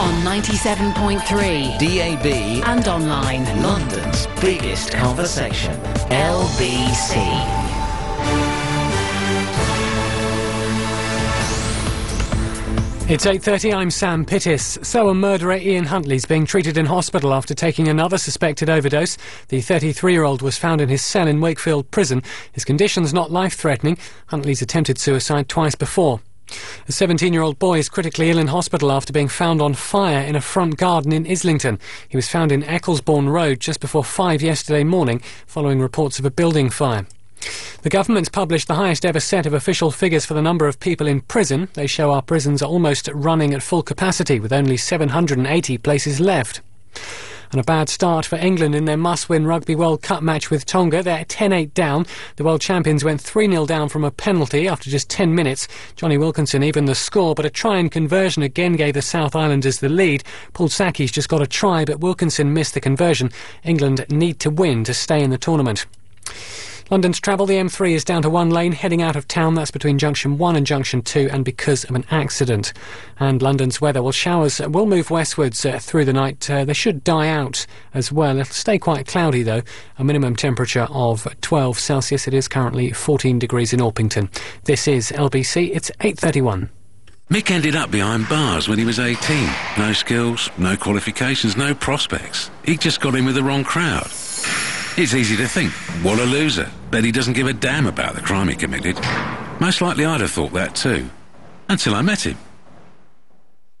Speaker 55: On 97.3
Speaker 27: DAB
Speaker 55: and online.
Speaker 27: London's biggest conversation. LBC.
Speaker 44: It's 8.30, I'm Sam Pittis. Sower murderer Ian Huntley's being treated in hospital after taking another suspected overdose. The 33-year-old was found in his cell in Wakefield prison. His condition's not life-threatening. Huntley's attempted suicide twice before. A 17-year-old boy is critically ill in hospital after being found on fire in a front garden in Islington. He was found in Ecclesbourne Road just before 5 yesterday morning following reports of a building fire. The government's published the highest ever set of official figures for the number of people in prison. They show our prisons are almost running at full capacity, with only 780 places left. And a bad start for England in their must win Rugby World Cup match with Tonga. They're 10 8 down. The world champions went 3 0 down from a penalty after just 10 minutes. Johnny Wilkinson evened the score, but a try and conversion again gave the South Islanders the lead. Paul Sackey's just got a try, but Wilkinson missed the conversion. England need to win to stay in the tournament. London's travel, the M3 is down to one lane heading out of town. That's between junction 1 and junction 2 and because of an accident. And London's weather, well, showers uh, will move westwards uh, through the night. Uh, they should die out as well. It'll stay quite cloudy though. A minimum temperature of 12 Celsius. It is currently 14 degrees in Orpington. This is LBC. It's 8.31.
Speaker 56: Mick ended up behind bars when he was 18. No skills, no qualifications, no prospects. He just got in with the wrong crowd. It's easy to think, what a loser, that he doesn't give a damn about the crime he committed. Most likely I'd have thought that too, until I met him.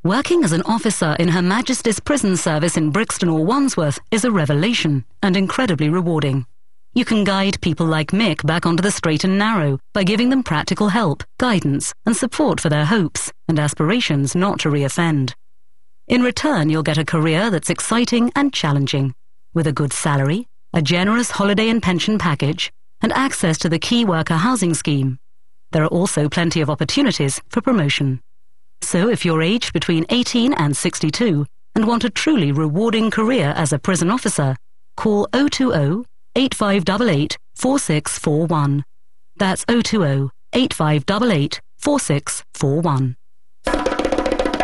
Speaker 57: Working as an officer in Her Majesty's Prison Service in Brixton or Wandsworth is a revelation and incredibly rewarding. You can guide people like Mick back onto the straight and narrow by giving them practical help, guidance, and support for their hopes and aspirations not to reoffend. In return, you'll get a career that's exciting and challenging, with a good salary, a generous holiday and pension package, and access to the Key Worker Housing Scheme. There are also plenty of opportunities for promotion. So if you're aged between 18 and 62 and want a truly rewarding career as a prison officer, call 020 8588 4641. That's 020 8588 4641.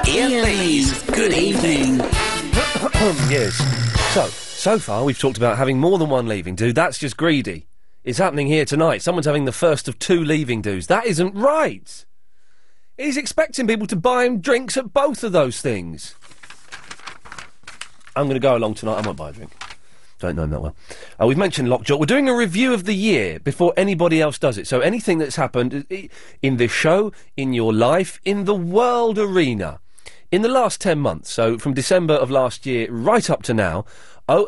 Speaker 8: Ian Lee's Good Evening.
Speaker 5: yes. So, so far we've talked about having more than one leaving do. That's just greedy. It's happening here tonight. Someone's having the first of two leaving dues. That isn't right. He's expecting people to buy him drinks at both of those things. I'm going to go along tonight. I might buy a drink. Don't know him that well. Uh, we've mentioned Lockjaw. We're doing a review of the year before anybody else does it. So anything that's happened i- in this show, in your life, in the world arena, in the last 10 months, so from December of last year right up to now,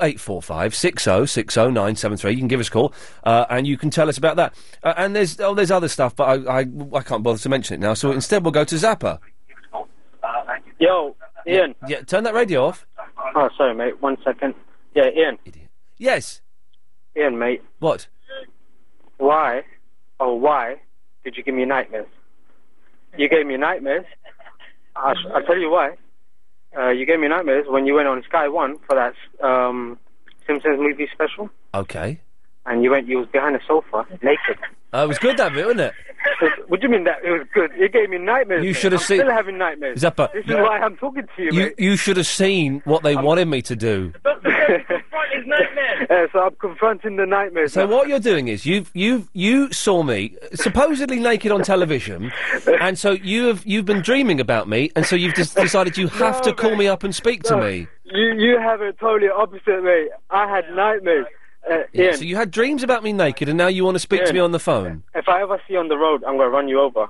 Speaker 5: 0845 60 60 973. You can give us a call uh, and you can tell us about that. Uh, and there's oh, there's other stuff, but I, I, I can't bother to mention it now. So instead, we'll go to Zappa.
Speaker 50: Yo, Ian.
Speaker 5: Yeah, turn that radio off.
Speaker 50: Oh, sorry, mate. One second. Yeah, Ian.
Speaker 5: Yes.
Speaker 50: Ian, mate.
Speaker 5: What?
Speaker 50: Why? Oh, why did you give me nightmares? You gave me nightmares. I sh- I'll tell you why. Uh, you gave me nightmares when you went on Sky One for that um, Simpsons movie special,
Speaker 5: Okay.
Speaker 50: and you went. You was behind a sofa, naked.
Speaker 5: Uh, it was good that bit, wasn't it?
Speaker 50: What do you mean that it was good? It gave me nightmares.
Speaker 5: You
Speaker 50: mate.
Speaker 5: should have
Speaker 50: I'm
Speaker 5: seen-
Speaker 50: Still having nightmares.
Speaker 5: Zappa,
Speaker 50: This is
Speaker 5: you-
Speaker 50: why I'm talking to you,
Speaker 5: You,
Speaker 50: mate.
Speaker 5: you should have seen what they wanted me to do.
Speaker 50: Uh, so I'm confronting the nightmares.
Speaker 5: So what you're doing is you've you've you saw me supposedly naked on television, and so you have you've been dreaming about me, and so you've just decided you have to call me up and speak to
Speaker 50: No.
Speaker 5: me.
Speaker 50: You you have it totally opposite, mate. I had nightmares. Uh,
Speaker 5: Yeah,
Speaker 50: Ian,
Speaker 5: so you had dreams about me naked, and now you want to speak to me on the phone.
Speaker 50: if I ever see you on the road, I'm going to run you over.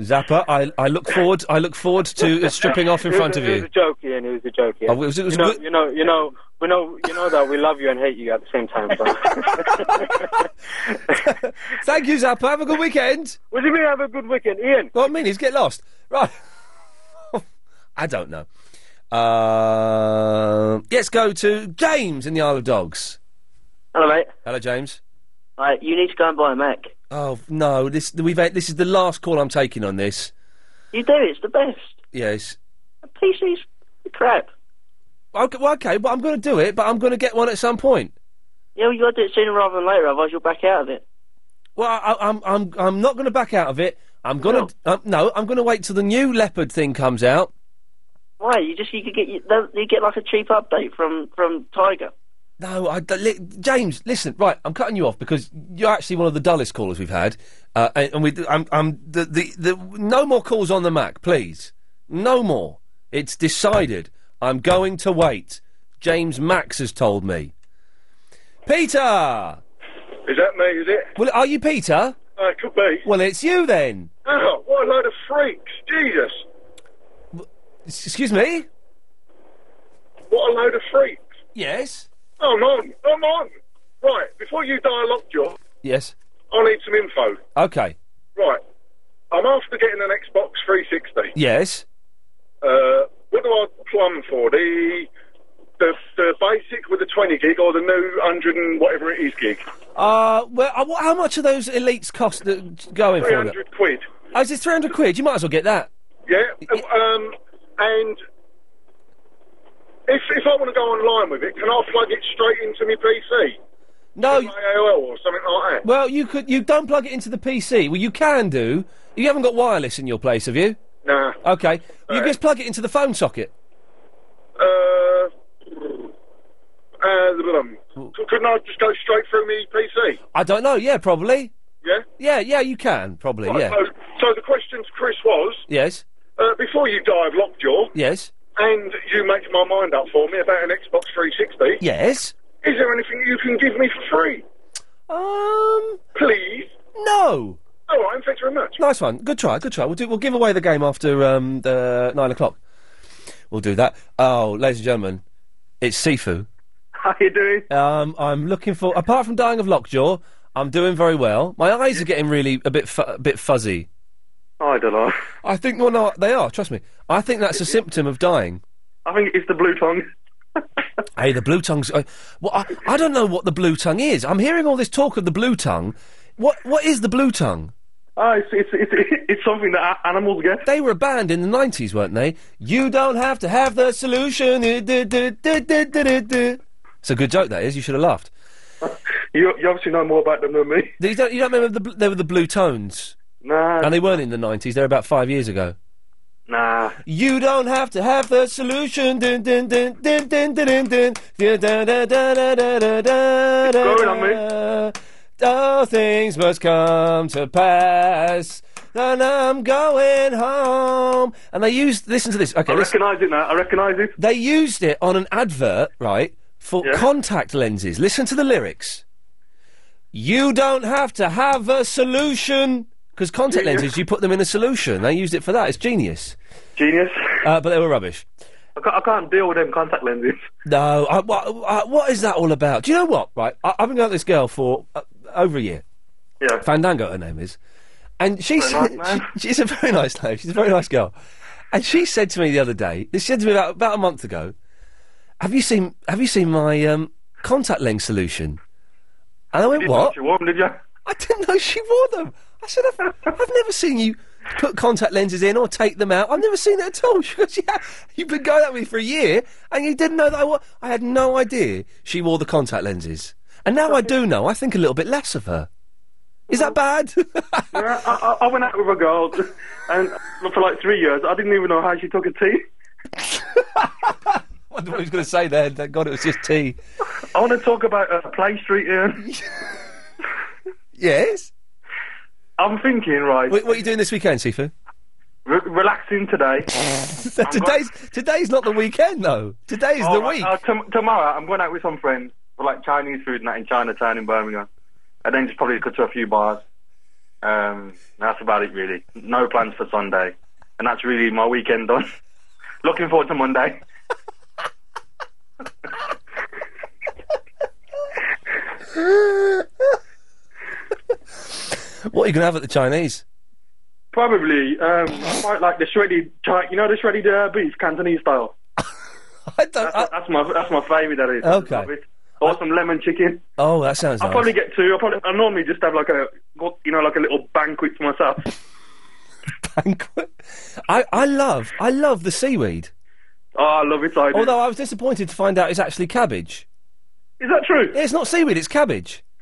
Speaker 5: Zappa, I, I look forward. I look forward to uh, stripping off in
Speaker 50: It was-
Speaker 5: front of
Speaker 50: it was
Speaker 5: you.
Speaker 50: a joke, Ian. It was a joke. Ian.
Speaker 5: Oh, it was- it was
Speaker 50: you know,
Speaker 5: good-
Speaker 50: you know, you know, we know, you know that we love you and hate you at the same time. So.
Speaker 5: Thank you, Zappa. Have a good weekend.
Speaker 50: What do you mean? Have a good weekend, Ian?
Speaker 5: What mean is get lost, right? I don't know. Uh, let's go to James in the Isle of Dogs.
Speaker 4: Hello, mate.
Speaker 5: Hello, James.
Speaker 4: Right, you need to go and buy a Mac.
Speaker 5: Oh no, this we've had, this is the last call I'm taking on this.
Speaker 4: You do. It's the best.
Speaker 5: Yes.
Speaker 4: PC's crap.
Speaker 5: Okay, well, okay, but I'm going to do it. But I'm going to get one at some point.
Speaker 4: Yeah, well, you got to do it sooner rather than later, otherwise you'll back out of it.
Speaker 5: Well, I, I- I'm I'm I'm not going to back out of it. I'm going to no. Um, no. I'm going to wait till the new leopard thing comes out.
Speaker 4: Why? You just you could get you, they'll- you get like a cheap update from from Tiger.
Speaker 5: No, I, li- James, listen. Right, I'm cutting you off because you're actually one of the dullest callers we've had, uh, and, and we. I'm, I'm the, the the no more calls on the Mac, please. No more. It's decided. I'm going to wait. James Max has told me. Peter,
Speaker 58: Is that me, is it?
Speaker 5: well, are you Peter?
Speaker 58: Uh, it could be.
Speaker 5: Well, it's you then.
Speaker 58: Oh, what a load of freaks. Jesus.
Speaker 5: S- Excuse me.
Speaker 58: What a load of freaks.
Speaker 5: Yes?
Speaker 58: I'm on. I'm on. Right, before you dial up, John,
Speaker 5: Yes.
Speaker 58: I need some info.
Speaker 5: Okay.
Speaker 58: Right. I'm after getting an Xbox 360.
Speaker 5: Yes.
Speaker 58: Uh, what do I plumb for? The, the the basic with the 20 gig or the new 100 and whatever it is gig?
Speaker 5: Uh, well, uh, wh- how much are those elites cost that going for? them?
Speaker 58: 300 quid.
Speaker 5: Oh, is it 300 quid? You might as well get that.
Speaker 58: Yeah. Um, and if if I want to go online with it, can I plug it straight into my PC?
Speaker 5: No.
Speaker 58: With AOL or something like that.
Speaker 5: Well, you could. You don't plug it into the PC. Well, you can do. You haven't got wireless in your place, have you?
Speaker 58: Nah.
Speaker 5: Okay. You just plug it into the phone socket.
Speaker 58: Uh, uh, um, c- couldn't I just go straight through my PC?
Speaker 5: I don't know. Yeah, probably.
Speaker 58: Yeah.
Speaker 5: Yeah, yeah, you can probably.
Speaker 58: Right,
Speaker 5: yeah.
Speaker 58: So, so the question to Chris was:
Speaker 5: Yes.
Speaker 58: uh, before you dive Lockjaw,
Speaker 5: Yes.
Speaker 58: and you make my mind up for me about an Xbox 360,
Speaker 5: Yes.
Speaker 58: is there anything you can give me for free?
Speaker 5: Um,
Speaker 58: please.
Speaker 5: No.
Speaker 58: All right. Thanks very much.
Speaker 5: Nice one. Good try. Good try. We'll do. We'll give away the game after um the nine o'clock. We'll do that. Oh, ladies and gentlemen, it's Sifu.
Speaker 20: How you doing?
Speaker 5: Um, I'm looking for. Apart from dying of lockjaw, I'm doing very well. My eyes are getting really a bit fu- a bit fuzzy.
Speaker 20: I don't know.
Speaker 5: I think. Well, no, they are. Trust me. I think that's a symptom of dying.
Speaker 20: I think it's the blue tongue.
Speaker 5: Hey, the blue tongue's. Uh, well, I, I don't know what the blue tongue is. I'm hearing all this talk of the blue tongue. What What is the blue tongue?
Speaker 20: Oh, it's it's it's, it's something that a- animals get.
Speaker 5: They were a band in the 90s, weren't they? You don't have to have the solution. Uh, du- du- du- du- du- du- du. It's a good joke, that is. You should have laughed.
Speaker 20: You you obviously know more about them than me.
Speaker 5: You don't, you don't remember the, bl- they were the Blue Tones?
Speaker 20: Nah.
Speaker 5: And they weren't in the 90s, they were about five years ago.
Speaker 20: Nah.
Speaker 5: You don't have to have the solution. Dun, dun, dun, dun, dun, dun, dun, dun. Da, da, da, da, da, da, da, da, da,
Speaker 20: growing on me.
Speaker 5: da. All things must come to pass. And I'm going home. And they used. Listen to this. Okay,
Speaker 20: I
Speaker 5: listen.
Speaker 20: recognise it now. I recognise it.
Speaker 5: They used it on an advert, right, for contact lenses. Listen to the lyrics. You don't have to have a solution. Because contact lenses, you put them in a solution. They used it for that. It's genius.
Speaker 20: Genius.
Speaker 5: Uh, but they were rubbish.
Speaker 20: I can't, I can't deal with them contact lenses.
Speaker 5: No, I, wha- I- what is that all about? Do you know what? Right, I, I've been going with this girl for uh, over a year.
Speaker 20: Yeah.
Speaker 5: Fandango, her name is, and she's
Speaker 20: Very nice name.
Speaker 5: she- she's a very nice name. She's a very nice girl, and she said to me the other day. This said to me about, about a month ago. Have you seen Have you seen my um, contact lens solution? And I went,
Speaker 20: didn't know
Speaker 5: what?
Speaker 20: she wore them, did you?
Speaker 5: I didn't know she wore them. I said, I've, I've never seen you put contact lenses in or take them out. I've never seen that at all. She goes, yeah, you've been going that with me for a year and you didn't know that I wore... I had no idea she wore the contact lenses. And now I do know. I think a little bit less of her. Is that bad?
Speaker 20: yeah, Uh, I, I, I went out with a girl, and for like three years, I didn't even know how she took a tea.
Speaker 5: I wonder what he was going to say there. Thank God it was just tea.
Speaker 20: I want to talk about uh, Play Street Ian.
Speaker 5: yes?
Speaker 20: I'm thinking, right,
Speaker 5: Wait, what are you doing this weekend, Sifu?
Speaker 20: re- relaxing today.
Speaker 5: today's, today's not the weekend, though. Today is
Speaker 20: All
Speaker 59: Oh,
Speaker 5: the
Speaker 20: right,
Speaker 5: week.
Speaker 20: Uh, tom- tomorrow, I'm going out with some friends for like Chinese food and that in Chinatown in Birmingham. And then just probably go to a few bars.
Speaker 59: Um, that's about it, really. No plans for Sunday, and that's really my weekend done. Looking forward to Monday.
Speaker 5: What are you going to have at the Chinese?
Speaker 20: Probably, um, I quite like the shredded, chi- you know, the shredded uh, beef, Cantonese style.
Speaker 5: I don't. That's,
Speaker 20: that's my that's my favourite. That is.
Speaker 5: Okay.
Speaker 20: Love it. Or some lemon chicken.
Speaker 5: Oh, that sounds
Speaker 20: I'll
Speaker 5: nice.
Speaker 20: probably get two. I probably I normally just have like a you know like a little banquet for myself.
Speaker 5: I, I love I love the seaweed.
Speaker 20: Oh, I love it. I do.
Speaker 5: Although I was disappointed to find out it's actually cabbage.
Speaker 20: Is that true?
Speaker 5: Yeah, it's not seaweed. It's cabbage.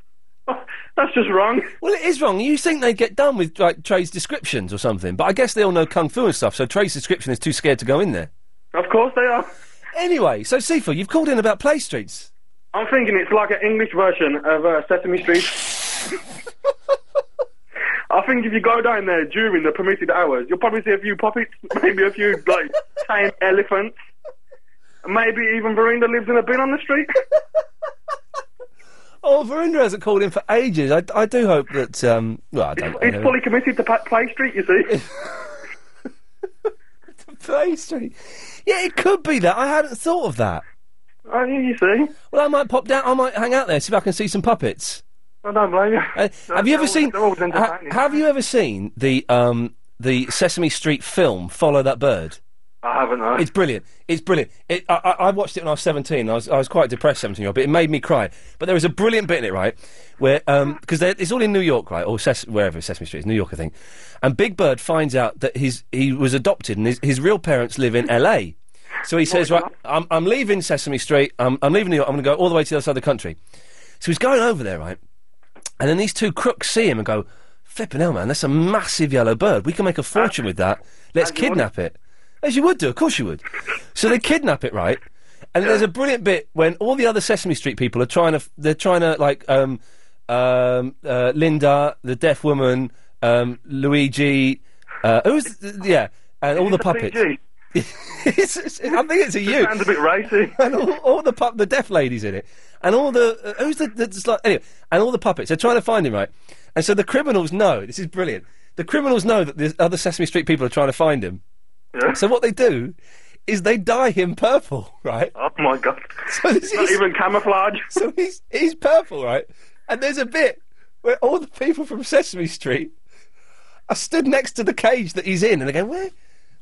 Speaker 20: That's just wrong.
Speaker 5: Well, it is wrong. You think they'd get done with like Trey's descriptions or something, but I guess they all know kung fu and stuff. So Trey's description is too scared to go in there.
Speaker 20: Of course they are.
Speaker 5: Anyway, so Sifa, you've called in about play streets.
Speaker 20: I'm thinking it's like an English version of uh, Sesame Street. I think if you go down there during the permitted hours, you'll probably see a few puppets, maybe a few like tame elephants, maybe even Verinda lives in a bin on the street.
Speaker 5: Oh, Verinder hasn't called in for ages. I, I do hope that. Um, well, I don't. I
Speaker 20: It's
Speaker 5: don't-
Speaker 20: fully committed to pa- Play Street, you see.
Speaker 5: Play Street. Yeah, it could be that. I hadn't thought of that.
Speaker 20: Oh, you see.
Speaker 5: Well, I might pop down. I might hang out there see if I can see some puppets.
Speaker 20: I don't blame you.
Speaker 5: Uh, have you ever seen? ha- have you ever seen the um, the Sesame Street film Follow That Bird?
Speaker 20: I haven't. No.
Speaker 5: It's brilliant. It's brilliant. It, I, I I watched it when I was 17. I was, I was quite depressed, 17 year old, but it made me cry. But there was a brilliant bit in it, right? Where, because it's all in New York, right? Or Ses- wherever, Sesame Street, it's New York, I think. And Big Bird finds out that he's, he was adopted and his, his real parents live in LA. So he says, right, I'm, I'm leaving Sesame Street. I'm, I'm leaving New York. I'm going to go all the way to the other side of the country. So he's going over there, right? And then these two crooks see him and go, flipping hell, man, that's a massive yellow bird. We can make a fortune with that. Let's kidnap it. As you would do, of course you would. So they kidnap it, right? And there's a brilliant bit when all the other Sesame Street people are trying to, they're trying to, like, um, um, uh, Linda, the deaf woman, um, Luigi, uh, who's, th- yeah, and all the puppets. It's- it's- I think it's a you.
Speaker 20: sounds a bit racy.
Speaker 5: And all, all the pup, the deaf ladies in it, and all the uh, who's the, the it's like, anyway, and all the puppets. They're trying to find him, right? And so the criminals know. This is brilliant. The criminals know that the other Sesame Street people are trying to find him. So what they do is they dye him purple, right?
Speaker 20: Oh my god!
Speaker 5: So this
Speaker 20: Not
Speaker 5: is-
Speaker 20: even camouflage.
Speaker 5: So he's he's purple, right? And there's a bit where all the people from Sesame Street are stood next to the cage that he's in, and they go, "Where,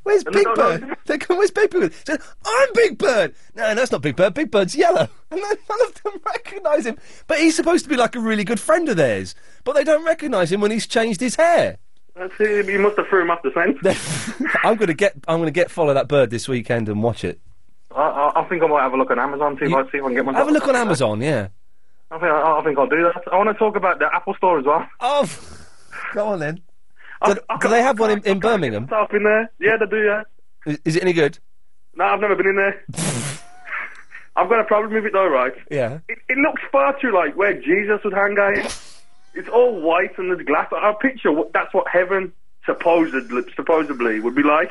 Speaker 5: where's
Speaker 20: No,
Speaker 5: Big
Speaker 20: no, no.
Speaker 5: Bird?" They go, "Where's Big Bird?" So, "I'm Big Bird." No, that's not Big Bird. Big Bird's yellow, and then none of them recognise him. But he's supposed to be like a really good friend of theirs, but they don't recognise him when he's changed his hair.
Speaker 20: That's it. You must have threw him off the scent.
Speaker 5: I'm gonna get I'm gonna get follow that bird this weekend and watch it.
Speaker 59: I, I, I think I might have a look on Amazon, see, if, I, see if I can get myself.
Speaker 5: Have a look on Amazon, yeah.
Speaker 59: I think, I, I think I'll do that. I want to talk about the Apple Store as well.
Speaker 5: Oh, go on then. Do, do they have one in, in Birmingham?
Speaker 20: Stuff in there. Yeah, they do. Yeah.
Speaker 5: Is, is it any good?
Speaker 20: No, I've never been in there. I've got a problem with it though, right?
Speaker 5: Yeah.
Speaker 20: It, it looks far too like where Jesus would hang out. It's all white and there's glass. I picture what, that's what heaven supposedly, supposedly would be like.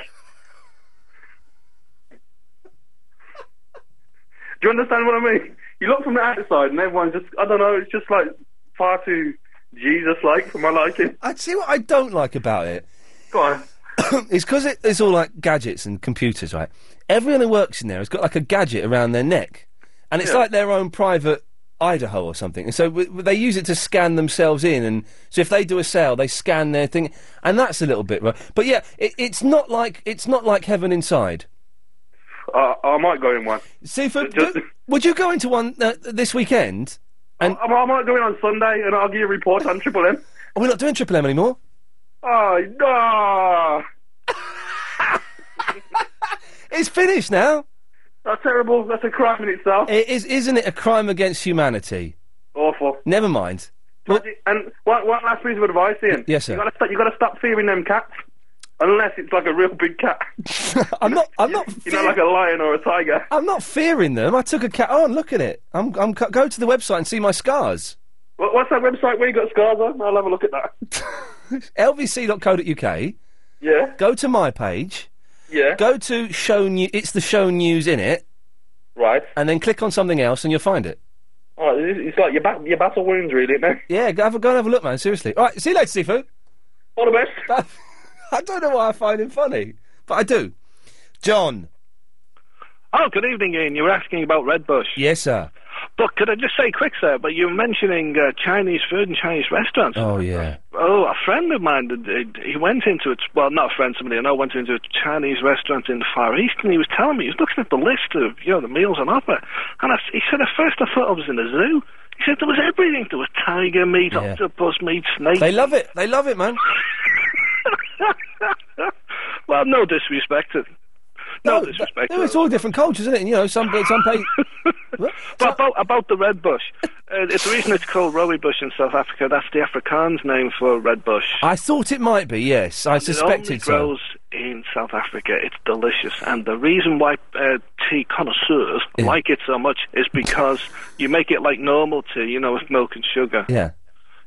Speaker 20: Do you understand what I mean? You look from the outside and everyone's just, I don't know, it's just like far too Jesus like for my liking.
Speaker 5: I see what I don't like about it.
Speaker 20: Go on.
Speaker 5: it's because it, it's all like gadgets and computers, right? Everyone who works in there has got like a gadget around their neck, and it's
Speaker 60: Yeah.
Speaker 5: like their own private Idaho or something. And so w- w- they use it to scan themselves in, and so if they do a sale, they scan their thing, and that's a little bit right. But yeah, it, it's not like it's not like heaven inside.
Speaker 20: Uh, I might go in one.
Speaker 5: See, for, would you go into one uh, this weekend? And
Speaker 20: I, I might go in on Sunday and I'll give you a report on Triple M.
Speaker 5: Are we not doing Triple M anymore?
Speaker 20: Oh, no.
Speaker 5: It's finished now.
Speaker 20: That's terrible. That's a crime in itself.
Speaker 5: It is, isn't it a crime against humanity?
Speaker 20: Awful.
Speaker 5: Never mind.
Speaker 20: And one, one last piece of advice, Ian.
Speaker 5: Yes, sir.
Speaker 20: You gotta, st- you gotta stop fearing them cats, unless it's like a real big cat.
Speaker 5: I'm not. I'm not.
Speaker 20: You know, like a lion or a tiger.
Speaker 5: I'm not fearing them. I took a cat. Oh, and look at it. I'm, I'm co- go to the website and see my scars.
Speaker 20: What, what's that website where you got scars on? I'll have a look at that.
Speaker 5: LVC.co.uk.
Speaker 20: Yeah.
Speaker 5: Go to my page.
Speaker 20: Yeah.
Speaker 5: Go to show new. It's the show news in it.
Speaker 20: Right.
Speaker 5: And then click on something else and you'll find it.
Speaker 20: All right, it's it's like your, ba- your battle wounds, really, isn't it?
Speaker 5: Yeah. Go have a, go and have a look, man. Seriously. All right. See you later, Sifu. All the best. I don't know why I find him funny, but I do. John.
Speaker 61: Oh, good evening, Ian. You were asking about Redbush.
Speaker 5: Yes, sir.
Speaker 61: But could I just say quick, sir, but you were mentioning uh, Chinese food and Chinese restaurants.
Speaker 5: Oh yeah.
Speaker 61: Oh, a friend of mine, uh, he went into a, well, not a friend, somebody I know, went into a Chinese restaurant in the Far East, and he was telling me, he was looking at the list of, you know, the meals on offer, and I, he said, at first I thought I was in a zoo. He said there was everything. There was tiger meat, octopus meat, snake.
Speaker 5: They love it. They love it, man.
Speaker 61: well, no disrespect. to- No, disrespect.
Speaker 5: No, it's all different cultures, isn't it? And, you know, some pla- some place.
Speaker 61: But about, about the red bush, uh, it's the reason it's called rowie bush in South Africa. That's the Afrikaans name for red bush.
Speaker 5: I thought it might be. Yes, I
Speaker 61: And
Speaker 5: suspected
Speaker 61: it
Speaker 5: so.
Speaker 61: only grows in South Africa. It's delicious, and the reason why uh, tea connoisseurs like it so much is because you make it like normal tea, you know, with milk and sugar.
Speaker 5: Yeah.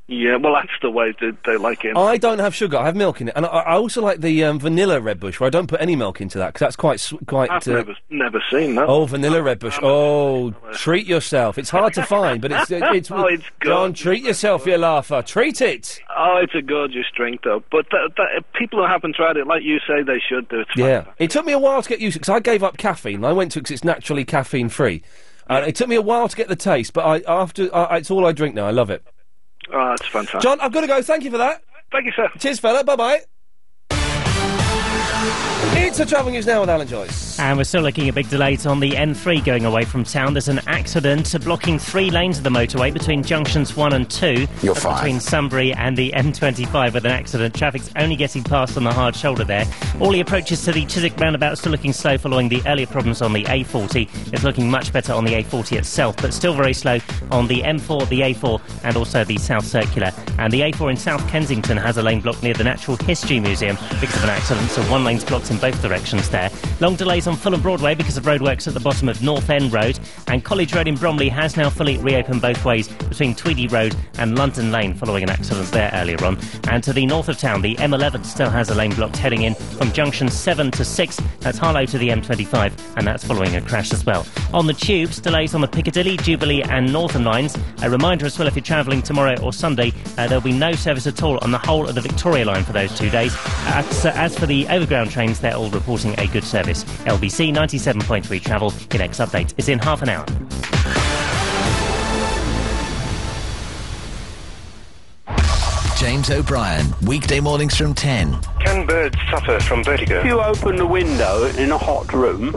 Speaker 61: Yeah, well, that's the way that they like it.
Speaker 5: I don't have sugar. I have milk in it, and I, I also like the um, vanilla red bush, where I don't put any milk into that because that's quite sw- quite. uh,
Speaker 61: I've never, never seen that.
Speaker 5: Oh, vanilla red bush. Oh, treat yourself. It's hard to find, but it's uh, it's.
Speaker 61: Oh, it's good.
Speaker 5: John, treat yourself, you laugher. Treat it.
Speaker 61: Oh, it's a gorgeous drink, though. But that, that, people who haven't tried it, like you say, they should do it.
Speaker 5: Yeah. It took me a while to get used to because I gave up caffeine. I went to because it's naturally caffeine free. And it took me a while to get the taste, but I after I, it's all I drink now. I love it.
Speaker 61: Oh, it's fantastic.
Speaker 5: John, I've got to go. Thank you for that.
Speaker 61: Thank you, sir.
Speaker 5: Cheers, fella. Bye bye. It's a travel news now with Alan Joyce.
Speaker 10: And we're still looking at big delays on the N3 going away from town. There's an accident blocking three lanes of the motorway between junctions 1 and 2.
Speaker 2: You're
Speaker 10: That's
Speaker 2: fine.
Speaker 10: Between Sunbury and the M25 with an accident. Traffic's only getting past on the hard shoulder there. All the approaches to the Chiswick roundabout still looking slow following the earlier problems on the A40. It's looking much better on the A40 itself, but still very slow on the M4, the A4, and also the South Circular. And the A4 in South Kensington has a lane blocked near the Natural History Museum because of an accident, so one lane's blocked in both directions there. Long delays on Fulham Broadway because of roadworks at the bottom of North End Road, and College Road in Bromley has now fully reopened both ways between Tweedy Road and London Lane following an accident there earlier on. And to the north of town, the M11 still has a lane blocked heading in from junction 7 to 6. That's Harlow to the M25, and that's following a crash as well. On the tubes, delays on the Piccadilly, Jubilee, and Northern lines. A reminder as well if you're travelling tomorrow or Sunday, uh, there'll be no service at all on the whole of the Victoria line for those two days. As, as for the overground trains, they're all reporting a good service. LBC 97.3 travel. Your next update is in half an hour.
Speaker 15: James O'Brien, weekday mornings from 10.
Speaker 62: Can birds suffer from vertigo?
Speaker 2: If you open the window in a hot room,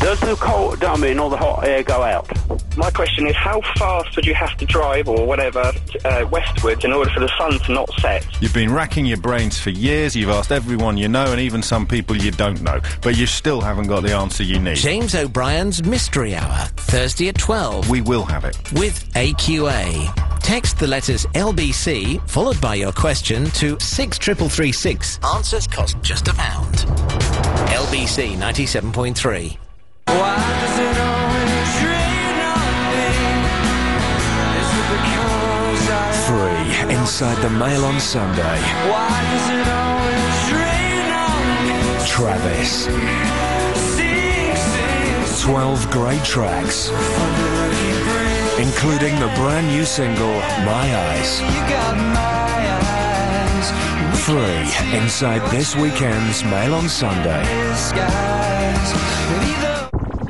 Speaker 2: does the cold dump in or the hot air go out?
Speaker 62: My question is, how fast would you have to drive or whatever uh, westwards in order for the sun to not set?
Speaker 24: You've been racking your brains for years, you've asked everyone you know and even some people you don't know, but you still haven't got the answer you need.
Speaker 15: James O'Brien's Mystery Hour, Thursday at 12.
Speaker 24: We will have it.
Speaker 15: With AQA. Text the letters LBC, followed by your question, to 63336. Answers cost just a pound. LBC 97.3.
Speaker 13: Free inside the mail on Sunday. Travis. 12 great tracks, including the brand new single My Eyes. Free inside this weekend's Mail on Sunday.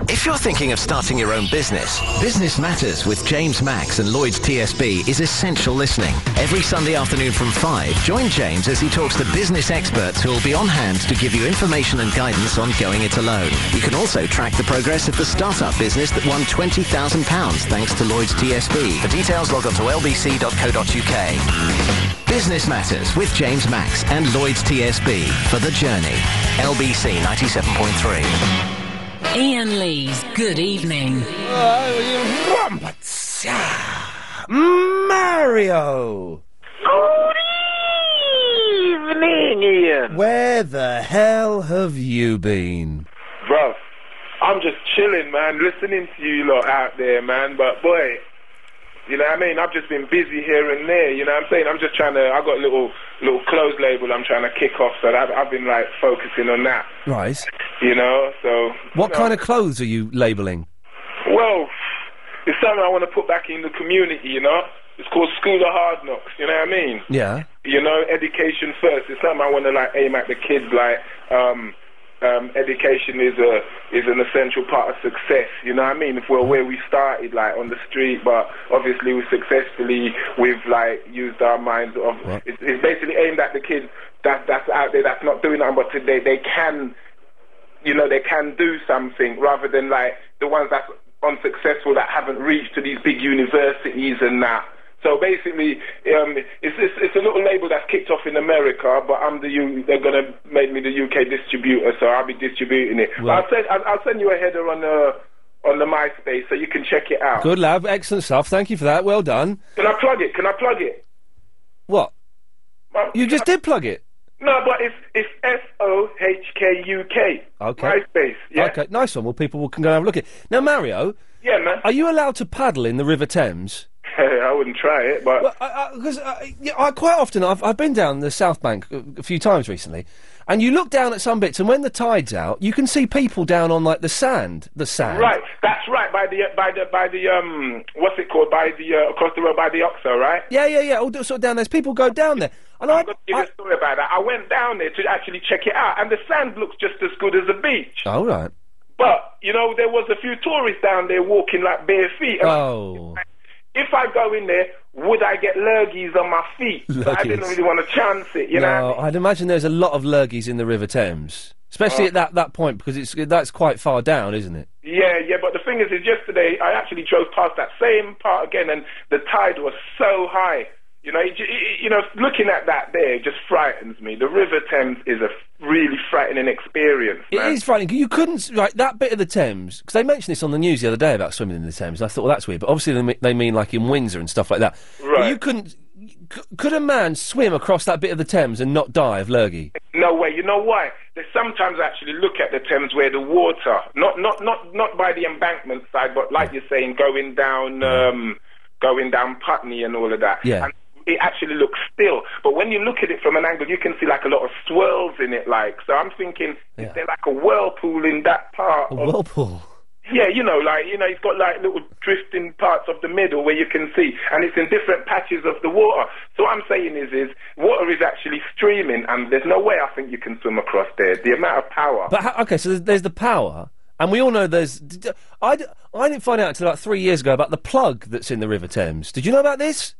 Speaker 15: If you're thinking of starting your own business, Business Matters with James Max and Lloyd's TSB is essential listening. Every Sunday afternoon from 5, join James as he talks to business experts who will be on hand to give you information and guidance on going it alone. You can also track the progress of the startup business that won £20,000 thanks to Lloyd's TSB. For details, log on to lbc.co.uk. Business Matters with James Max and Lloyd's TSB for the journey. LBC 97.3.
Speaker 39: Ian Lee's Good Evening.
Speaker 5: Mario. Good evening, Ian. Where the hell have you been?
Speaker 63: Bruv, I'm just chilling, man, listening to you lot out there, man. But boy, you know what I mean? I've just been busy here and there. You know what I'm saying? I'm just trying to. I've got a little little clothes label I'm trying to kick off, so I've, I've been like focusing on that.
Speaker 5: Right.
Speaker 63: You know, so
Speaker 5: What kind of clothes are you labelling?
Speaker 63: well, it's something I want to put back in the community. You know, It's called School of Hard Knocks. You know what I mean?
Speaker 5: Yeah.
Speaker 63: you know, education first. It's something I want to like aim at the kids. Like, um, um, education is a is an essential part of success. You know what I mean? If we're where we started, like on the street, but obviously we successfully we've like used our minds. Of
Speaker 1: Right.
Speaker 63: it's, it's basically aimed at the kids that that's out there that's not doing nothing, but today they can you know, they can do something rather than like the ones that's unsuccessful that haven't reached to these big universities and that. So basically, um, it's, it's it's a little label that's kicked off in America, but I'm the U, they're gonna make me the UK distributor, so I'll be distributing it. But
Speaker 5: Right.
Speaker 63: I'll send I'll, I'll send you a header on uh, on the MySpace so you can check it out.
Speaker 5: Good lab, excellent stuff. Thank you for that. Well done.
Speaker 63: Can I plug it? Can I plug it?
Speaker 5: What? You just did plug it.
Speaker 63: No, but it's it's S O H K U K.
Speaker 5: Okay.
Speaker 63: MySpace. Yeah.
Speaker 5: Okay, nice one. Well, people will, can go and have a look at. Now, Mario.
Speaker 63: Yeah, man.
Speaker 5: Are you allowed to paddle in the River Thames?
Speaker 63: I wouldn't try it, but
Speaker 5: Well, because yeah, I quite often I've I've been down the South Bank a, a few times recently, and you look down at some bits, and when the tide's out, you can see people down on like the sand, the sand.
Speaker 63: Right, that's right. By the uh, by the by the um, what's it called? By the uh, across the road by the Oxo, right?
Speaker 5: Yeah, yeah, yeah. All d- sort of down there. There's people go down there, and I.
Speaker 63: Give a story about that. I went down there to actually check it out, and the sand looks just as good as the beach.
Speaker 5: All right.
Speaker 63: But you know, there was a few tourists down there walking like bare feet. And
Speaker 5: Oh.
Speaker 63: If I go in there, would I get lurgies on my feet? So I didn't
Speaker 5: Lurgies.
Speaker 63: really want to chance it, you
Speaker 5: no,
Speaker 63: know.
Speaker 5: I'd imagine there's a lot of lurgies in the River Thames, especially
Speaker 63: Oh.
Speaker 5: at that, that point because it's that's quite far down, isn't it?
Speaker 63: Yeah, yeah, but the thing is, is yesterday I actually drove past that same part again, and the tide was so high. You know, it, ju- it, you know, looking at that there just frightens me. The River Thames is a really frightening experience,
Speaker 5: It
Speaker 63: man.
Speaker 5: is frightening. You couldn't right that bit of the Thames because they mentioned this on the news the other day about swimming in the Thames. And I thought, well, that's weird. But obviously, they, me- they mean like in Windsor and stuff like that. Right. You couldn't. C- could a man swim across that bit of the Thames and not die of lurgy?
Speaker 63: No way. You know why? They sometimes actually look at the Thames where the water, not not not not by the embankment side, but like you're saying, going down, um, going down Putney and all of that.
Speaker 1: Yeah.
Speaker 63: And it actually looks still, but when you look at it from an angle, you can see like a lot of swirls in it. Like, so I'm thinking, is there like a whirlpool in that part?
Speaker 5: A
Speaker 63: of-
Speaker 5: whirlpool.
Speaker 63: yeah, you know, like you know, it's got like little drifting parts of the middle where you can see, and it's in different patches of the water. So what I'm saying is, is water is actually streaming, and there's no way I think you can swim across there. The amount of power.
Speaker 5: But how, okay, so there's, there's the power, and we all know there's. d- d- I, d- I didn't find out until like three years ago about the plug that's in the River Thames. Did you know about this?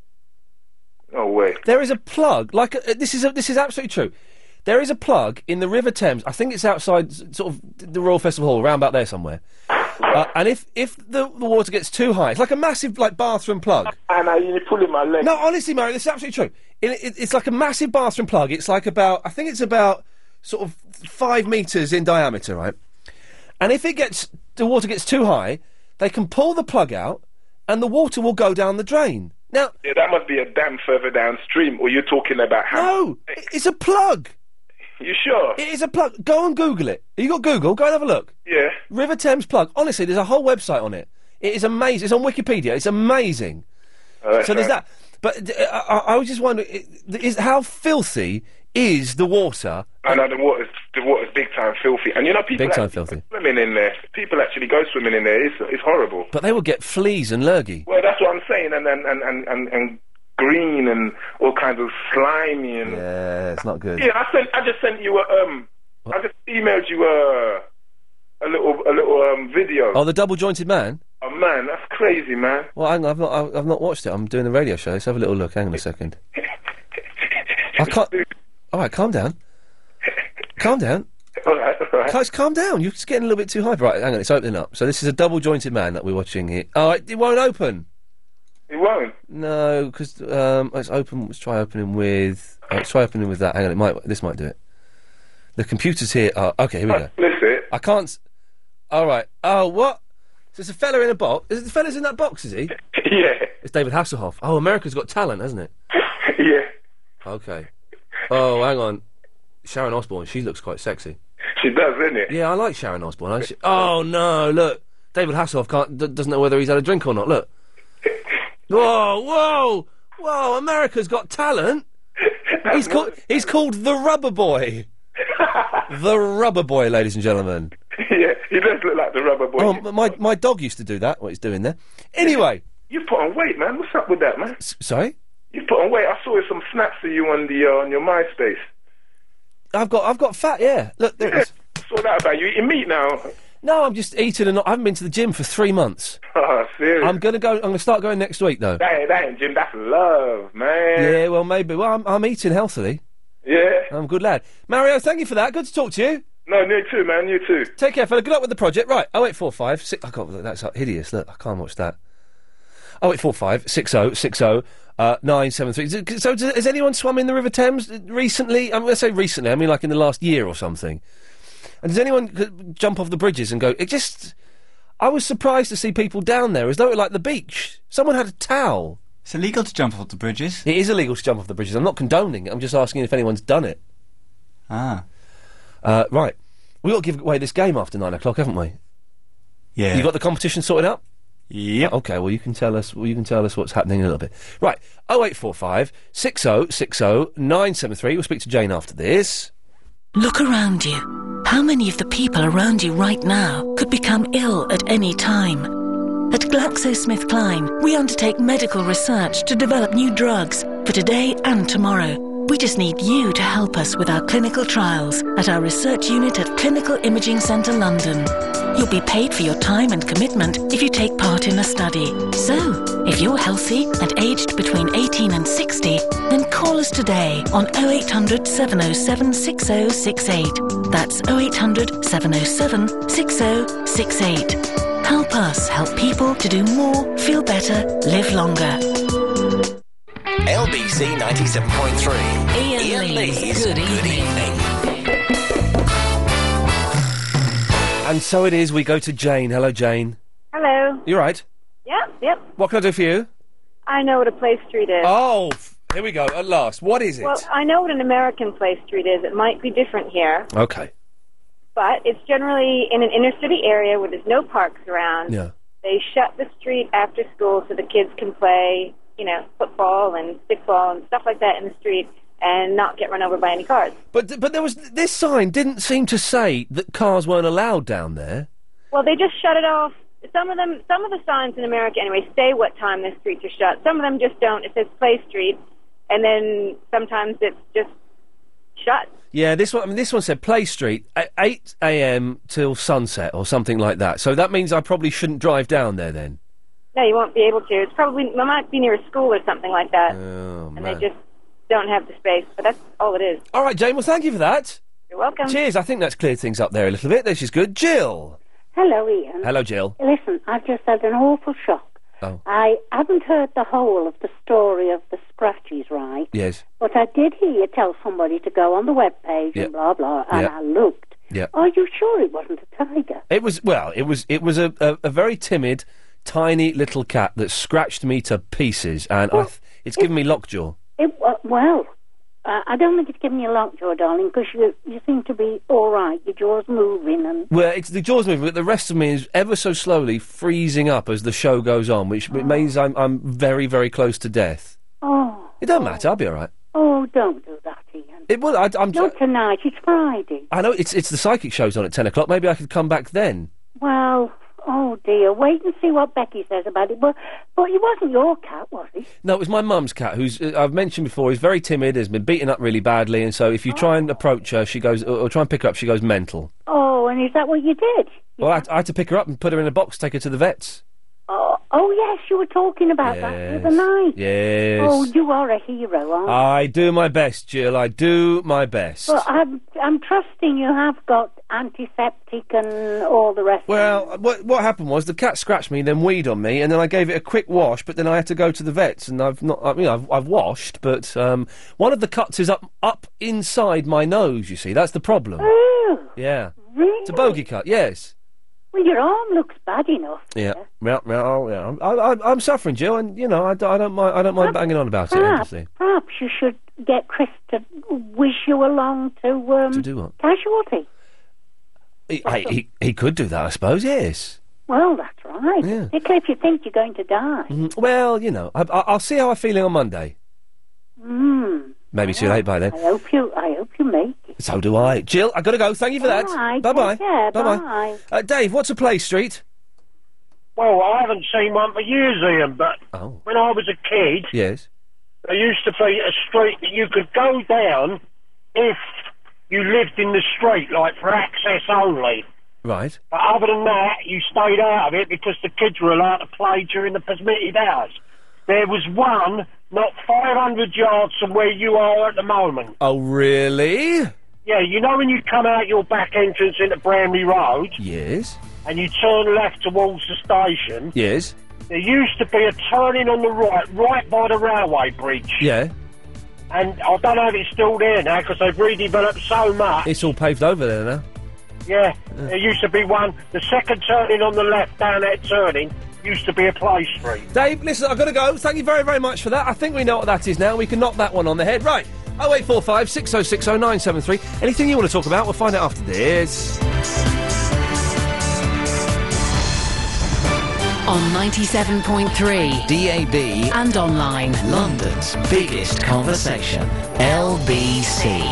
Speaker 63: No way.
Speaker 5: There is a plug. Like a, this is a, this is absolutely true. There is a plug in the River Thames. I think it's outside s- sort of the Royal Festival Hall, round about there somewhere. Uh, and if if the, the water gets too high, it's like a massive like bathroom plug.
Speaker 63: And I, you're pulling my leg.
Speaker 5: No, honestly, Mario, this is absolutely true. It, it, it's like a massive bathroom plug. It's like about I think it's about sort of five meters in diameter, right? And if it gets the water gets too high, they can pull the plug out, and the water will go down the drain. Now,
Speaker 63: yeah, that must be a dam further downstream, or you're talking about how?
Speaker 5: No, it- it's a plug.
Speaker 63: You sure?
Speaker 5: It is a plug. Go and Google it. You got Google? Go and have a look.
Speaker 63: Yeah.
Speaker 5: River Thames plug. Honestly, there's a whole website on it. It is amazing. It's on Wikipedia. It's amazing.
Speaker 63: right,
Speaker 5: so there's
Speaker 63: Oh, right.
Speaker 5: that. But uh, I, I was just wondering, i- is how filthy is the water?
Speaker 63: I know the water's the water's big time filthy, and you know people
Speaker 5: Big time
Speaker 63: actually
Speaker 5: filthy.
Speaker 63: go swimming in there. People actually go swimming in there. It's it's horrible.
Speaker 5: But they will get fleas and lurgy.
Speaker 63: Well, that's what I'm saying, and and and and, and, and green and all kinds of slimy and
Speaker 5: Yeah, Uh, it's not good.
Speaker 63: Yeah, I sent. I just sent you a. Um, I just emailed you a a little a little um video.
Speaker 5: Oh, the double jointed man.
Speaker 63: Oh man, that's crazy, man.
Speaker 5: Well, hang on, I've not, I've, I've not watched it. I'm doing a radio show. Let's have a little look. Hang on a second. I can't. All right, calm down. Calm down.
Speaker 63: All right, all right.
Speaker 5: Guys, calm down. You're just getting a little bit too hype. Right, hang on. It's opening up. So this is a double jointed man that we're watching here. Oh, it, it won't open.
Speaker 63: It won't.
Speaker 5: No, because um, let's open. Let's try opening with. oh, Let's try opening with that. Hang on. It might. This might do it. The computers here are okay. Here we go.
Speaker 63: That's it.
Speaker 5: I can't. s- All right. Oh, what? So it's a fella in a box. Is it the fella's in that box? Is he?
Speaker 63: yeah.
Speaker 5: It's David Hasselhoff. Oh, America's got talent, hasn't it?
Speaker 63: yeah.
Speaker 5: Okay. Oh, hang on. Sharon Osbourne. She looks quite sexy.
Speaker 63: She does, isn't it?
Speaker 5: Yeah, I like Sharon Osbourne. I sh- oh no, look, David Hasselhoff can't d- doesn't know whether he's had a drink or not. Look. Whoa, whoa, whoa! America's got talent. He's called he's called the Rubber Boy. the Rubber Boy, ladies and gentlemen.
Speaker 63: yeah, he does look like the rubber boy.
Speaker 5: Oh, m- my my dog used to do that. What he's doing there. Anyway,
Speaker 63: You put on weight, man. What's up with that, man?
Speaker 5: Sorry,
Speaker 63: You put on weight. I saw some snaps of you on the uh, on your MySpace.
Speaker 5: I've got I've got fat. Yeah, look there it is.
Speaker 63: I saw that about you eating meat now.
Speaker 5: No, I'm just eating and not, I haven't been to the gym for three months.
Speaker 63: Oh, serious?
Speaker 5: I'm gonna go. I'm gonna start going next week though.
Speaker 63: That ain't, that ain't gym. That's love, man.
Speaker 5: Yeah, well maybe. Well, I'm, I'm eating healthily.
Speaker 63: Yeah.
Speaker 5: I'm a good lad. Mario, thank you for that. Good to talk to you.
Speaker 63: No, you too, man. You too.
Speaker 5: Take care, fella. Good luck with the project. Right, 0845 six, I can't. Look, that's hideous. Look, I can't watch that. 0845 60 60 uh, 973. So, does, has anyone swum in the River Thames recently? I'm going to say recently, I mean like in the last year or something. And does anyone c- jump off the bridges and go, it just. I was surprised to see people down there as though it were like the beach. Someone had a towel.
Speaker 64: It's illegal to jump off the bridges.
Speaker 5: It is illegal to jump off the bridges. I'm not condoning it. I'm just asking if anyone's done it.
Speaker 64: Ah.
Speaker 5: Uh, right. We've got to give away this game after nine o'clock, haven't we?
Speaker 64: Yeah.
Speaker 5: You got the competition sorted out? Uh,
Speaker 64: Yeah.
Speaker 5: okay. Well, you can tell us. Well, you can tell us what's happening in a little bit. Right. 0845 6060 973. We'll speak to Jane after this.
Speaker 46: Look around you. How many of the people around you right now could become ill at any time? At GlaxoSmithKline, we undertake medical research to develop new drugs for today and tomorrow. We just need you to help us with our clinical trials at our research unit at Clinical Imaging Centre London. You'll be paid for your time and commitment if you take part in a study. So, if you're healthy and aged between 18 and 60, then call us today on 0800 707 6068. That's 0800 707 6068. Help us help people to do more, feel better, live longer.
Speaker 15: LBC 97.3.
Speaker 46: Ian, Lee's Good Evening.
Speaker 5: And so it is. We go to Jane. Hello, Jane.
Speaker 65: Hello.
Speaker 5: You right?
Speaker 65: Yep, yep.
Speaker 5: What can I do for you?
Speaker 65: I know what a play street is.
Speaker 5: Oh, f- here we go. At last. What is it?
Speaker 65: Well, I know what an American play street is. It might be different here,
Speaker 5: okay.
Speaker 65: but it's generally in an inner city area where there's no parks around.
Speaker 5: Yeah.
Speaker 65: They shut the street after school so the kids can play, you know, football and stickball and stuff like that in the street and not get run over by any cars.
Speaker 5: But th- but there was this sign didn't seem to say that cars weren't allowed down there.
Speaker 65: Well, they just shut it off. Some of them, some of the signs in America anyway say what time the streets are shut. Some of them just don't. It says play street, and then sometimes it's just shut.
Speaker 5: Yeah, this one. I mean, this one said Play Street, e- eight a.m. till sunset or something like that. So that means I probably shouldn't drive down there then.
Speaker 65: No, you won't be able to. It's probably it might be near a school or something like that,
Speaker 5: Oh
Speaker 65: and
Speaker 5: man.
Speaker 65: they just don't have the space. But that's all it is.
Speaker 5: All right, Jane. Well, thank you for that.
Speaker 65: You're welcome.
Speaker 5: Cheers. I think that's cleared things up there a little bit. This is good. Jill.
Speaker 48: Hello, Ian.
Speaker 5: Hello, Jill.
Speaker 48: Listen, I've just had an awful shock.
Speaker 5: Oh.
Speaker 48: I haven't heard the whole of the story of the Scratchies, right?
Speaker 5: Yes.
Speaker 48: But I did hear you tell somebody to go on the web page
Speaker 5: Yeah.
Speaker 48: and blah, blah, and
Speaker 5: Yeah.
Speaker 48: I looked.
Speaker 5: Yeah.
Speaker 65: Oh.
Speaker 48: Are you sure it wasn't a tiger?
Speaker 5: It was well. It was it was a, a, a very timid, tiny little cat that scratched me to pieces, and
Speaker 65: Oh.
Speaker 5: I th- it's given me lockjaw.
Speaker 48: It, wa- well, uh, I don't think it's given you a lockjaw, darling, because you, you seem to be all right. Your jaw's moving and...
Speaker 5: Well, it's the jaws moving, but the rest of me is ever so slowly freezing up as the show goes on, which means I'm I'm very very close to death.
Speaker 48: Oh,
Speaker 5: It don't matter. I'll be all right.
Speaker 48: oh, don't do that, Ian.
Speaker 5: It will. I, I'm.
Speaker 48: Not tonight. It's Friday.
Speaker 5: I know it's it's the psychic show's on at ten o'clock. Maybe I could come back then.
Speaker 48: Well, oh dear. Wait and see what Becky says about it. But but it wasn't your cat, was it?
Speaker 5: No, it was my mum's cat, who's uh, I've mentioned before, is very timid, has been beaten up really badly, and so if you try and approach her, she goes, or, or try and pick her up, she goes mental.
Speaker 48: Oh, and is that what you did?
Speaker 5: Well, I, had- I had to pick her up and put her in a box, take her to the vets.
Speaker 48: Oh, oh yes, you were talking about that the other night.
Speaker 5: Yes. Ah,
Speaker 48: Oh, you are a hero, aren't you?
Speaker 5: I do my best, Jill. I do my best.
Speaker 48: Well, I'm I'm trusting you have got antiseptic and all the rest.
Speaker 5: Well, what what happened was the cat scratched me, then weed on me, and then I gave it a quick wash. But then I had to go to the vets, and I've not. I mean, I've, I've washed, but um, one of the cuts is up up inside my nose. You see, that's the problem. Yeah, it's a bogey cut. Yes.
Speaker 48: Well, your arm looks bad enough.
Speaker 5: Yeah. Yeah. yeah, oh, yeah. I, I, I'm suffering, Jill, and you know I, d- I don't mind. I don't mind banging on about it.
Speaker 48: Perhaps,
Speaker 5: Empathy.
Speaker 48: perhaps you should get Chris to whiz you along to um,
Speaker 5: To do what?
Speaker 48: casualty.
Speaker 5: He, I, he he could do that, I suppose. Yes.
Speaker 48: Well, that's right.
Speaker 5: Yeah.
Speaker 48: Particularly if you think you're going to die.
Speaker 5: Mhm. Well, you know, I, I, I'll see how I'm feeling on Monday.
Speaker 48: Mm.
Speaker 5: Maybe too late by then.
Speaker 48: I hope you. I hope you make it.
Speaker 5: So do I. Jill, I've got to go. Thank you for that.
Speaker 48: All right,
Speaker 5: bye bye.
Speaker 48: take care.
Speaker 5: Bye bye.
Speaker 48: Bye.
Speaker 5: Uh, Dave, what's a play street?
Speaker 2: Well, I haven't seen one for years, Ian, but when I was a kid,
Speaker 5: Oh, Yes.
Speaker 2: there used to be a street that you could go down if you lived in the street, like for access only.
Speaker 5: Right.
Speaker 2: But other than that, you stayed out of it because the kids were allowed to play during the permitted hours. There was one not 500 yards from where you are at the moment.
Speaker 5: Oh, really?
Speaker 2: Yeah, you know when you come out your back entrance into Bramley Road
Speaker 5: Yes.
Speaker 2: and you turn left towards the station,
Speaker 5: Yes.
Speaker 2: there used to be a turning on the right, right by the railway bridge.
Speaker 5: Yeah.
Speaker 2: And I don't know if it's still there now because they've redeveloped so much.
Speaker 5: It's all paved over there now.
Speaker 2: Yeah, there used to be one. The second turning on the left down that turning used to be a play street.
Speaker 5: Dave, listen, I've got to go. Thank you very, very much for that. I think we know what that is now. We can knock that one on the head. Right. 0845 6060 973. Anything you want to talk about, we'll find out after this.
Speaker 46: On 97.3
Speaker 27: DAB
Speaker 46: and online.
Speaker 27: London's biggest conversation, LBC.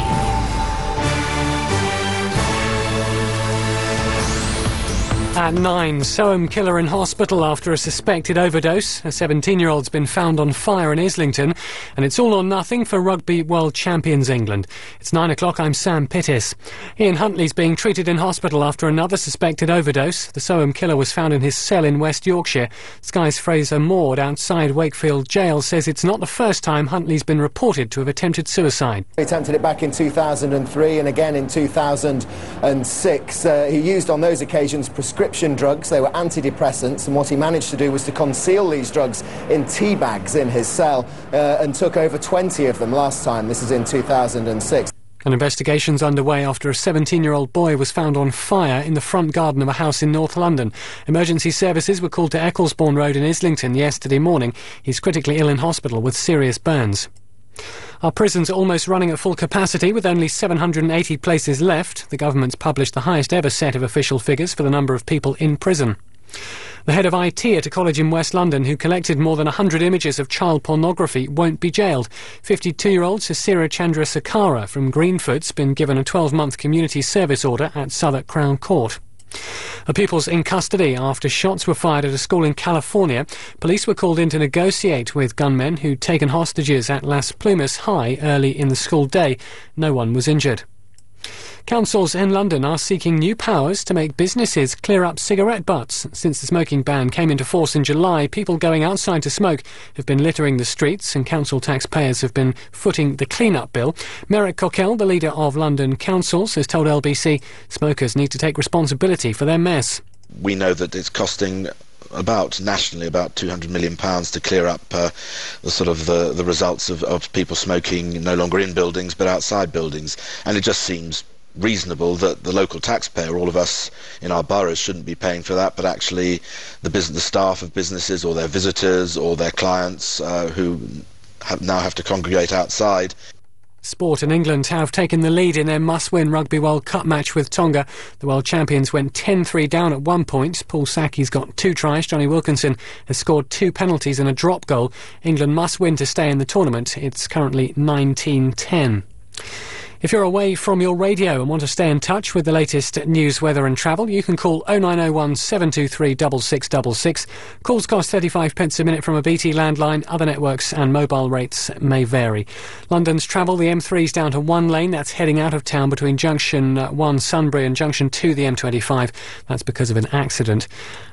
Speaker 44: At nine, Soham killer in hospital after a suspected overdose. A 17 year old's been found on fire in Islington, and it's all or nothing for Rugby World Champions England. It's nine o'clock, I'm Sam Pittis. Ian Huntley's being treated in hospital after another suspected overdose. The Soham killer was found in his cell in West Yorkshire. Sky's Fraser Maud outside Wakefield Jail says it's not the first time Huntley's been reported to have attempted suicide.
Speaker 66: He attempted it back in 2003 and again in 2006. Uh, he used on those occasions prescription drugs. They were antidepressants, and what he managed to do was to conceal these drugs in tea bags in his cell uh, and took over 20 of them last time. This is in 2006.
Speaker 44: An investigation's underway after a 17-year-old boy was found on fire in the front garden of a house in North London. Emergency services were called to Ecclesbourne Road in Islington yesterday morning. He's critically ill in hospital with serious burns. Our prisons are almost running at full capacity with only 780 places left. The government's published the highest ever set of official figures for the number of people in prison. The head of IT at a college in West London who collected more than 100 images of child pornography won't be jailed. 52-year-old Sasira Chandra Sakara from Greenfoot's been given a 12-month community service order at Southwark Crown Court. A pupil's in custody after shots were fired at a school in California. Police were called in to negotiate with gunmen who'd taken hostages at Las Plumas High early in the school day. No one was injured. Councils in London are seeking new powers to make businesses clear up cigarette butts. Since the smoking ban came into force in July, people going outside to smoke have been littering the streets, and council taxpayers have been footing the clean-up bill. Merrick Cockell, the leader of London councils, has told LBC smokers need to take responsibility for their mess.
Speaker 67: we know that it's costing about nationally about 200 million pounds to clear up uh, the sort of uh, the, the results of, of people smoking no longer in buildings but outside buildings and it just seems reasonable that the local taxpayer all of us in our boroughs shouldn't be paying for that but actually the business the staff of businesses or their visitors or their clients uh, who have, now have to congregate outside
Speaker 44: Sport and England have taken the lead in their must-win Rugby World Cup match with Tonga. The world champions went 10-3 down at one point. Paul Sackey's got two tries. Johnny Wilkinson has scored two penalties and a drop goal. England must win to stay in the tournament. It's currently 19-10. If you're away from your radio and want to stay in touch with the latest news, weather and travel, you can call 0901 723 6666. Calls cost 35 pence a minute from a BT landline. Other networks and mobile rates may vary. London's travel, the M3's down to one lane. That's heading out of town between junction uh, 1 Sunbury and junction 2 the M25. That's because of an accident.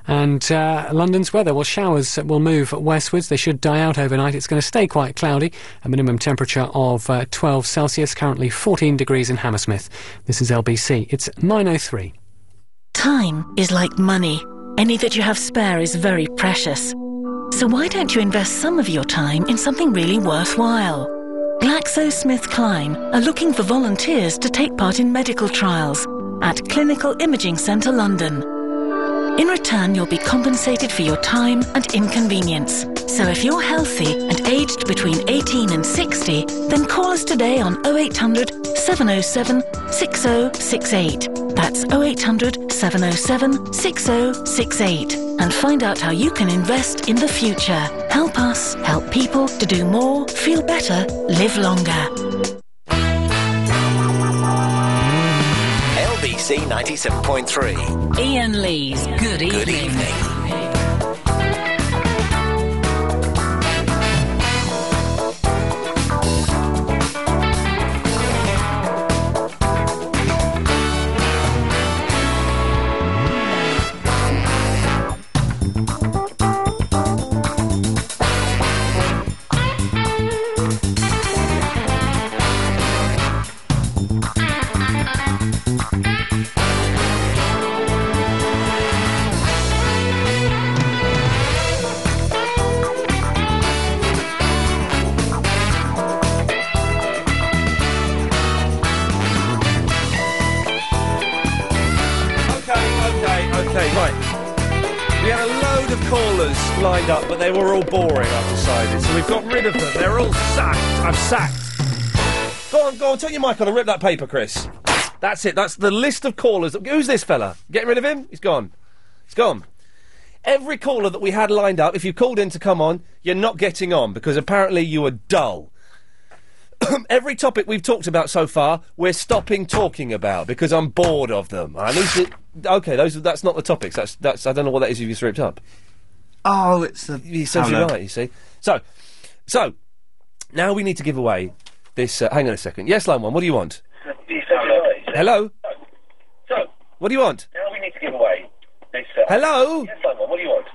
Speaker 44: And uh, London's weather, well, showers will move westwards. They should die out overnight. It's going to stay quite cloudy. A minimum temperature of uh, 12 Celsius, currently 14 degrees in Hammersmith. This is LBC. It's 9.03.
Speaker 46: Time is like money. Any that you have spare is very precious. So why don't you invest some of your time in something really worthwhile? GlaxoSmithKline are looking for volunteers to take part in medical trials at Clinical Imaging Centre London. In return, you'll be compensated for your time and inconvenience. So if you're healthy and aged between 18 and 60, then call us today on 0800 707 6068. That's 0800 707 6068. And find out how you can invest in the future. Help us help people to do more, feel better, live longer.
Speaker 39: LBC 97.3.
Speaker 46: Ian Lee's Good Evening.
Speaker 39: Good evening.
Speaker 5: callers lined up, but they were all boring, I've decided. So we've got rid of them. They're all sacked. I'm sacked. Go on, go on, turn your mic on and rip that paper, Chris. That's it. That's the list of callers. Who's this fella? Getting rid of him? He's gone. He's gone. Every caller that we had lined up, if you called in to come on, you're not getting on because apparently you were dull. Every topic we've talked about so far, we're stopping talking about because I'm bored of them. I need to. Okay, those that's not the topics. That's that's. I don't know what that is. You've just ripped up.
Speaker 68: Oh, it's a.
Speaker 5: You're so right. You see. So, so now we need to give away this. Uh, hang on a second. Yes, line one. What do you want? Hello.
Speaker 2: So-
Speaker 5: What do you want?
Speaker 2: Now we need to give away this. Uh,
Speaker 5: Hello?
Speaker 2: Yes, Simon, what do you want?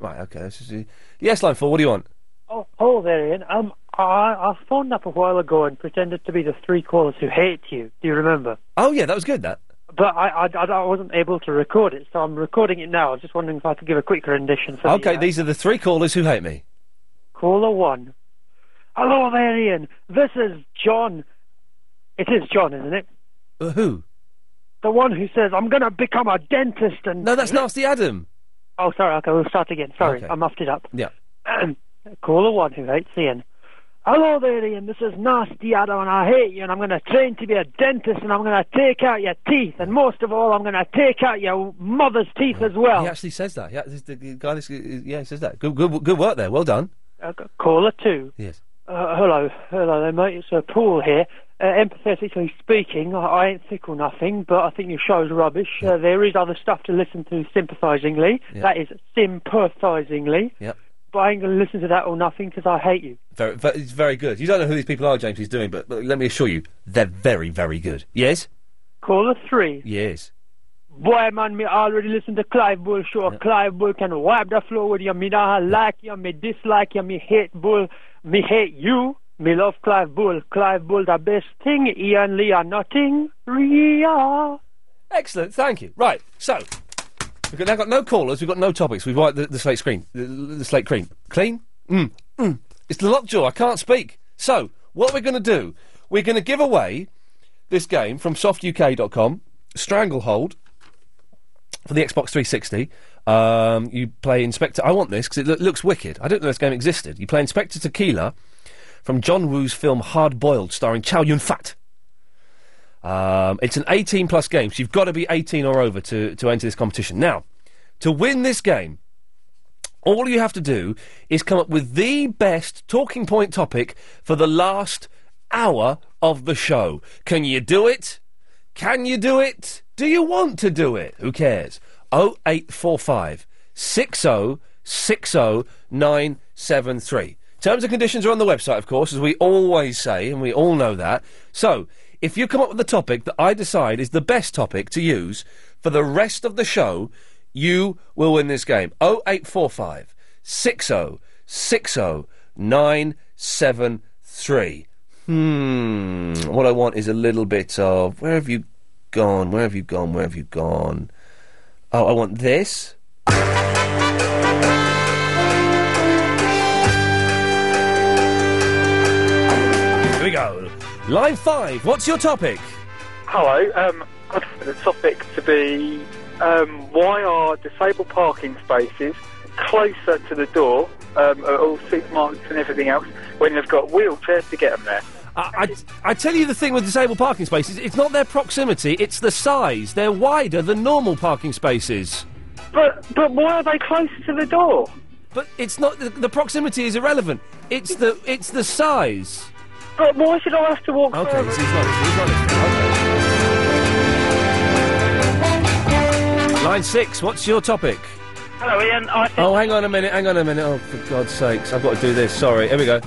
Speaker 5: Right. Okay. This is, yes, line four. What do you want?
Speaker 69: Oh, hello there, Ian. Um, I, I phoned up a while ago and pretended to be the three callers who hate you. Do you remember?
Speaker 5: Oh yeah, that was good. That.
Speaker 69: But I, I, I- I wasn't able to record it, so I'm recording it now. I was just wondering if I could give a quick rendition for
Speaker 5: okay.
Speaker 69: the, uh,
Speaker 5: These are the three callers who hate me.
Speaker 69: caller one. Hello there, Ian. This is John. It is John, isn't it?
Speaker 5: Uh, who?
Speaker 69: The one who says I'm going to become a dentist and
Speaker 5: no, that's nasty Adam.
Speaker 69: Oh, sorry. Okay, we'll start again. Sorry,
Speaker 5: Okay.
Speaker 69: I muffed it up.
Speaker 5: Yeah.
Speaker 69: Caller one who hates Ian. Hello there, Ian. This is Nasty Adam, and I hate you. And I'm going to train to be a dentist, and I'm going to take out your teeth, and most of all, I'm going to take out your mother's teeth as well.
Speaker 5: He actually says that. Yeah, this, the the guy. This, yeah, he says that. Good, good, good work there. Well done.
Speaker 69: Okay. Caller two.
Speaker 5: Yes.
Speaker 69: Uh, hello, hello there, mate. It's uh, Paul here. Uh, empathetically speaking, I, I ain't sick or nothing, but I think your show's rubbish. Uh, there is other stuff to listen to sympathisingly.
Speaker 5: Yeah.
Speaker 69: That is sympathisingly.
Speaker 5: Yep.
Speaker 69: But I ain't going to listen to that or nothing because I hate you.
Speaker 5: Very, very, it's very good. You don't know who these people are, James. He's doing, but, but let me assure you, they're very, very good. Yes.
Speaker 69: Caller three.
Speaker 5: Yes.
Speaker 69: Boy, man, me already listen to Clive Bull show. Clive Bull can wipe the floor with you. Me nah like you, me dislike you, me hate Bull, me hate you. Me love Clive Bull. Clive Bull the best thing. Ian Lee are nothing. Ria.
Speaker 5: Excellent. Thank you. Right. So we've got, now got no callers. We've got no topics. We've wiped the, the slate screen. The, the slate cream. Clean. Mm. Mm. It's the lockjaw. I can't speak. So what we're going to do? We're going to give away this game from softuk.com. Stranglehold. for the Xbox 360. Um, you play Inspector. I want this because it loo- looks wicked. I didn't know this game existed. You play Inspector Tequila from John Woo's film Hard Boiled, starring Chow Yun Fat. Um, it's an 18 plus game, so you've got to be 18 or over to, to enter this competition. Now, to win this game, all you have to do is come up with the best talking point topic for the last hour of the show. Can you do it? Can you do it? Do you want to do it? Who cares? 0845 60 60 973. Terms and conditions are on the website, of course, as we always say, and we all know that. So, if you come up with a topic that I decide is the best topic to use for the rest of the show, you will win this game. 0845 60 60 973. Hmm. What I want is a little bit of where have you gone? Where have you gone? Where have you gone? Oh, I want this. Here we go. Line five. What's your topic?
Speaker 62: Hello. Um, I'd like the topic to be um, why are disabled parking spaces closer to the door um, at all supermarkets and everything else when they've got wheelchairs to get them there?
Speaker 5: I, I, I tell you the thing with disabled parking spaces, it's not their proximity, it's the size. They're wider than normal parking spaces.
Speaker 62: But but why are they closer to the door?
Speaker 5: But it's not the, the proximity is irrelevant. It's the it's the size.
Speaker 62: But why should I have to walk?
Speaker 5: Okay, so he's not, he's not okay. Line six. What's your topic?
Speaker 62: Hello, Ian. I
Speaker 5: Oh, hang on a minute. Hang on a minute. Oh, for God's sakes! I've got to do this. Sorry. Here we go.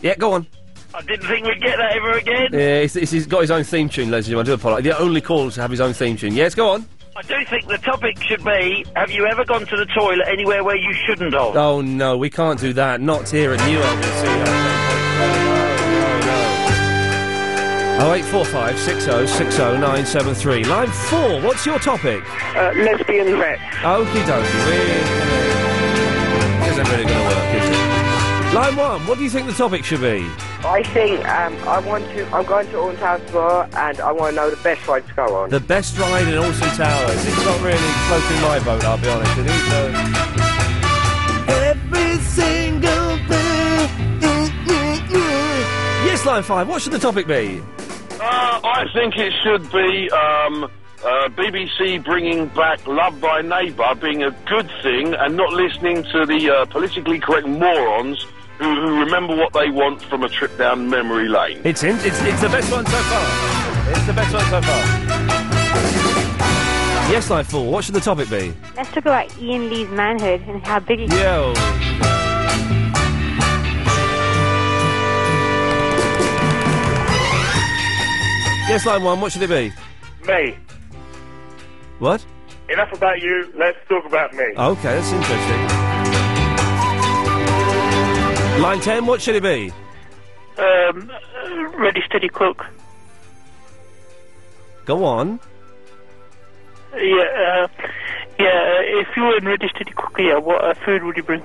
Speaker 5: Yeah, go on.
Speaker 62: I didn't think we'd get that ever again.
Speaker 5: Yeah, he's, Uh, he's- he's got his own theme tune, ladies and gentlemen. I do apologise. The only call to have his own theme tune. Yes, go on.
Speaker 62: I do think the topic should be: Have you ever gone to the toilet anywhere where you shouldn't have?
Speaker 5: Oh no, we can't do that. Not here at New Oh, LBC. Oh eight four five six oh six oh nine seven three. Line four. What's your topic?
Speaker 62: Uh, lesbian vet.
Speaker 5: Okie dokie. we're- This isn't really going to work, is it? Line one. What do you think the topic should be?
Speaker 3: I think um, I want to. I'm going to Orton Town tomorrow, and I want to know the best ride to go on.
Speaker 5: The best ride in Alton Towers. It's not really floating my boat, I'll be honest. It is, uh,
Speaker 1: Every single thing.
Speaker 5: Yes, Line 5, what should the topic be?
Speaker 3: Uh, I think it should be um, uh, BBC bringing back Love by Neighbour being a good thing and not listening to the uh, politically correct morons who, who remember what they want from a trip down memory lane.
Speaker 5: It's in, it's, it's the best one so far. It's the best one so far. Yes, Line 4, what should the topic be?
Speaker 33: Let's talk about
Speaker 57: E
Speaker 33: Ian Lee's manhood and how big he
Speaker 5: Yo. Yes, Line 1, what should it be?
Speaker 70: Me.
Speaker 5: What?
Speaker 70: Enough about you. Let's talk about me.
Speaker 5: Okay, that's interesting. Line 10, what should it be?
Speaker 70: Um, ready, steady, cook.
Speaker 5: Go on.
Speaker 70: Yeah, uh, yeah. uh, If you were in ready, steady, cook, yeah, what uh, food would you bring?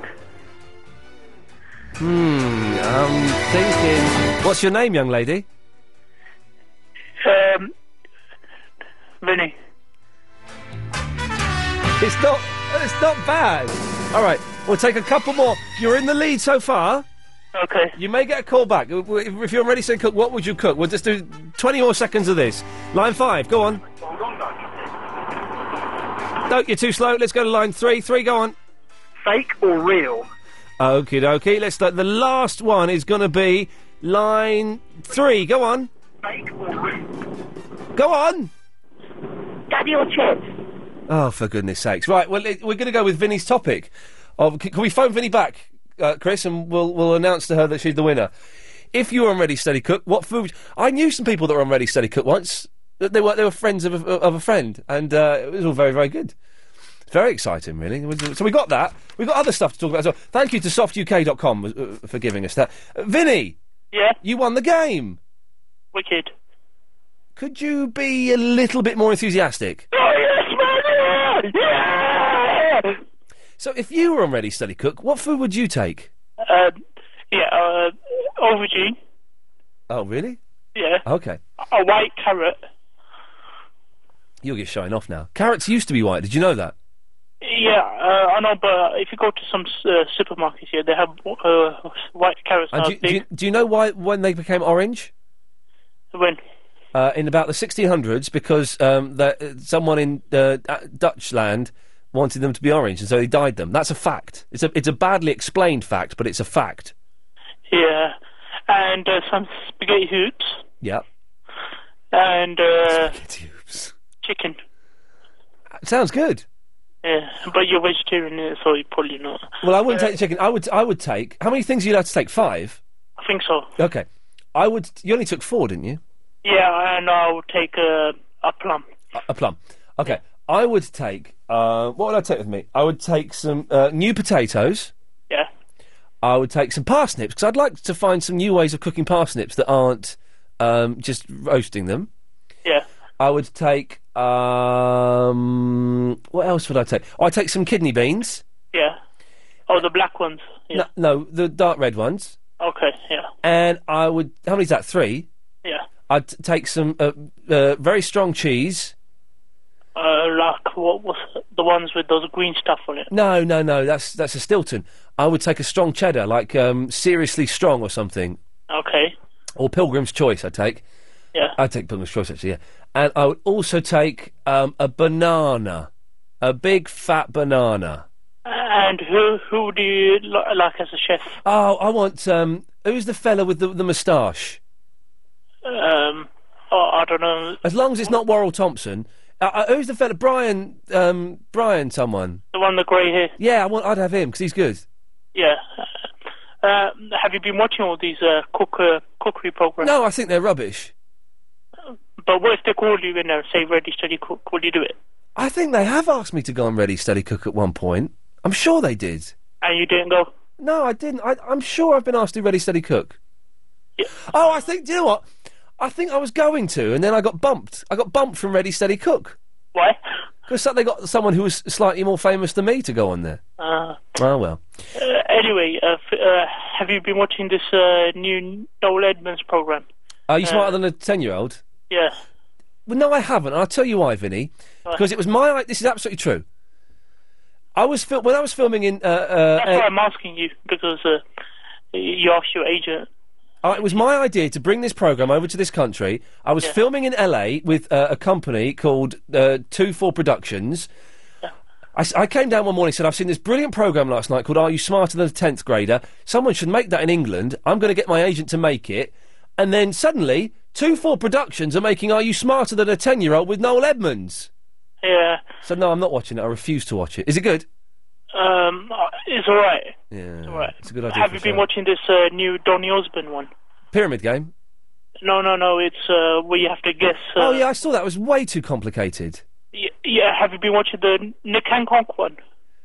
Speaker 5: Hmm, I'm thinking. What's your name, young lady?
Speaker 70: Um, Vinny.
Speaker 5: It's not. It's not bad. All right, we'll take a couple more. You're in the lead so far.
Speaker 70: Okay.
Speaker 5: You may get a call back If- if you're ready. Say, cook. What would you cook? We'll just do 20 more seconds of this. Line five. Go on. No, you're too slow. Let's go to line three. Three. Go on.
Speaker 70: Fake or real?
Speaker 5: Okay, dokie. Let's start. The last one is going to be line three. Go on. Go on.
Speaker 70: Daddy or chips?
Speaker 5: Oh, for goodness sakes. Right, well, it, we're going to go with Vinny's topic. Of, c- can we phone Vinny back, uh, Chris, and we'll, we'll announce to her that she's the winner. If you were on Ready Steady Cook, what food... I knew some people that were on Ready Steady Cook once. That They were, they were friends of a, of a friend, and uh, it was all very, very good. It's very exciting, really. uh, So we got that. we got other stuff to talk about as well. Thank you to softuk.com uh, for giving us that. Uh, Vinny!
Speaker 70: Yeah?
Speaker 5: You won the game!
Speaker 70: Wicked.
Speaker 5: Could you be a little bit more enthusiastic?
Speaker 70: Oh,
Speaker 5: So, if you were on Ready Steady Cook, what food would you take?
Speaker 70: Um, yeah, uh, aubergine.
Speaker 5: Oh, really?
Speaker 70: Yeah.
Speaker 5: Okay.
Speaker 70: A white carrot.
Speaker 5: You'll get showing off now. Carrots used to be white. Did you know that?
Speaker 70: Yeah, uh, I know, but if you go to some uh, supermarkets here, they have uh, white carrots
Speaker 5: And
Speaker 70: now.
Speaker 5: do, you- do you, do you know why when they became orange?
Speaker 70: When?
Speaker 5: Uh, in about the 1600s, because um, that, uh, someone in uh, D- Dutch land wanted them to be orange, and so they dyed them. That's a fact. It's a it's a badly explained fact, but it's a fact.
Speaker 70: Yeah, and uh, some spaghetti hoops
Speaker 5: Yeah.
Speaker 70: and uh, chicken.
Speaker 5: Sounds good.
Speaker 70: Yeah, but you're vegetarian, so you probably not.
Speaker 5: Well, I wouldn't take the chicken. I would. I would take. How many things are you allowed to take? Five.
Speaker 70: I think so.
Speaker 5: Okay. I would. You only took four, didn't you?
Speaker 70: Yeah, and I'll take uh, a plum.
Speaker 5: A, a plum. Okay. I would take. Uh, what would I take with me? I would take some uh, new potatoes.
Speaker 70: Yeah.
Speaker 5: I would take some parsnips because I'd like to find some new ways of cooking parsnips that aren't um, just roasting them.
Speaker 70: Yeah.
Speaker 5: I would take. Um, what else would I take? I'd take some kidney beans.
Speaker 70: Yeah. Oh, the black ones. Yeah.
Speaker 5: No, no, the dark red ones.
Speaker 70: Okay. Yeah.
Speaker 5: And I would. How many's that? Three.
Speaker 70: Yeah.
Speaker 5: I'd t- take some uh, uh, very strong cheese.
Speaker 70: Uh, like what was the ones with those green stuff on it?
Speaker 5: No, no, no. That's that's a Stilton. I would take a strong cheddar, like um, seriously strong or something,
Speaker 70: Okay.
Speaker 5: or Pilgrim's Choice. I would take.
Speaker 70: Yeah.
Speaker 5: I would take Pilgrim's Choice actually. Yeah, and I would also take um, a banana, a big fat banana.
Speaker 70: And who who do you li- like as a chef?
Speaker 5: Oh, I want. Um, who's the fella with the the moustache?
Speaker 70: Um, oh, I don't know.
Speaker 5: As long as it's not Warrell Thompson. Uh, uh, who's the fella? Brian. Um, Brian. Someone.
Speaker 70: The one with grey hair.
Speaker 5: Yeah, I want. I'd have him because he's good.
Speaker 70: Yeah. Uh, have you been watching all these uh, cook uh, cookery programs?
Speaker 5: No, I think they're rubbish.
Speaker 70: But what if they call you in there and say ready, steady, cook? Will you do it?
Speaker 5: I think they have asked me to go on Ready Steady Cook at one point. I'm sure they did.
Speaker 70: And you didn't go.
Speaker 5: No, I didn't. I, I'm sure I've been asked to do Ready Steady Cook. Oh, I think. Do you know what? I think I was going to, and then I got bumped. I got bumped from Ready Steady Cook.
Speaker 70: Why?
Speaker 5: Because they got someone who
Speaker 70: Oh.
Speaker 5: was slightly more famous than me to go on there.
Speaker 70: Uh,
Speaker 5: Oh well.
Speaker 70: uh, anyway, uh, f- uh, have you been watching this uh, new Noel Edmonds program?
Speaker 5: Are you
Speaker 70: Uh,
Speaker 5: smarter than a ten-year-old?
Speaker 70: Yeah.
Speaker 5: Well, no, I haven't. And I'll tell you why, Vinny.
Speaker 70: Right.
Speaker 5: Because it was my. This is absolutely true. I was fil- when I was filming in. Uh, uh,
Speaker 70: That's
Speaker 5: Ed-
Speaker 70: why I'm asking you because uh, you asked your agent.
Speaker 5: Uh, it was my idea to bring this program over to this country. I was filming in LA with uh, a company called uh, Two Four Productions. I, s- I came down one morning and said, I've seen this brilliant program last night called Are You Smarter Than a 10th Grader? Someone should make that in England. I'm going to get my agent to make it. And then suddenly, Two Four Productions are making Are You Smarter Than a 10 year old with Noel Edmonds.
Speaker 70: Yeah.
Speaker 5: So, no, I'm not watching it. I refuse to watch it. Is it good?
Speaker 70: Um, uh, it's all right.
Speaker 5: Yeah.
Speaker 70: It's all right.
Speaker 5: It's a good idea.
Speaker 70: Have
Speaker 5: for
Speaker 70: you
Speaker 5: a
Speaker 70: been
Speaker 5: show.
Speaker 70: watching this uh, new Donny Osmond one?
Speaker 5: Pyramid Game?
Speaker 70: No, no, no. It's uh, where you have to guess. Uh,
Speaker 5: oh, yeah, I saw that. It was way too complicated.
Speaker 70: y- yeah. Have you been watching the Nick Hancock one?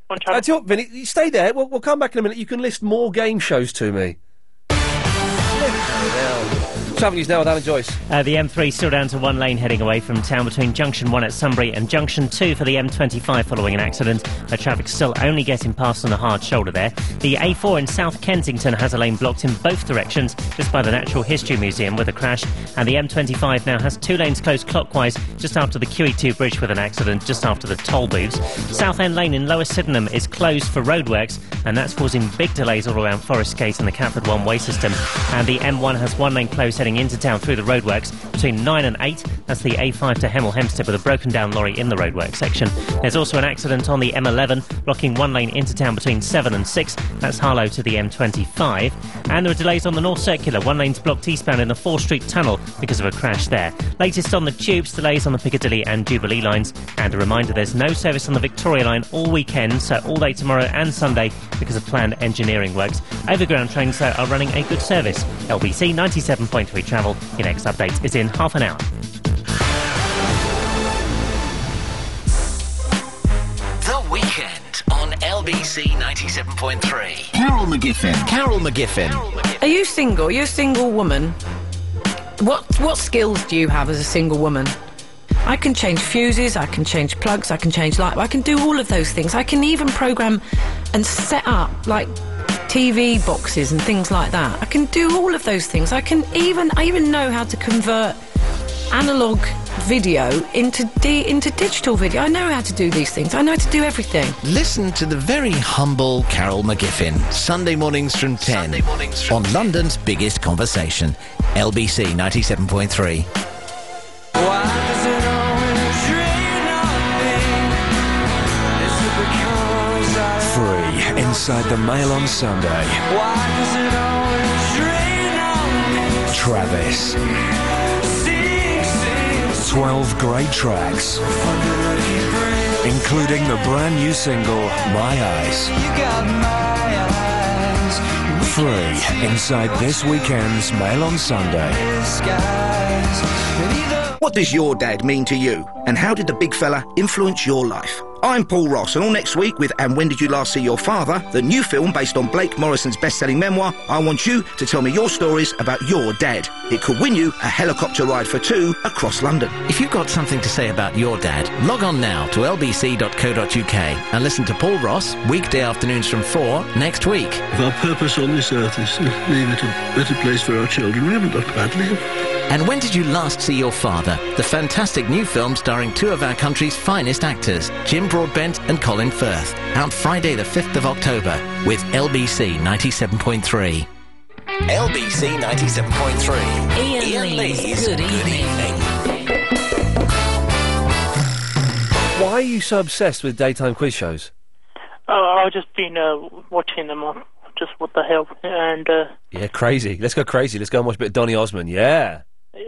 Speaker 5: I tell you what, Vinny, you stay there. We'll, we'll come back in a minute. You can list more game shows to me. Travel news now with Alan Joyce.
Speaker 10: Uh, the M3 still down to one lane heading away from town between Junction 1 at Sunbury and Junction 2 for the M25 following an accident. The traffic's still only getting past on the hard shoulder there. The A4 in South Kensington has a lane blocked in both directions just by the Natural History Museum with a crash. And the M25 now has two lanes closed clockwise just after the QE2 bridge with an accident just after the toll booths. South End Lane in Lower Sydenham is closed for roadworks and that's causing big delays all around Forest Gate and the Catford One Way system. And the M1 has one lane closed heading into town through the roadworks between 9 and 8. That's the A5 to Hemel Hempstead with a broken down lorry in the roadworks section. There's also an accident on the M11 blocking one lane into town between 7 and 6. That's Harlow to the M25. And there are delays on the North Circular. One lane's blocked eastbound in the 4th Street tunnel because of a crash there. Latest on the tubes, delays on the Piccadilly and Jubilee lines. And a reminder there's no service on the Victoria line all weekend, so all day tomorrow and Sunday because of planned engineering works. Overground trains, though, are running a good service. LBC 97.3 travel. Your next update is in half an hour.
Speaker 71: The Weekend on LBC 97.3.
Speaker 15: Carol McGiffin. Carol McGiffin.
Speaker 72: Are you single? Are you a single woman? What what skills do you have as a single woman? I can change fuses, I can change plugs, I can change light, I can do all of those things. I can even program and set up like TV boxes and things like that. I can do all of those things. I can even I even know how to convert analog video into di- into digital video. I know how to do these things. I know how to do everything.
Speaker 15: Listen to the very humble Carol McGiffin. Sunday mornings from 10. on London's biggest conversation. LBC 97.3.
Speaker 13: Free inside the Mail on Sunday. Travis. 12 great tracks, including the brand new single My Eyes. Free inside this weekend's Mail on Sunday.
Speaker 14: What does your dad mean to you? And how did the big fella influence your life? I'm Paul Ross, and all next week with And When Did You Last See Your Father, the new film based on Blake Morrison's best selling memoir, I want you to tell me your stories about your dad. It could win you a helicopter ride for two across London.
Speaker 15: If you've got something to say about your dad, log on now to lbc.co.uk and listen to Paul Ross weekday afternoons from 4 next week.
Speaker 73: If our purpose on this earth is to leave it a better place for our children, we haven't got to badly.
Speaker 15: And when did you last see your father? The fantastic new film starring two of our country's finest actors, Jim Broadbent and Colin Firth, out Friday the 5th of October with LBC 97.3.
Speaker 71: LBC 97.3.
Speaker 39: Ian, Lee's Good Evening.
Speaker 5: Why are you so obsessed with daytime quiz shows?
Speaker 70: Uh, I've just been uh, watching them on just what the hell and uh,
Speaker 5: Yeah, crazy. Let's go crazy. Let's go and watch a bit of Donny Osmond. Yeah.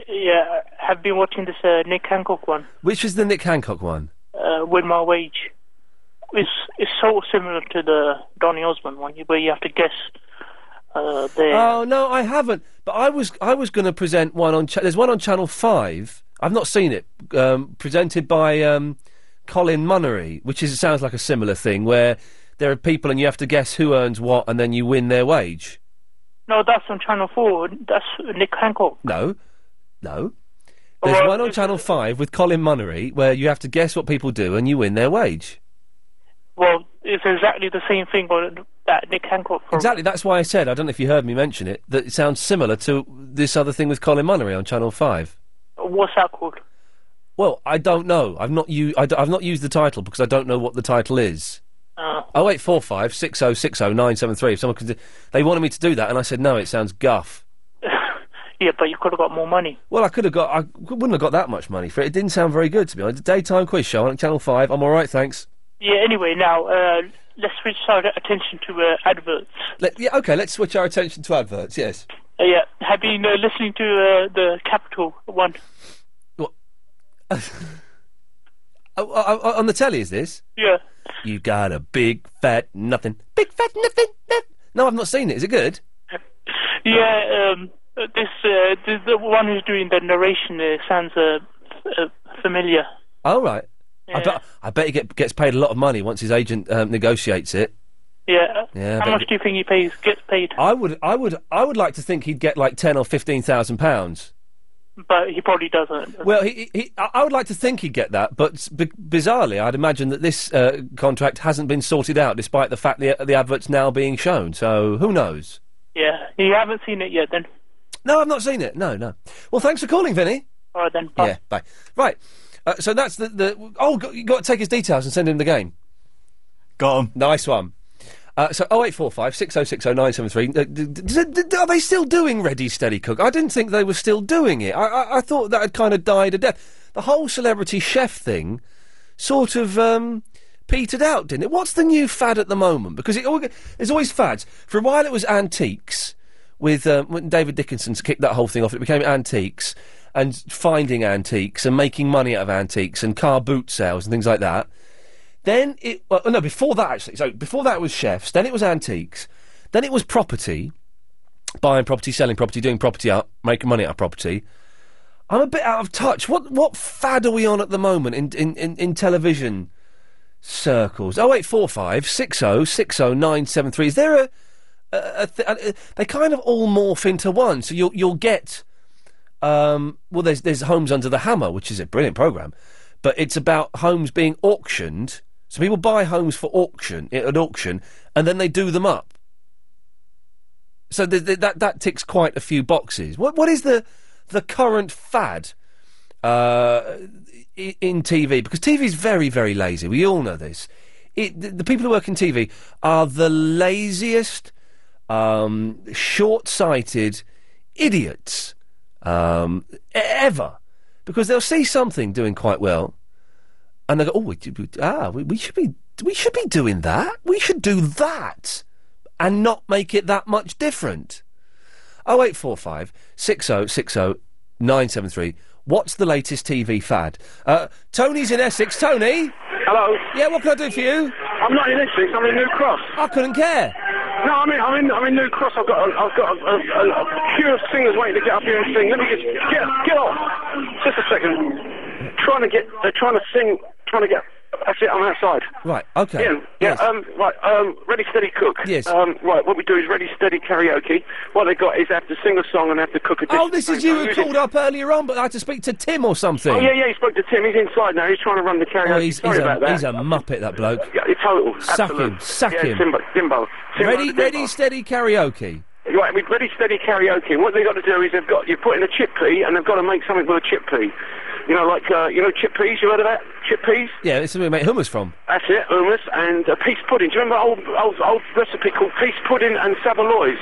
Speaker 70: yeah, I've been watching this uh, Nick Hancock one,
Speaker 5: Which is the Nick Hancock one?
Speaker 70: uh, Win My Wage. It's it's so similar to the Donny Osmond one, where you have to guess. Uh, the
Speaker 5: Oh no, I haven't. But I was I was going to present one on. Cha- There's one on Channel Five. I've not seen it. Um, presented by um, Colin Munnery, which is sounds like a similar thing where there are people and you have to guess who earns what and then you win their wage.
Speaker 70: No, that's on Channel Four. That's Nick Hancock.
Speaker 5: No, no. There's one on Channel Five with Colin Munnery where you have to guess what people do and you win their wage.
Speaker 70: Well, it's exactly the same thing on that Nick Hancock for
Speaker 5: Exactly. That's why I said I don't know if you heard me mention it that it sounds similar to this other thing with Colin Munnery on Channel Five.
Speaker 70: what's that called?
Speaker 5: Well, I don't know. I've not u- I d- I've not used the title because I don't know what the title is.
Speaker 70: Uh,
Speaker 5: Oh wait, four five six zero six zero nine seven three. If someone could, they wanted me to do that, and I said no. It sounds guff.
Speaker 70: yeah, but you could have got more money.
Speaker 5: Well, I could have got. I wouldn't have got that much money for it. It didn't sound very good to me. honest. Daytime quiz show on Channel Five. I'm all right, thanks.
Speaker 70: Yeah. Anyway, now uh, let's switch our attention to uh, adverts.
Speaker 5: Let, yeah, okay. Let's switch our attention to adverts. Yes.
Speaker 70: Uh, yeah, have been uh, listening to uh, the Capital one.
Speaker 5: Oh, oh, oh, on the telly, is this?
Speaker 70: Yeah.
Speaker 5: You got a big fat nothing. Big fat nothing. noth- No, I've not seen it. Is it good?
Speaker 70: Yeah, um, this uh, the, the one who's doing the narration uh, sounds uh, f- uh, familiar.
Speaker 5: All right. I
Speaker 70: Yeah.
Speaker 5: bet. I bet he get, gets paid a lot of money once his agent um, negotiates it.
Speaker 70: Yeah.
Speaker 5: Yeah,
Speaker 70: How
Speaker 5: but-
Speaker 70: much do you think he pays? Gets paid,
Speaker 5: I would. I would. I would like to think he'd get like ten or fifteen thousand pounds.
Speaker 70: but he probably doesn't.
Speaker 5: Well, he, he, I I would like to think he'd get that, but b- bizarrely, I'd imagine that this uh, contract hasn't been sorted out, despite the fact the, the advert's now being shown. So who knows?
Speaker 70: Yeah. You haven't seen it yet, then.
Speaker 5: No, I've not seen it. No, no. Well, thanks for calling, Vinny.
Speaker 70: All right then.
Speaker 5: Yeah, bye. Right. Uh, so that's the the. Oh, go, you got to take his details and send him the game.
Speaker 4: Got him.
Speaker 5: Nice one. Uh, so 0845 6060 973. Uh, d- d- d- d- Are they still doing Ready Steady Cook? I didn't think they were still doing it. I, I, I thought that had kind of died a death. The whole celebrity chef thing sort of um, petered out, didn't it? What's the new fad at the moment? Because it, al- there's always fads. For a while, it was antiques. With um, when David Dickinson's kicked that whole thing off, it became antiques and finding antiques and making money out of antiques and car boot sales and things like that. Then it well, no before that actually. So before that it was chefs. Then it was antiques. Then it was property, buying property, selling property, doing property up, making money out of property. I'm a bit out of touch. What what fad are we on at the moment in in, in, in television circles? Oh eight four five six zero six zero nine seven three. Is there a, a, a th- a- they kind of all morph into one? So you'll you'll get um, well, there's there's Homes Under the Hammer, which is a brilliant program, but it's about homes being auctioned. So people buy homes for auction at an auction, and then they do them up. So th- th- that that ticks quite a few boxes. What what is the the current fad uh, i- in TV? Because TV is very very lazy. We all know this. It, the, the people who work in TV are the laziest, um, short-sighted idiots um, e- ever, because they'll see something doing quite well, and they go, "Oh, we, we, ah, we, we should be, we should be doing that. We should do that, and not make it that much different." Oh eight four five six zero six zero nine seven three. What's the latest TV fad? Uh, Tony's in Essex. Tony.
Speaker 6: Hello.
Speaker 5: Yeah, what can I do for you?
Speaker 6: I'm not in Essex. I'm in New Cross.
Speaker 5: I couldn't care.
Speaker 6: No, I'm in. I'm in. I'm in New Cross. I've got. A, I've got a, a, a, a queue of singers waiting to get up here and sing. Let me just get get off. Just a second. Trying to get. They're trying to sing. Trying to get. That's it. I'm outside.
Speaker 5: Right. Okay.
Speaker 6: Yeah, yeah. Um, right. Um, ready, steady, cook.
Speaker 5: Yes.
Speaker 6: Um, right. What we do is ready, steady karaoke. What they got is they have to sing a song and they have to cook a dish.
Speaker 5: Oh, this is you who
Speaker 6: Music.
Speaker 5: called up earlier on, but I had to speak to Tim or something.
Speaker 6: Oh yeah, yeah. He spoke to Tim. He's inside now. He's trying to run the karaoke.
Speaker 5: Oh, he's,
Speaker 6: Sorry
Speaker 5: he's
Speaker 6: about
Speaker 5: a,
Speaker 6: that.
Speaker 5: he's a muppet, that bloke.
Speaker 6: Yeah, total.
Speaker 5: Sack
Speaker 6: absolute.
Speaker 5: him, sack
Speaker 6: yeah,
Speaker 5: him.
Speaker 6: Timbo, Timbo. Timbo
Speaker 5: ready,
Speaker 6: the
Speaker 5: ready, steady, karaoke.
Speaker 6: Right, we've ready steady karaoke. What they've got to do is they've got you put in a chickpea and they've got to make something with a chickpea. You know, like uh, you know chickpeas. You heard of that? Chickpeas.
Speaker 5: Yeah, this is where we make hummus from.
Speaker 6: That's it. Hummus and a peace pudding. Do you remember old old, old recipe called peace pudding and saveloys?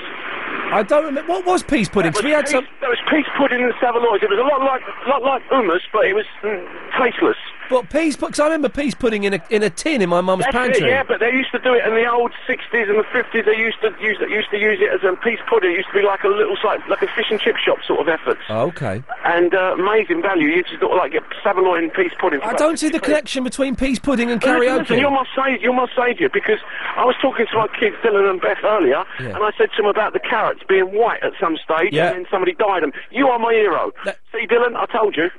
Speaker 5: I don't remember what was peas pudding. 'Cause we had some.
Speaker 6: That was peace pudding and saveloys. It was a lot like lot like hummus, but it was mm, tasteless.
Speaker 5: But peas, because I remember peas pudding in a in a tin in my mum's
Speaker 6: That's
Speaker 5: pantry.
Speaker 6: it, yeah, but they used to do it in the old sixties and the fifties. They used to use they used to use it as a peace pudding. It used to be like a little like like a fish and chip shop sort of effort.
Speaker 5: Oh, okay.
Speaker 6: and uh, amazing value. You just got like get saveloy and peas pudding. For
Speaker 5: I
Speaker 6: about
Speaker 5: don't see the
Speaker 6: 50p.
Speaker 5: connection between peas pudding and
Speaker 6: Well, Listen,
Speaker 5: karaoke.
Speaker 6: listen, you're my savior. You're my savior because I was talking to my kids Dylan and Beth earlier,
Speaker 5: Yeah.
Speaker 6: and I said to them about the carrots being white at some stage,
Speaker 5: Yeah.
Speaker 6: and then somebody dyed them. You are my hero. See, Dylan, I told you.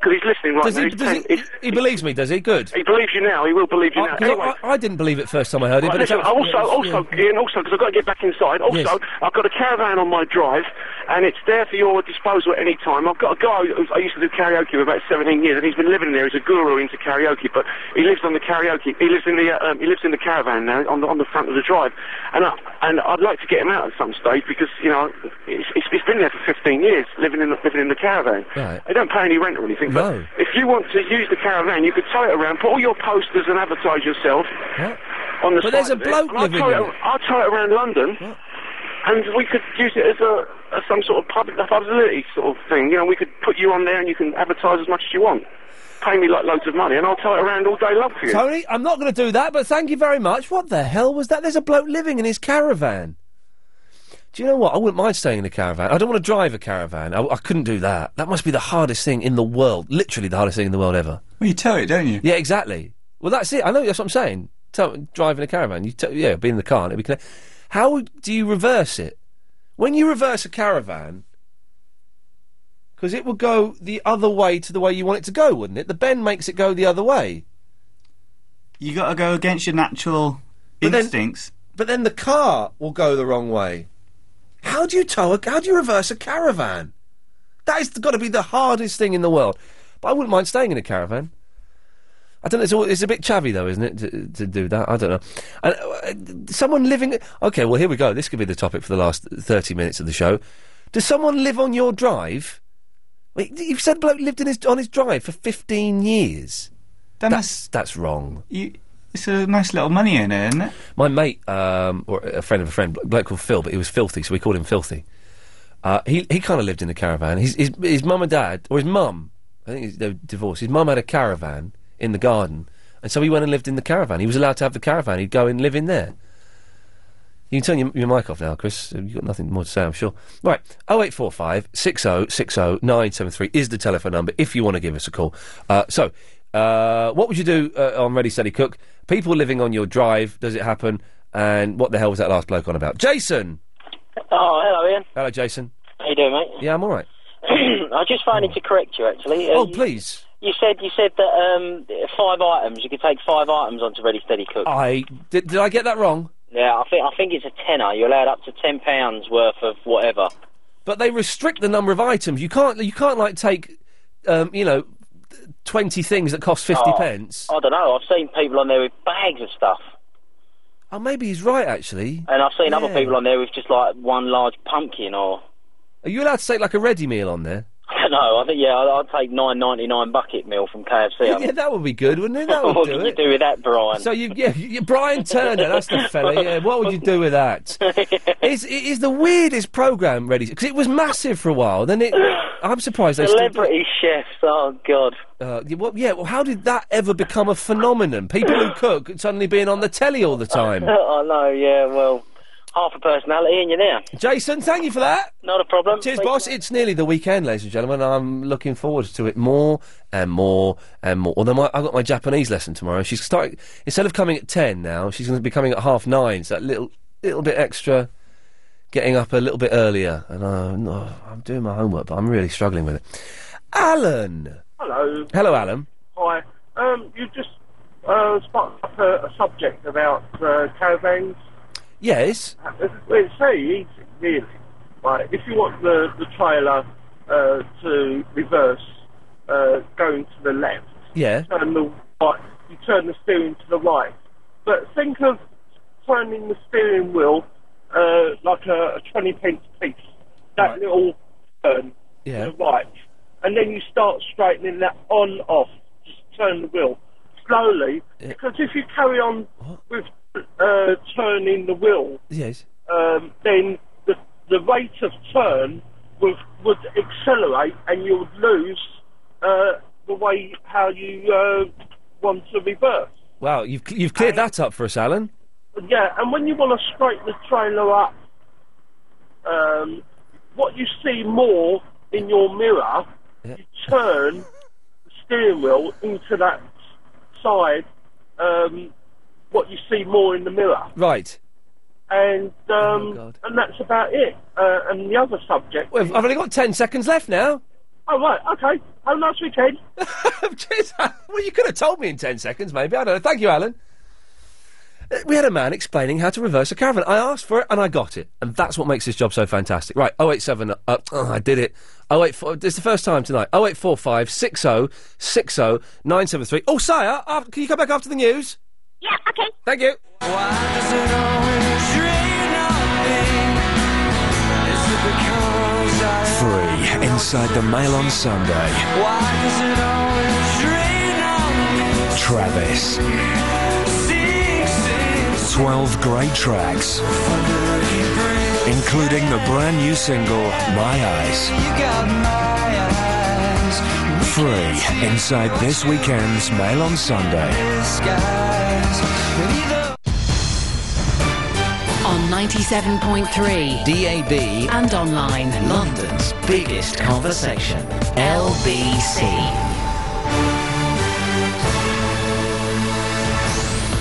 Speaker 6: because he's listening right
Speaker 5: Does
Speaker 6: now.
Speaker 5: he,
Speaker 6: he's
Speaker 5: does he,
Speaker 6: ten-
Speaker 5: he, he believes me, does he? Good.
Speaker 6: he believes you now. He will believe you
Speaker 5: I,
Speaker 6: now.
Speaker 5: 'cause I-
Speaker 6: Anyway,
Speaker 5: I, I didn't believe it first time I heard it,
Speaker 6: Right,
Speaker 5: but
Speaker 6: listen,
Speaker 5: it's
Speaker 6: I also,
Speaker 5: absolutely-
Speaker 6: also, Ian, also, because I've got to get back inside. Also,
Speaker 5: Yes.
Speaker 6: I've got a caravan on my drive, and it's there for your disposal at any time. I've got a guy who I used to do karaoke with about 17 years, and he's been living there. He's a guru into karaoke, but he lives on the karaoke. He lives in the uh, um, he lives in the caravan now, on the on the front of the drive, and I, and I'd like to get him out at some stage because you know it's, it's, it's been there for 15 years, living in the, living in the caravan.
Speaker 5: Right.
Speaker 6: They don't pay any rent or anything, but
Speaker 5: No.
Speaker 6: if you want to use the caravan, you could tow it around, put all your posters and advertise yourself on the side
Speaker 5: But there's a
Speaker 6: of it,
Speaker 5: bloke
Speaker 6: and I'll
Speaker 5: living
Speaker 6: tow it
Speaker 5: there.
Speaker 6: ar- I'll tow it around London, and we could use it as a as some sort of public publicity sort of thing. You know, we could put you on there, and you can advertise as much as you want. Pay me like loads of money, and I'll tow it around all day long for you.
Speaker 5: Tony, I'm not going to do that, but thank you very much. What the hell was that? There's a bloke living in his caravan. Do you know what? I wouldn't mind staying in a caravan. I don't want to drive a caravan. I, I couldn't do that. That must be the hardest thing in the world. Literally the hardest thing in the world ever.
Speaker 74: Well, you tow it, don't you?
Speaker 5: Yeah, exactly. Well, that's it. I know that's what I'm saying. Tow- driving a caravan, you tow- yeah, be in the car. And it'd be connect- How do you reverse it? When you reverse a caravan, because it will go the other way to the way you want it to go, wouldn't it? The bend makes it go the other way.
Speaker 74: You got to go against your natural instincts.
Speaker 5: but then the car will go the wrong way. How do you tow? A, how do you reverse a caravan? That has got to be the hardest thing in the world. But I wouldn't mind staying in a caravan. I don't know. It's, all, it's a bit chavvy, though, isn't it, to, to do that? I don't know. And uh, uh, someone living. Okay, well here we go. This could be the topic for the last thirty minutes of the show. Does someone live on your drive? Wait, you've said bloke lived in his, on his drive for fifteen years. that's that's wrong.
Speaker 74: You, it's a nice little money earner, isn't it?
Speaker 5: My mate, um, or a friend of a friend, a bloke called Phil, but he was filthy, so we called him Filthy. Uh, he he kind of lived in a caravan. His his, his mum and dad, or his mum, I think they were divorced. His mum had a caravan in the garden, and so he went and lived in the caravan. He was allowed to have the caravan. He'd go and live in there. You can turn your, your mic off now, Chris. You've got nothing more to say, I'm sure. Right, 0845 6060 973 is the telephone number if you want to give us a call. Uh, so, uh, what would you do uh, on Ready, Steady, Cook? People living on your drive, does it happen? And what the hell was that last bloke on about? Jason!
Speaker 75: Oh, hello, Ian.
Speaker 5: Hello, Jason.
Speaker 75: How you doing, mate?
Speaker 5: Yeah, I'm all right.
Speaker 75: I just phoning to correct you, actually.
Speaker 5: Oh,
Speaker 75: you,
Speaker 5: please.
Speaker 75: You said you said that um, five items. You could take five items onto Ready Steady Cook.
Speaker 5: I did, did I get that wrong?
Speaker 75: Yeah, I think I think it's a tenner. You're allowed up to ten pounds worth of whatever.
Speaker 5: But they restrict the number of items. You can't you can't like take, um, you know, twenty things that cost fifty
Speaker 75: Oh,
Speaker 5: pence.
Speaker 75: I don't know. I've seen people on there with bags of stuff,
Speaker 5: Oh, maybe he's right actually.
Speaker 75: and I've seen other
Speaker 5: Yeah.
Speaker 75: people on there with just like one large pumpkin or.
Speaker 5: Are you allowed to take like a ready meal on there?
Speaker 75: I don't know. I think yeah, I'd, I'd take nine ninety nine bucket meal from KFC. I
Speaker 5: Yeah,
Speaker 75: mean,
Speaker 5: that would be good, wouldn't it? That would
Speaker 75: what
Speaker 5: do
Speaker 75: can
Speaker 5: it.
Speaker 75: you do with that, Brian?
Speaker 5: So you, yeah, you, Brian Turner, that's the fella. Yeah, what would you do with that? It's, it is the weirdest program, ready? Because it was massive for a while. Then it, I'm surprised they still. do it.
Speaker 75: Celebrity chefs. Oh God.
Speaker 5: Uh, yeah, well, yeah, well, how did that ever become a phenomenon? People who cook suddenly being on the telly all the time.
Speaker 75: Oh, I know, yeah, well, half a personality and you're there.
Speaker 5: Jason, thank you for that.
Speaker 75: Not a problem.
Speaker 5: Cheers,
Speaker 75: Thank
Speaker 5: boss.
Speaker 75: you.
Speaker 5: It's nearly the weekend, ladies and gentlemen. I'm looking forward to it more and more and more. Although my, I've got my Japanese lesson tomorrow. She's starting instead of coming at ten now. She's going to be coming at half nine. So that little little bit extra, getting up a little bit earlier. And uh, no, I'm doing my homework, but I'm really struggling with it. Alan,
Speaker 2: Hello.
Speaker 5: hello, Alan.
Speaker 2: Hi. Um, you just uh, sparked up a, a subject about uh, caravans.
Speaker 5: Yes.
Speaker 2: It's very easy, really. Right. If you want the, the trailer uh, to reverse, uh, going to the left,
Speaker 5: Yeah.
Speaker 2: turn the right, you turn the steering to the right. But think of turning the steering wheel uh, like a, a 20 pence piece, that little turn
Speaker 5: Yeah.
Speaker 2: to the right. And then you start straightening that on off, just turn the wheel slowly. Because if you carry on with uh, turning the wheel,
Speaker 5: Yes.
Speaker 2: um, then the, the rate of turn would, would accelerate and you would lose uh, the way how you uh, want to reverse.
Speaker 5: Wow, you've cl- you've cleared that up for us, Alan.
Speaker 2: Yeah, and when you want to straighten the trailer up, um, what you see more in your mirror, you turn the steering wheel into that side, um, what you see more in the mirror
Speaker 5: Right.
Speaker 2: and
Speaker 5: Oh
Speaker 2: um, and that's about it. Uh, and the other subject.
Speaker 5: Well, I've only got ten seconds left now.
Speaker 2: Oh, right, okay. Have a nice weekend.
Speaker 5: Cheers, Alan. uh, Well, you could have told me in 10 seconds, maybe. I don't know. Thank you, Alan. Uh, We had a man explaining how to reverse a caravan. I asked for it and I got it. And that's what makes this job so fantastic. Right, 087. Uh, oh, I did it. 084. This is the first time tonight. 0845 60 60 973. Oh, Sire, uh, can you come back after the news?
Speaker 76: Yeah, okay.
Speaker 5: Thank you.
Speaker 13: Free inside the Mail on Sunday. Travis. 12 great tracks, including the brand new single My Eyes. Free inside this weekend's Mail on Sunday.
Speaker 27: On 97.3
Speaker 77: DAB
Speaker 27: and online.
Speaker 77: London's biggest conversation. LBC.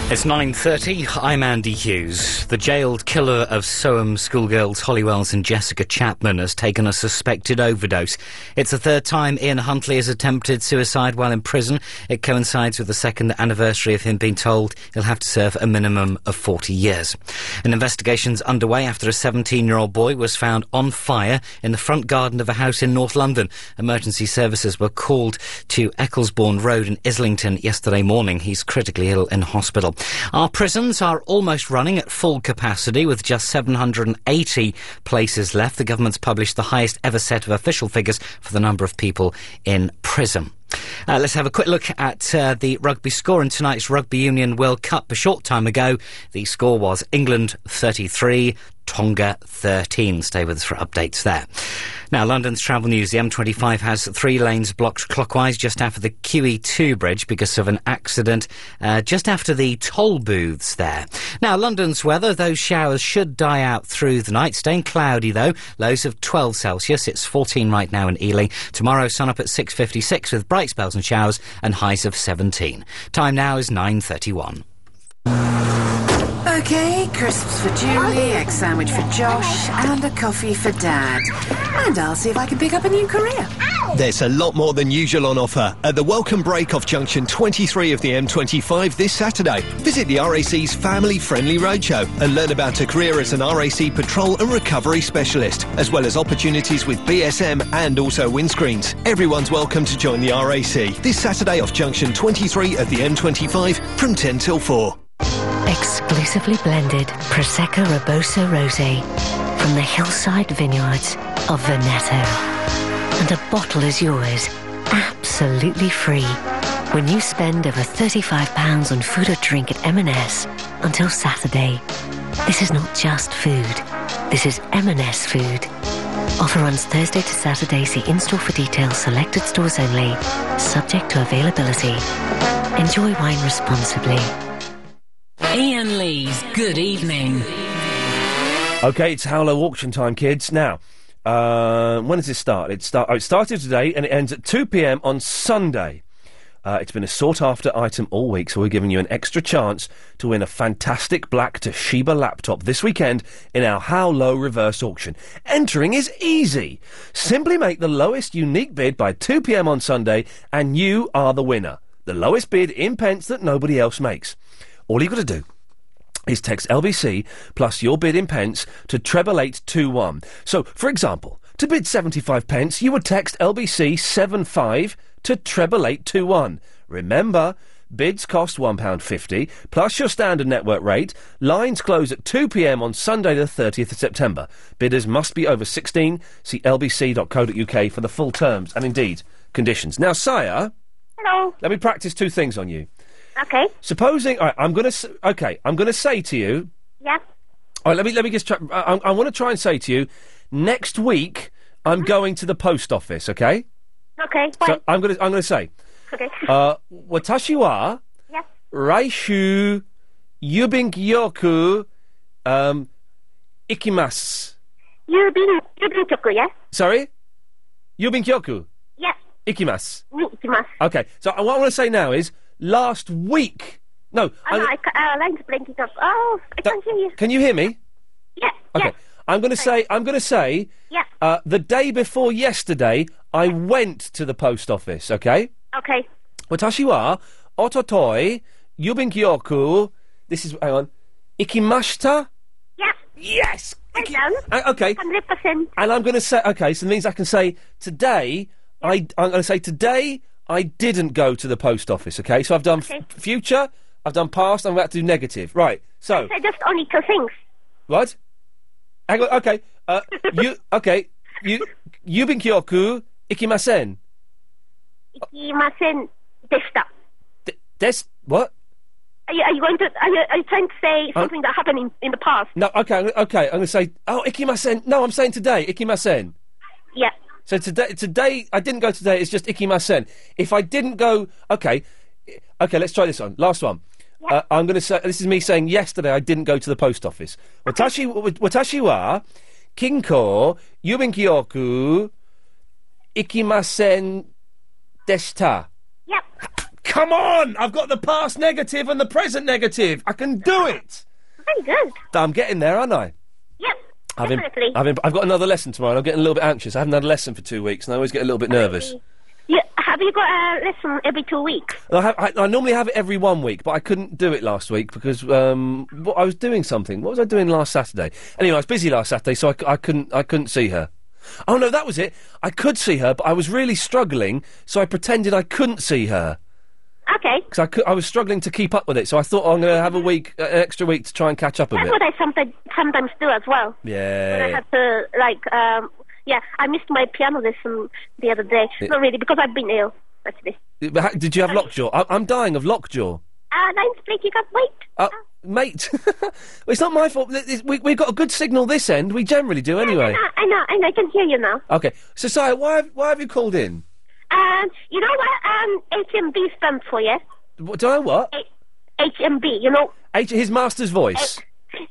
Speaker 78: It's 9.30. I'm Andy Hughes. The jailed killer of Soham schoolgirls Holly Wells and Jessica Chapman has taken a suspected overdose. It's the third time Ian Huntley has attempted suicide while in prison. It coincides with the second anniversary of him being told he'll have to serve a minimum of 40 years. An investigation's underway after a 17-year-old boy was found on fire in the front garden of a house in North London. Emergency services were called to Ecclesbourne Road in Islington yesterday morning. He's critically ill in hospital. Our prisons are almost running at full capacity with just 780 places left. The government's published the highest ever set of official figures for the number of people in prison. Uh, let's have a quick look at uh, the rugby score in tonight's Rugby Union World Cup. A short time ago, the score was England 33, Tonga 13. Stay with us for updates there. Now, London's travel news. The M25 has three lanes blocked clockwise just after the QE2 bridge because of an accident uh, just after the toll booths there. Now, London's weather. Those showers should die out through the night. Staying cloudy, though. Lows of 12 Celsius. It's 14 right now in Ealing. Tomorrow, sun up at 6.56 with bright spells and showers and highs of 17. Time now is 9.31.
Speaker 30: Okay, crisps for Julie, egg sandwich for Josh, and a coffee for Dad. And I'll see if I can pick up a new career.
Speaker 31: There's a lot more than usual on offer at the Welcome Break off Junction 23 of the M25 this Saturday. Visit the RAC's family friendly roadshow and learn about a career as an RAC patrol and recovery specialist, as well as opportunities with BSM and also windscreens. Everyone's welcome to join the RAC this Saturday off Junction 23 at the M25 from 10 till 4.
Speaker 12: Exclusively blended Prosecco Roboso Rosé from the hillside vineyards of Veneto. And a bottle is yours, absolutely free, when you spend over £35 on food or drink at M&S until Saturday. This is not just food. This is M&S food. Offer runs Thursday to Saturday. See in-store for details. Selected stores only. Subject to availability. Enjoy wine responsibly.
Speaker 27: Ian Lee's Good Evening.
Speaker 5: Okay, it's Howlow auction time, kids. Now, uh, when does it start? It, start, oh, it started today and it ends at 2 pm on Sunday. Uh, it's been a sought after item all week, so we're giving you an extra chance to win a fantastic black Toshiba laptop this weekend in our How Low reverse auction. Entering is easy. Simply make the lowest unique bid by 2 pm on Sunday, and you are the winner. The lowest bid in pence that nobody else makes. All you've got to do is text LBC plus your bid in pence to treble eight two one. So, for example, to bid seventy five pence, you would text LBC seven five to treble eight two one. Remember, bids cost one pound fifty plus your standard network rate. Lines close at two pm on Sunday the thirtieth of September. Bidders must be over sixteen. See lbc.co.uk for the full terms and indeed conditions. Now, Sire,
Speaker 76: Hello.
Speaker 5: let me practice two things on you.
Speaker 8: Uh,
Speaker 76: Okay.
Speaker 5: Supposing, all right, I'm going to okay, I'm going to say to you.
Speaker 76: Yeah.
Speaker 5: All right, let me let me just. Try, I, I want to try and say to you, next week I'm
Speaker 76: Mm-hmm.
Speaker 5: going to the post office. Okay.
Speaker 76: Okay.
Speaker 5: So I'm going to I'm going to say,
Speaker 76: Okay.
Speaker 5: uh, watashi wa
Speaker 76: Yeah.
Speaker 5: raishu yubingyoku um, ikimasu.
Speaker 76: You've been you've been choco, yeah?
Speaker 5: Sorry, yubingyoku
Speaker 76: Yeah.
Speaker 5: ikimasu.
Speaker 76: Ni ikimasu.
Speaker 5: Okay. So what I want to say now is last week. No,
Speaker 76: Oh,
Speaker 5: I'm-
Speaker 76: no, I ca- uh, line's blanking up. Oh, I can't hear you.
Speaker 5: Can you hear me?
Speaker 76: Yeah.
Speaker 5: Okay. I'm going to say. I'm going to say.
Speaker 76: Yeah.
Speaker 5: Uh, the day before yesterday, I went to the post office. Okay.
Speaker 76: Okay.
Speaker 5: Watashi wa ototoi yubinkyoku. This is hang on. Ikimashita.
Speaker 76: Yeah.
Speaker 5: Yes.
Speaker 76: Well done.
Speaker 5: Uh, okay.
Speaker 76: Hundred percent.
Speaker 5: And I'm going to say, okay, so it means I can say today. I I'm going to say today I didn't go to the post office. Okay, so I've done f-
Speaker 76: Okay.
Speaker 5: future, I've done past, I'm about to do negative. Right. So
Speaker 76: So just only two things.
Speaker 5: what? Hang on. Okay. Uh, you okay? You yubin kyoku ikimasen.
Speaker 76: Ikimasen deshita.
Speaker 5: Des what?
Speaker 76: Are you, are you going to? Are you, are you trying to say
Speaker 5: Huh?
Speaker 76: something that happened in, in the past?
Speaker 5: No. Okay. I'm- Okay. I'm going to say oh ikimasen. No, I'm saying today ikimasen.
Speaker 76: Yeah.
Speaker 5: So today, today I didn't go today. It's just ikimasen. If I didn't go, okay, okay. Let's try this on. Last one. Uh, I'm going to say this is me saying yesterday I didn't go to the post office. Watashi watashi wa kinko yubinkyoku ikimasen deshita.
Speaker 76: Yep.
Speaker 5: Come on! I've got the past negative and the present negative. I can do it.
Speaker 76: Very good.
Speaker 5: I'm getting there, aren't I?
Speaker 76: Yep.
Speaker 5: I've, im-
Speaker 76: Definitely.
Speaker 5: I've, im- I've got another lesson tomorrow. and I'm getting a little bit anxious. I haven't had a lesson for two weeks, and I always get a little bit nervous.
Speaker 76: You, have you got a lesson every two weeks?
Speaker 5: I, have, I, I normally have it every one week, but I couldn't do it last week because um, what, I was doing something. What was I doing last Saturday? Anyway, I was busy last Saturday, so I, c- I couldn't. I couldn't see her. Oh no, that was it. I could see her, but I was really struggling, so I pretended I couldn't see her.
Speaker 76: Okay. Mm-hmm.
Speaker 5: Because I, cou- I was struggling to keep up with it, so I thought "Oh, I'm going to have a week, uh, an extra week to try and catch up a
Speaker 76: That's
Speaker 5: bit.
Speaker 76: what I sometimes sometimes do as well. When I
Speaker 5: yeah.
Speaker 76: have to like um yeah, I missed my piano lesson the other day.
Speaker 5: Yeah.
Speaker 76: Not really because I've been ill actually.
Speaker 5: But ha- Did you have lockjaw? I- I'm dying of lockjaw.
Speaker 76: And I'm you can't wait.
Speaker 5: Uh, mate, it's not my fault. Th- th- We, we've got a good signal this end. We generally do anyway.
Speaker 76: Uh, I, I know, and I can hear you now.
Speaker 5: Okay, so Saya, why have, why have you called in?
Speaker 76: Um, you know what um HMB stands for, yeah?
Speaker 5: What, do I what?
Speaker 76: HMB, you know?
Speaker 5: H, his master's voice.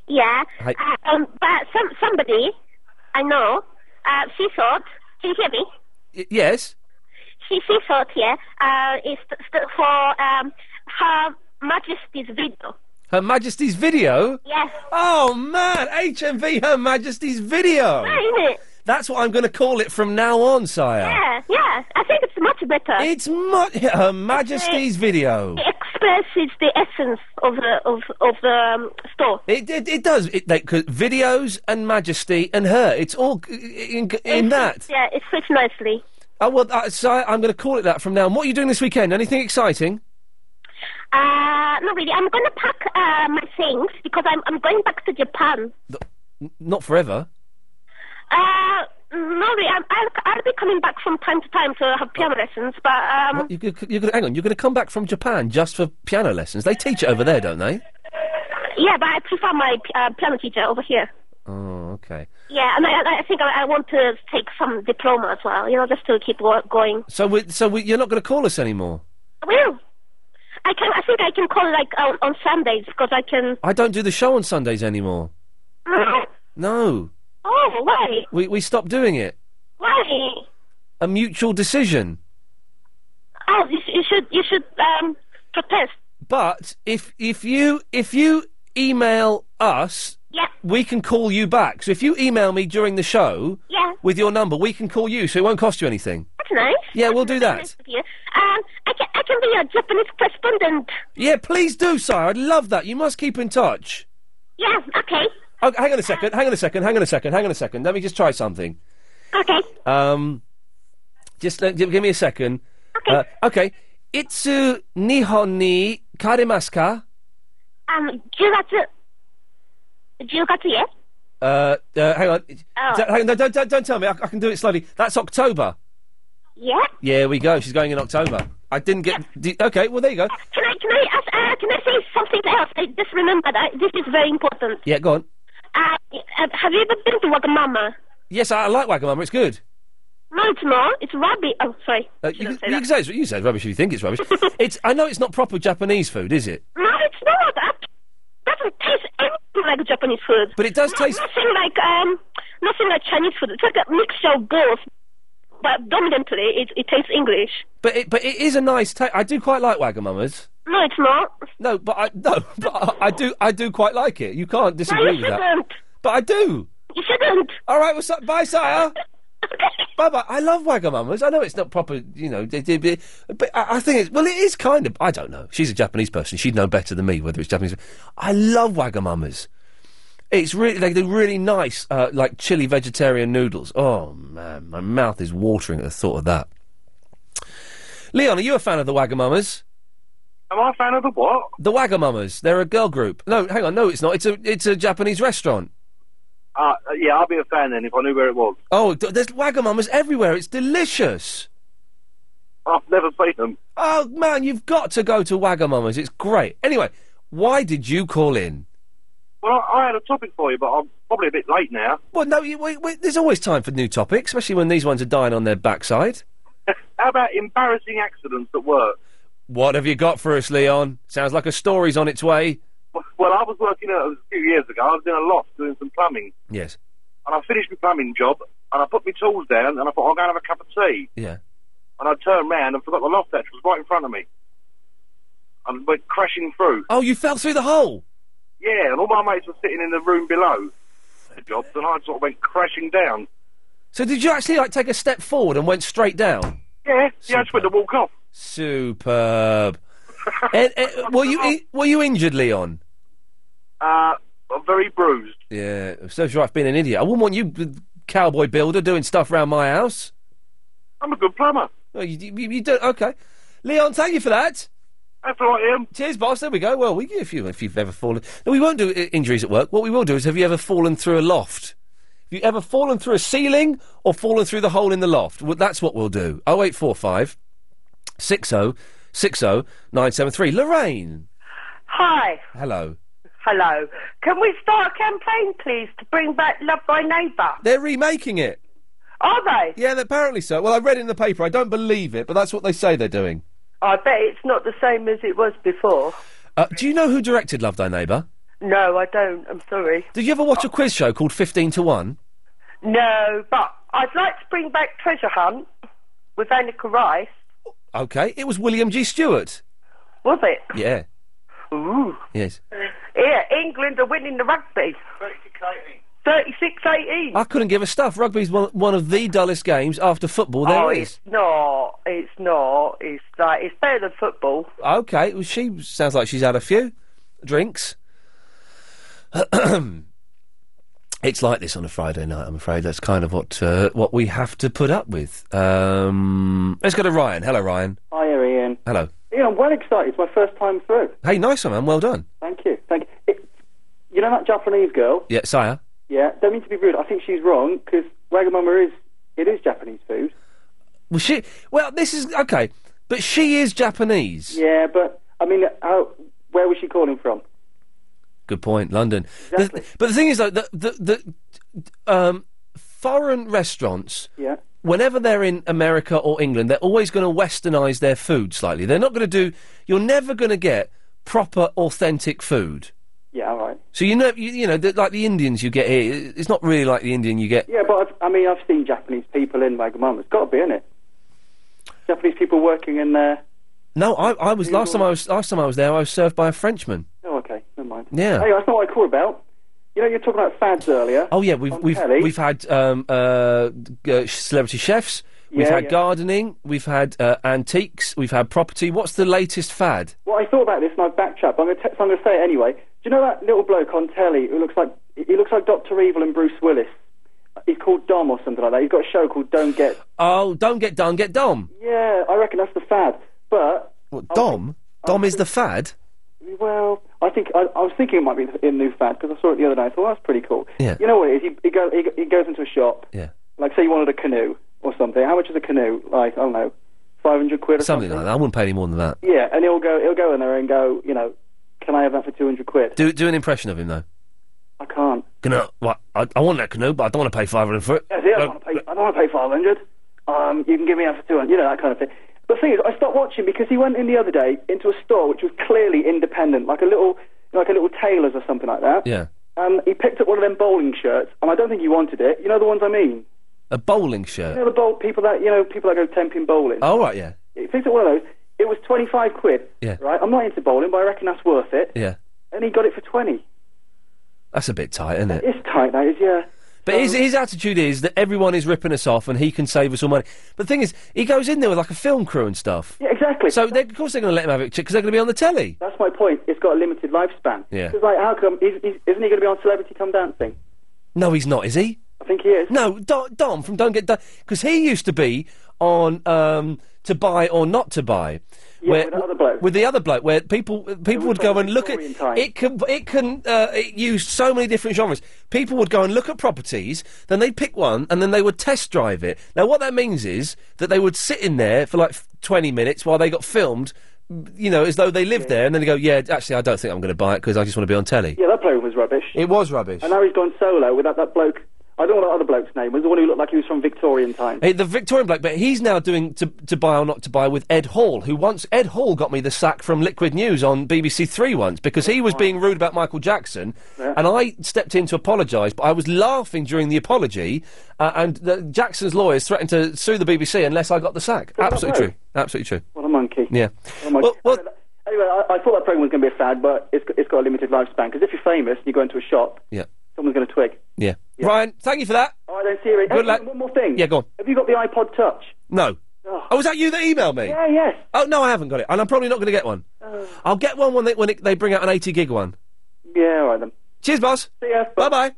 Speaker 76: Yeah.
Speaker 5: Hi.
Speaker 76: Uh, um, but some somebody I know, uh, she thought, can you hear me?
Speaker 5: Y- yes.
Speaker 76: She, she thought, yeah, uh, it's st- for um, Her Majesty's video.
Speaker 5: Her Majesty's video.
Speaker 76: Yes.
Speaker 5: Oh man, HMV Her Majesty's video.
Speaker 76: Yeah, isn't it?
Speaker 5: That's what I'm going to call it from now on, Saya.
Speaker 76: Yeah, yeah. I think it's much better.
Speaker 5: It's much. Her Majesty's video.
Speaker 76: It expresses the essence of the of of the um, store.
Speaker 5: It, it, it does. It, they, 'cause videos and Majesty and her. It's all c- in, in that.
Speaker 76: Yeah, it fits nicely.
Speaker 5: Oh well, uh, Saya, I'm going to call it that from now on. What are you doing this weekend? Anything exciting?
Speaker 76: Uh, not really. I'm gonna pack uh, my things because I'm I'm going back to Japan.
Speaker 5: N- not forever.
Speaker 76: Uh, not really. I'm, I'll I'll be coming back from time to time to have piano lessons, but um,
Speaker 5: What, you, could- you're going to hang on. You're going to come back from Japan just for piano lessons. They teach it over there, don't they?
Speaker 76: yeah, but I prefer my uh, piano teacher over here.
Speaker 5: Oh, okay.
Speaker 76: Yeah, and I, I think I, I want to take some diploma as well. You know, just to keep wo- going.
Speaker 5: So, we, so we, you're not going to call us anymore.
Speaker 76: Well, I can. I think I can call like on, on Sundays because I can.
Speaker 5: I don't do the show on Sundays anymore. No,
Speaker 76: Oh, why?
Speaker 5: we we stopped doing it.
Speaker 76: Why?
Speaker 5: A mutual decision.
Speaker 76: Oh, you, sh- you should you should um protest.
Speaker 5: But if if you if you email us,
Speaker 76: yeah.
Speaker 5: we can call you back. So if you email me during the show,
Speaker 76: Yeah.
Speaker 5: with your number, we can call you. So it won't cost you anything.
Speaker 76: That's nice.
Speaker 5: Yeah, we'll do that.
Speaker 76: Of you. Um, I can I can be your Japanese correspondent.
Speaker 5: Yeah, please do, sire. I'd love that. You must keep in touch.
Speaker 76: Yeah. Okay. Uh,
Speaker 5: Oh, hang on a second. Hang on a second. Hang on a second. Hang on a second. Let me just try something.
Speaker 76: Okay.
Speaker 5: Um, just let, give, give me a second. Okay. Uh, okay. Itsu nihon ni karemasu ka?
Speaker 76: Um, 10月。10月, yeah?
Speaker 5: Uh, uh, hang on.
Speaker 76: Oh.
Speaker 5: D- hang on. No, don't, don't, don't tell me. I, I can do it slowly. That's October.
Speaker 76: Yeah.
Speaker 5: Yeah, we go. She's going in October. I didn't get. di- okay. Well, there you go.
Speaker 76: Can I can I ask, uh, can I say something else? I just remembered. I, this is very important.
Speaker 5: Yeah, go on.
Speaker 76: Uh, uh, have you ever been to Wagamama?
Speaker 5: Yes, I, I like Wagamama. It's good.
Speaker 76: No, it's not. It's rubbish. Oh, sorry.
Speaker 5: Uh, you, you, can say it's, you say it's rubbish if you think it's rubbish. it's. I know it's not proper Japanese food, is it?
Speaker 76: No, it's not. That doesn't taste anything like Japanese food.
Speaker 5: But it does taste.
Speaker 76: Nothing like um, nothing like Chinese food. It's like a mixture of both, but dominantly it, it tastes English.
Speaker 5: But it, but it is a nice. Ta- I do quite like Wagamama's.
Speaker 76: No, it's not.
Speaker 5: No, but I no, but I, I do I do quite like it. You can't disagree
Speaker 76: you
Speaker 5: with that.
Speaker 76: shouldn't.
Speaker 5: But I do.
Speaker 1: You shouldn't.
Speaker 5: All right, what's up? Bye, sire. Bye bye. I love Wagamamas. I know it's not proper, you know, d- d- d- but I, I think it's, well, it is kind of. I don't know. She's a Japanese person. She'd know better than me whether it's Japanese. I love Wagamamas. It's really, they do really nice, uh, like chili vegetarian noodles. Oh, man. My mouth is watering at the thought of that. Leon, are you a fan of the Wagamamas?
Speaker 2: Am I a fan of the what?
Speaker 5: The Wagamamas. They're a girl group. No, hang on. No, it's not. It's a, it's a Japanese restaurant.
Speaker 2: Uh, yeah, I'll be a fan then if I knew where it was.
Speaker 5: Oh, d- there's Wagamamas everywhere. It's delicious.
Speaker 2: I've never seen them.
Speaker 5: Oh man, you've got to go to Wagamamas. It's great. Anyway, why did you call in?
Speaker 2: Well, I, I had a topic for you, but I'm probably a bit late now.
Speaker 5: Well, no, you, wait, wait, there's always time for new topics, especially when these ones are dying on their backside.
Speaker 2: How about embarrassing accidents at work?
Speaker 5: What have you got for us, Leon? Sounds like a story's on its way.
Speaker 2: Well, I was working at, it was a few years ago, I was in a loft doing some plumbing,
Speaker 5: Yes.
Speaker 2: and I finished my plumbing job, and I put my tools down, and I thought, I'll go and have a cup of tea.
Speaker 5: Yeah.
Speaker 2: And I turned round and forgot the loft hatch was right in front of me. And went crashing through.
Speaker 5: Oh, you fell through the hole.
Speaker 2: Yeah, and all my mates were sitting in the room below the jobs, and I sort of went crashing down.
Speaker 5: So did you actually like take a step forward and went straight down?
Speaker 2: Yeah, yeah, I just went to walk off.
Speaker 5: Superb. Eh, eh, were you i- were you injured, Leon?
Speaker 2: Uh, I'm very bruised.
Speaker 5: Yeah, so sure I've been an idiot. I wouldn't want you, uh, cowboy builder, doing stuff around my house.
Speaker 2: I'm a good plumber.
Speaker 5: Oh, you, you, you don't. Okay, Leon, thank you for that.
Speaker 2: That's all right, Ian.
Speaker 5: Cheers, boss. There we go. Well, we if you if you've ever fallen, no, we won't do uh, injuries at work. What we will do is, have you ever fallen through a loft? Have you ever fallen through a ceiling or fallen through the hole in the loft? Well, that's what we'll do. Oh eight four five, six zero six zero nine seven three. Lorraine,
Speaker 3: Hi.
Speaker 5: hello.
Speaker 3: Hello. Can we start a campaign, please, to bring back Love by Neighbour?
Speaker 5: They're remaking it.
Speaker 3: Are they?
Speaker 5: Yeah, apparently so. Well, I read it in the paper. I don't believe it, but that's what they say they're doing.
Speaker 3: I bet it's not the same as it was before.
Speaker 5: Uh, do you know who directed Love Thy Neighbour?
Speaker 3: No, I don't. I'm sorry.
Speaker 5: Did you ever watch a quiz show called 15 to 1?
Speaker 3: No, but I'd like to bring back Treasure Hunt with Annika Rice.
Speaker 5: Okay, it was William G. Stewart.
Speaker 3: Was it?
Speaker 5: Yeah,
Speaker 3: Ooh.
Speaker 5: yes.
Speaker 3: Yeah, England are winning the rugby. 36 18.
Speaker 5: I couldn't give a stuff. Rugby's one, one of the dullest games after football
Speaker 3: oh,
Speaker 5: There is.
Speaker 3: it's not. It's not. It's like it's better than football.
Speaker 5: Okay, well, she sounds like she's had a few drinks. it's like this on a Friday night, I'm afraid. That's kind of what uh, what we have to put up with. Um, let's go to Ryan. Hello, Ryan.
Speaker 62: Hi, Ian.
Speaker 5: Hello.
Speaker 62: Ian, I'm well excited. It's my first time through.
Speaker 5: Hey, nice one, man. Well done.
Speaker 62: Thank you. Thank you. It, you know that Japanese girl?
Speaker 5: Yeah, sire.
Speaker 62: Yeah. Don't mean to be rude. I think she's wrong because Wagamama is it is Japanese food.
Speaker 5: Well, she. Well, this is okay, but she is Japanese.
Speaker 62: Yeah, but I mean, how, where was she calling from?
Speaker 5: Good point, London. The- but the thing is, though, the the, the um, foreign restaurants,
Speaker 62: Yeah.
Speaker 5: whenever they're in America or England, they're always going to westernise their food slightly. They're not going to do. You're never going to get proper, authentic food.
Speaker 62: Yeah. All right.
Speaker 5: So you know, you, you know, the, like the Indians you get here, it's not really like the Indian you get.
Speaker 62: Yeah, but I've, I mean, I've seen Japanese people in Wagamama. It's got to be in it. Japanese people working in there.
Speaker 5: No, I, I was last time I was last time I was there, I was served by a Frenchman.
Speaker 62: Oh, okay. Never mind.
Speaker 5: Yeah.
Speaker 62: Anyway, that's not what I call about. You know, you were talking about fads earlier.
Speaker 5: Oh yeah, we've
Speaker 62: on
Speaker 5: we've
Speaker 62: telly.
Speaker 5: we've had um, uh, g- uh, celebrity chefs. We've
Speaker 62: Yeah,
Speaker 5: had
Speaker 62: yeah.
Speaker 5: gardening. We've had uh, antiques. We've had property. What's the latest fad?
Speaker 62: Well, I thought about this and I backtracked, but I'm going to, so I'm going to say it anyway. Do you know that little bloke on telly who looks like he looks like Doctor Evil and Bruce Willis? He's called Dom or something like that. He's got a show called Don't Get.
Speaker 5: Oh, don't get done, get Dom.
Speaker 62: Yeah, I reckon that's the fad. But
Speaker 5: What, Dom?
Speaker 62: oh,
Speaker 5: Dom is the fad.
Speaker 62: well, I think I, I was thinking it might be the in new fad because I saw it the other night. I thought that's pretty cool.
Speaker 5: Yeah.
Speaker 62: You know what it is? He, he, go, he, go- he goes into a shop.
Speaker 5: Yeah.
Speaker 62: Like say you wanted a canoe or something. How much is a canoe? Like I don't know, five hundred quid or
Speaker 5: Something like that. I wouldn't pay any more than that.
Speaker 62: Yeah, and he'll go he'll go in there and go, you know, can I have that for two hundred quid?
Speaker 5: Do do an impression of him though.
Speaker 62: I can't.
Speaker 5: Canoe. What? I, I want that canoe, but I don't want to pay five hundred for it.
Speaker 62: That's it. I don't want to pay. I don't want to pay five hundred. Um, you can give me that for two hundred. You know that kind of thing. But the thing is, I stopped watching because he went in the other day into a store which was clearly independent, like a little, like a little tailor's or something like that.
Speaker 5: Yeah.
Speaker 62: Um, he picked up one of them bowling shirts, and I don't think he wanted it. You know the ones I mean.
Speaker 5: A bowling
Speaker 62: You
Speaker 5: shirt.
Speaker 62: know the bowl people that you know people that go temping bowling.
Speaker 5: Uh. Oh right, yeah,
Speaker 62: He picked up one of those. It was twenty five quid.
Speaker 5: Yeah.
Speaker 62: Right. I'm not into bowling, but I reckon that's worth it.
Speaker 5: yeah.
Speaker 62: And he got it for twenty.
Speaker 5: That's a bit tight, isn't it?
Speaker 62: It's tight, that is. Yeah.
Speaker 5: But his, his attitude is that everyone is ripping us off and he can save us all money. But the thing is, he goes in there with like a film crew and stuff.
Speaker 62: Yeah, exactly.
Speaker 5: So they, of course they're going to let him have it because they're going to be on the telly.
Speaker 62: That's my point. It's got a limited lifespan.
Speaker 5: Yeah.
Speaker 62: It's like, how come? Is, is, isn't he going to be on Celebrity Come Dancing?
Speaker 5: No, he's not, is he?
Speaker 62: I think he is.
Speaker 5: No, Dom, Dom from Don't Get Done. Because he used to be on um, To Buy or Not to Buy. where, with the other bloke. With the other bloke, where people people would go and look at it. Can it can uh, it used so many different genres. People would go and look at properties, then they'd pick one, and then they would test drive it. Now, what that means is that they would sit in there for like f- twenty minutes while they got filmed, you know, as though they lived there, and then they go, "Yeah, actually, I don't think I'm going to buy it because I just want to be on telly."
Speaker 62: Yeah, that program was rubbish.
Speaker 5: It was rubbish.
Speaker 62: And now he's gone solo with that, that bloke. I don't know what that other bloke's name was. The one who looked like he was from Victorian times.
Speaker 5: Hey, the Victorian bloke, but he's now doing to, to buy or not to buy with Ed Hall, who once Ed Hall got me the sack from Liquid News on BBC Three once because he was being rude about Michael Jackson,
Speaker 33: Yeah.
Speaker 5: and I stepped in to apologise, but I was laughing during the apology, uh, and the, Jackson's lawyers threatened to sue the BBC unless I got the sack. Absolutely
Speaker 62: no.
Speaker 5: true. Absolutely true.
Speaker 62: What a monkey.
Speaker 5: Yeah.
Speaker 62: What a monkey. Anyway, I, I thought that program was going to be a fad, but it's, got- it's got a limited lifespan. Because if you're famous and you go into a shop,
Speaker 5: Yeah.
Speaker 62: someone's going to twig.
Speaker 5: Yeah. Ryan, thank you for that.
Speaker 62: I don't see it.
Speaker 5: Good luck.
Speaker 62: One more thing.
Speaker 5: Yeah, go on.
Speaker 62: Have you got the iPod Touch?
Speaker 5: No. Oh, was that you that emailed me?
Speaker 62: Yeah, yes.
Speaker 5: Oh no, I haven't got it, and I'm probably not going to get one.
Speaker 62: Uh,
Speaker 5: I'll get one when they when it, they bring out an 80 gig one.
Speaker 62: Yeah, all right then.
Speaker 5: Cheers, boss.
Speaker 62: See ya.
Speaker 5: Bye bye.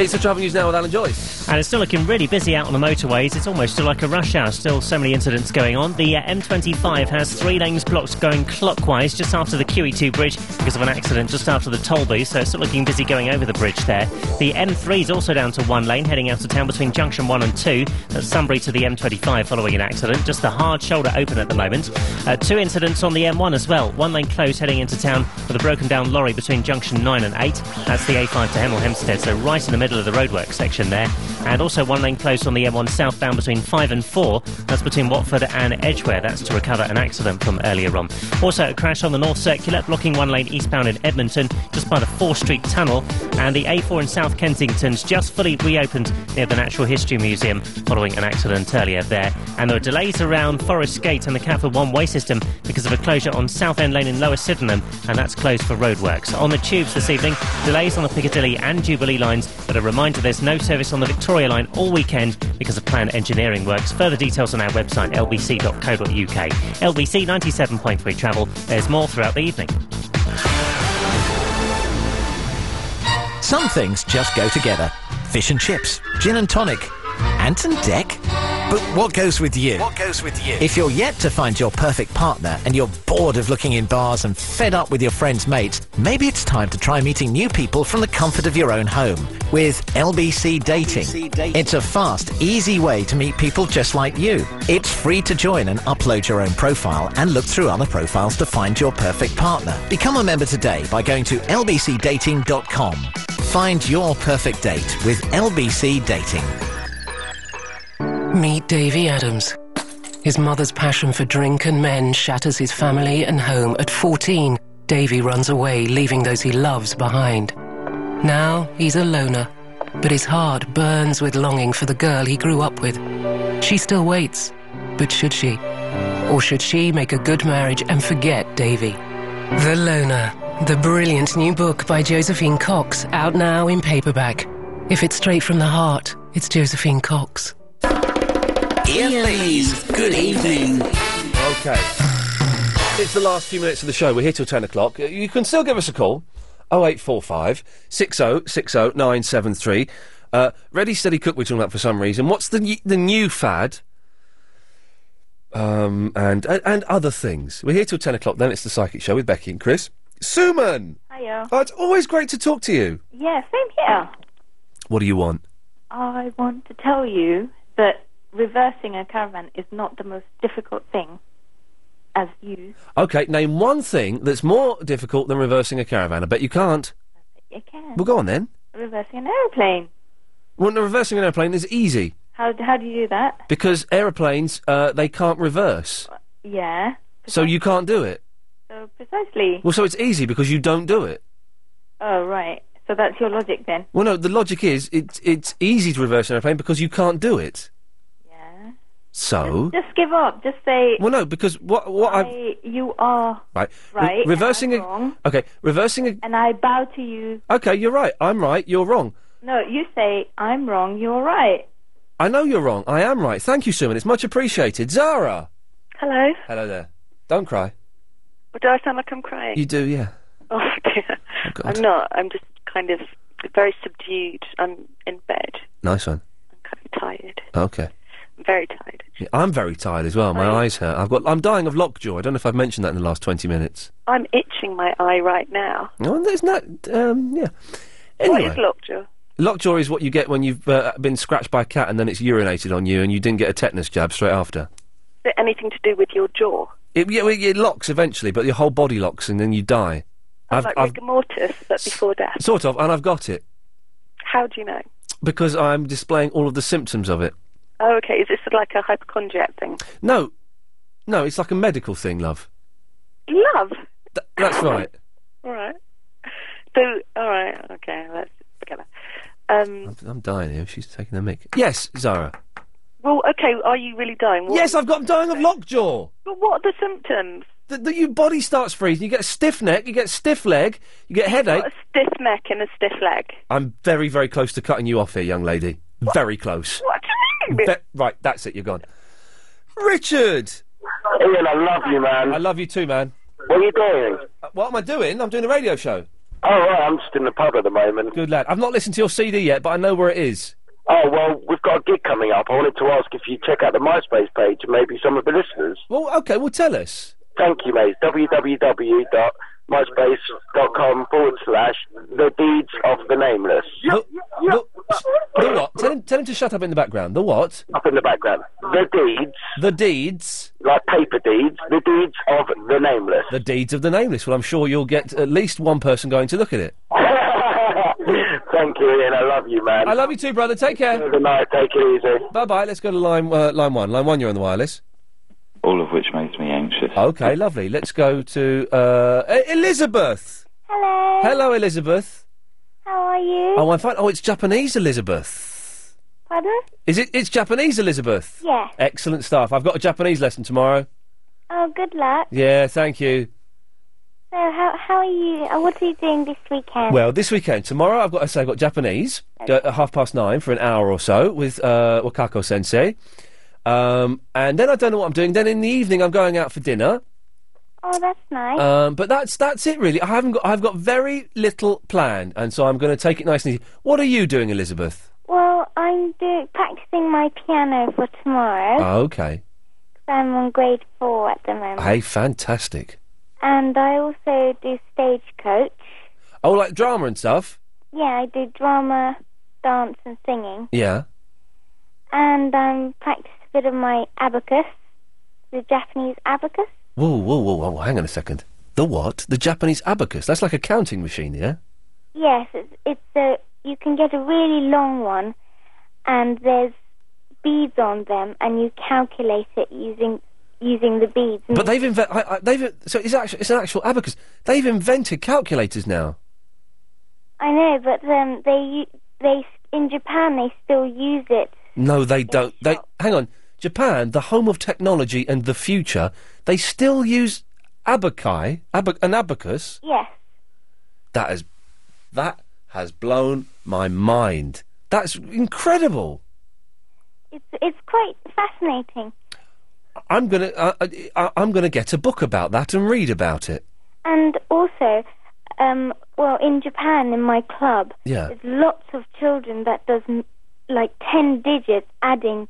Speaker 5: It's the travel news now with Alan Joyce.
Speaker 10: And it's still looking really busy out on the motorways. It's almost still like a rush hour. Still so many incidents going on. The uh, M25 has three lanes blocked going clockwise just after the QE2 bridge because of an accident just after the toll booth. So it's still looking busy going over the bridge there. The M3 is also down to one lane heading out of town between Junction 1 and 2. That's Sunbury to the M25 following an accident. Just the hard shoulder open at the moment. Uh, two incidents on the M1 as well. One lane closed heading into town with a broken down lorry between Junction 9 and 8. That's the A5 to Hemel Hempstead, so right in the middle of the roadwork section there. And also one lane closed on the M1 southbound between 5 and 4. That's between Watford and Edgware. That's to recover an accident from earlier on. Also a crash on the North Circular, blocking one lane eastbound in Edmonton just by the 4 Street Tunnel. And the A4 in South Kensington's just fully reopened near the Natural History Museum following an accident earlier there. And there are delays around Forest Gate and the Catford One Way system because of a closure on South End Lane in Lower Sydenham, and that's closed for roadworks. On the tubes this evening, delays on the Piccadilly and Jubilee lines, but a reminder there's no service on the Victoria line all weekend because of planned engineering works. Further details on our website lbc.co.uk. LBC 97.3 travel. There's more throughout the evening.
Speaker 15: Some things just go together. Fish and chips, gin and tonic, Ant and Deck. But what goes with you?
Speaker 40: What goes with you?
Speaker 15: If you're yet to find your perfect partner and you're bored of looking in bars and fed up with your friends' mates, maybe it's time to try meeting new people from the comfort of your own home with LBC Dating.
Speaker 40: LBC Dating.
Speaker 15: It's a fast, easy way to meet people just like you. It's free to join and upload your own profile and look through other profiles to find your perfect partner. Become a member today by going to lbcdating.com. Find your perfect date with LBC Dating.
Speaker 79: Meet Davy Adams. His mother's passion for drink and men shatters his family and home. At 14, Davy runs away, leaving those he loves behind. Now he's a loner, but his heart burns with longing for the girl he grew up with. She still waits, but should she? Or should she make a good marriage and forget Davy? The Loner, the brilliant new book by Josephine Cox, out now in paperback. If it's straight from the heart, it's Josephine Cox.
Speaker 40: Ian Lee's Good Evening.
Speaker 5: Okay. It's the last few minutes of the show. We're here till 10 o'clock. Uh, You can still give us a call 0845 6060973. Uh, Ready, steady, cook, we're talking about for some reason. What's the, y- the new fad? Um, and, and, and other things. We're here till 10 o'clock. Then it's the psychic show with Becky and Chris. Suman!
Speaker 57: Hiya.
Speaker 5: Oh, it's always great to talk to you.
Speaker 57: Yeah, same here.
Speaker 5: What do you want?
Speaker 57: I want to tell you that reversing a caravan is not the most difficult thing, as you
Speaker 5: Okay, name one thing that's more difficult than reversing a caravan. I bet you can't.
Speaker 57: you can.
Speaker 5: Well, go on then.
Speaker 57: Reversing an aeroplane.
Speaker 5: Well, no, reversing an airplane is easy
Speaker 57: How how do you do that?
Speaker 5: because aeroplanes uh, they can't reverse,
Speaker 57: Yeah.
Speaker 5: so you can't do it.
Speaker 57: So precisely.
Speaker 5: Well, so it's easy because you don't do it.
Speaker 57: Oh right. So that's your logic then.
Speaker 5: Well, no, the logic is it's it's easy to reverse an airplane because you can't do it. Yeah. So,
Speaker 57: Just give up. Just say.
Speaker 5: well, no, because what what I
Speaker 57: I, you are
Speaker 5: right, re-
Speaker 57: right. and
Speaker 5: reversing
Speaker 57: I'm
Speaker 5: a
Speaker 57: wrong,
Speaker 5: okay reversing a
Speaker 57: and I bow to you.
Speaker 5: okay you're right I'm right you're wrong
Speaker 57: No, you say I'm wrong. You're right.
Speaker 5: I know you're wrong I am right thank you Sue and it's much appreciated Zara
Speaker 33: Hello.
Speaker 5: hello there don't cry
Speaker 33: Do I sound like I'm crying?
Speaker 5: you do yeah
Speaker 33: Oh, dear.
Speaker 5: God.
Speaker 33: I'm not. I'm just kind of very subdued. I'm in bed,
Speaker 5: nice one
Speaker 33: tired.
Speaker 5: okay
Speaker 33: I'm very tired.
Speaker 5: Yeah, I'm very tired as well my eyes hurt I've got I'm dying of lockjaw I don't know if I've mentioned that in the last twenty minutes
Speaker 33: I'm itching my eye right now.
Speaker 5: no there's not um yeah
Speaker 33: What
Speaker 5: anyway
Speaker 33: is lockjaw?
Speaker 5: lockjaw is what you get when you've uh, been scratched by a cat and then it's urinated on you and you didn't get a tetanus jab straight after.
Speaker 33: Is it anything to do with your jaw?
Speaker 5: It, yeah, well, it locks eventually, but your whole body locks and then you die. I've,
Speaker 33: like
Speaker 5: I've
Speaker 33: rigor mortis, but before death.
Speaker 5: sort of, and I've got it
Speaker 33: How do you know?
Speaker 5: because I'm displaying all of the symptoms of it.
Speaker 33: Oh, okay. Is this like a hypochondriac thing?
Speaker 5: No, no, it's like a medical thing, love.
Speaker 33: Love.
Speaker 5: That's right.
Speaker 33: All right. So, all right. Okay. Let's forget that. Um,
Speaker 5: I'm, I'm dying here. She's taking the mic. Yes, Zara.
Speaker 33: well, okay. Are you really dying? What-
Speaker 5: Yes, I've got. I'm dying of lockjaw.
Speaker 33: But what are the symptoms?
Speaker 5: The, the, your body starts freezing. You get a stiff neck. You get a stiff leg. You get a headache.
Speaker 33: Got a stiff neck and a stiff leg.
Speaker 5: I'm very, very close to cutting you off here, young lady. Very close.
Speaker 33: What do you mean?
Speaker 5: Ve- right, that's it. You're gone. Richard.
Speaker 70: Ian, I love you, man.
Speaker 5: I love you too, man.
Speaker 70: What are you doing?
Speaker 5: Uh, what am I doing? I'm doing a radio show.
Speaker 70: Oh, right, I'm just in the pub at the moment.
Speaker 5: Good lad. I've not listened to your CD yet, but I know where it is.
Speaker 70: Oh, well, we've got a gig coming up. I wanted to ask if you'd check out the MySpace page and maybe some of the listeners.
Speaker 5: Well, okay, well, tell us.
Speaker 70: Thank you, mate. www.myspace.com forward slash the deeds of the nameless.
Speaker 5: The, the, the what? Tell him, tell him to shut up in the background. The what?
Speaker 70: Up in the background. The deeds.
Speaker 5: The deeds.
Speaker 70: Like paper deeds. The deeds of the nameless.
Speaker 5: The deeds of the nameless. Well, I'm sure you'll get at least one person going to look at it.
Speaker 70: Thank you, Ian. I love you, man.
Speaker 5: I love you too, brother. Take care.
Speaker 70: Good night. Take it easy.
Speaker 5: Bye bye. Let's go to line uh, line one. Line one, you're on the wireless.
Speaker 9: All of which makes me anxious.
Speaker 5: Okay, lovely. Let's go to uh, E- Elizabeth. Hello. Hello, Elizabeth.
Speaker 80: How are you?
Speaker 5: Oh, I'm fine. Oh, it's Japanese, Elizabeth.
Speaker 80: Pardon?
Speaker 5: Is it? It's Japanese, Elizabeth.
Speaker 80: Yeah.
Speaker 5: Excellent stuff. I've got a Japanese lesson tomorrow.
Speaker 80: Oh, good luck.
Speaker 5: Yeah, thank you.
Speaker 80: So, how how are you? Uh, what are you doing this weekend?
Speaker 5: Well, this weekend, tomorrow, I've got to say, I've got Japanese uh, at half past nine for an hour or so with uh, Wakako Sensei, um, and then I don't know what I'm doing. Then in the evening, I'm going out for dinner.
Speaker 80: oh, that's nice.
Speaker 5: Um, but that's that's it really. I haven't got I've got very little planned, and so I'm going to take it nice and easy. What are you doing, Elizabeth?
Speaker 80: well, I'm doing practicing my piano for tomorrow.
Speaker 5: Oh, okay.
Speaker 80: i I'm on grade four at the moment,
Speaker 5: Hey, fantastic.
Speaker 80: and I also do stagecoach.
Speaker 5: Oh, like drama and stuff.
Speaker 80: Yeah, I do drama, dance, and singing,
Speaker 5: Yeah.
Speaker 80: and I'm practice a bit of my abacus, the Japanese abacus.
Speaker 5: Whoa, whoa, whoa, whoa, whoa, hang on a second. The what? The Japanese abacus. That's like a counting machine, yeah?
Speaker 80: Yes, it's, it's a. You can get a really long one, and there's beads on them, and you calculate it using using the beads.
Speaker 5: But they've invented. I, I, they've so it's actually it's an actual abacus. They've invented calculators now.
Speaker 80: I know, but um, they u- they s- in Japan they still use it.
Speaker 5: No, they don't. They hang on. Japan, the home of technology and the future, they still use abaci, abac, an abacus.
Speaker 80: Yes,
Speaker 5: That has that has blown my mind. That's incredible.
Speaker 80: it's it's quite fascinating.
Speaker 5: I'm gonna uh, uh, I, I'm gonna get a book about that and read about it.
Speaker 80: And also, um, well, in Japan, in my club,
Speaker 5: Yeah.
Speaker 80: there's lots of children that does m- like ten digits adding.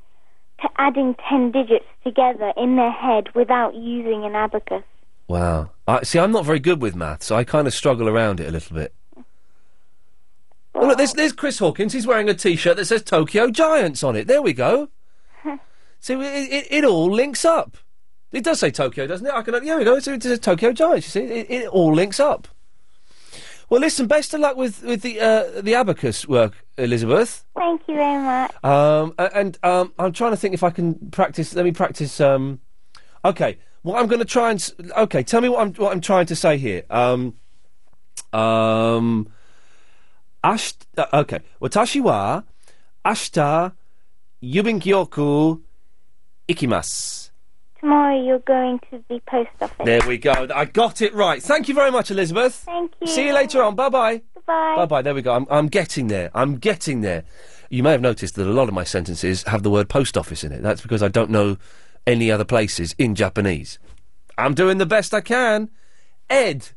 Speaker 80: To adding ten digits together in their head without using an abacus.
Speaker 5: Wow. I see, I'm not very good with maths. so I kind of struggle around it a little bit. Oh, look, there's, there's Chris Hawkins. He's wearing a T-shirt that says Tokyo Giants on it. There we go. See, it, it, it all links up. It does say Tokyo, doesn't it? I can. Yeah, we go. It's, it says Tokyo Giants. You see, it, it all links up. Well, listen. Best of luck with with the uh, the abacus work, Elizabeth.
Speaker 80: Thank you very much.
Speaker 5: Um, a- and um, I'm trying to think if I can practice. Let me practice. Um, okay, well, I'm going to try and. s- Okay, tell me what I'm what I'm trying to say here. Um, um, ash. Uh, okay, watashi wa ashita yubin Ikimas.
Speaker 80: Tomorrow you're going to the post office.
Speaker 5: There we go. I got it right. Thank you very much, Elizabeth. Thank
Speaker 80: you.
Speaker 5: See you later on. Bye bye.
Speaker 80: Goodbye.
Speaker 5: Bye bye. There we go. I'm, I'm getting there. I'm getting there. You may have noticed that a lot of my sentences have the word post office in it. That's because I don't know any other places in Japanese. I'm doing the best I can. Ed.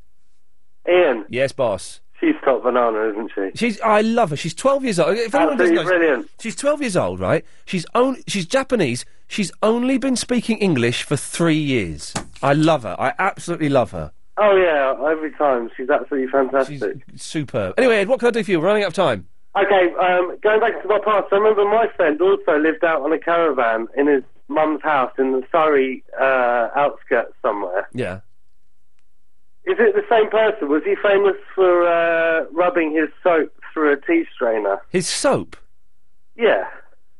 Speaker 2: Ian.
Speaker 5: Yes, boss.
Speaker 2: She's top banana, isn't she?
Speaker 5: She's. I love her. She's 12 years old. If anyone
Speaker 2: Absolutely
Speaker 5: doesn't know,
Speaker 2: brilliant.
Speaker 5: She's 12 years old, right? She's on, She's Japanese. She's only been speaking English for three years. I love her. I absolutely love her.
Speaker 2: Oh yeah, every time she's absolutely fantastic.
Speaker 5: Superb. Anyway, Ed, what can I do for you? We're running out of time.
Speaker 2: Okay, um, going back to my past, I remember my friend also lived out on a caravan in his mum's house in the Surrey uh, outskirts somewhere.
Speaker 5: Yeah.
Speaker 2: Is it the same person? Was he famous for uh, rubbing his soap through a tea strainer?
Speaker 5: His soap?
Speaker 2: Yeah.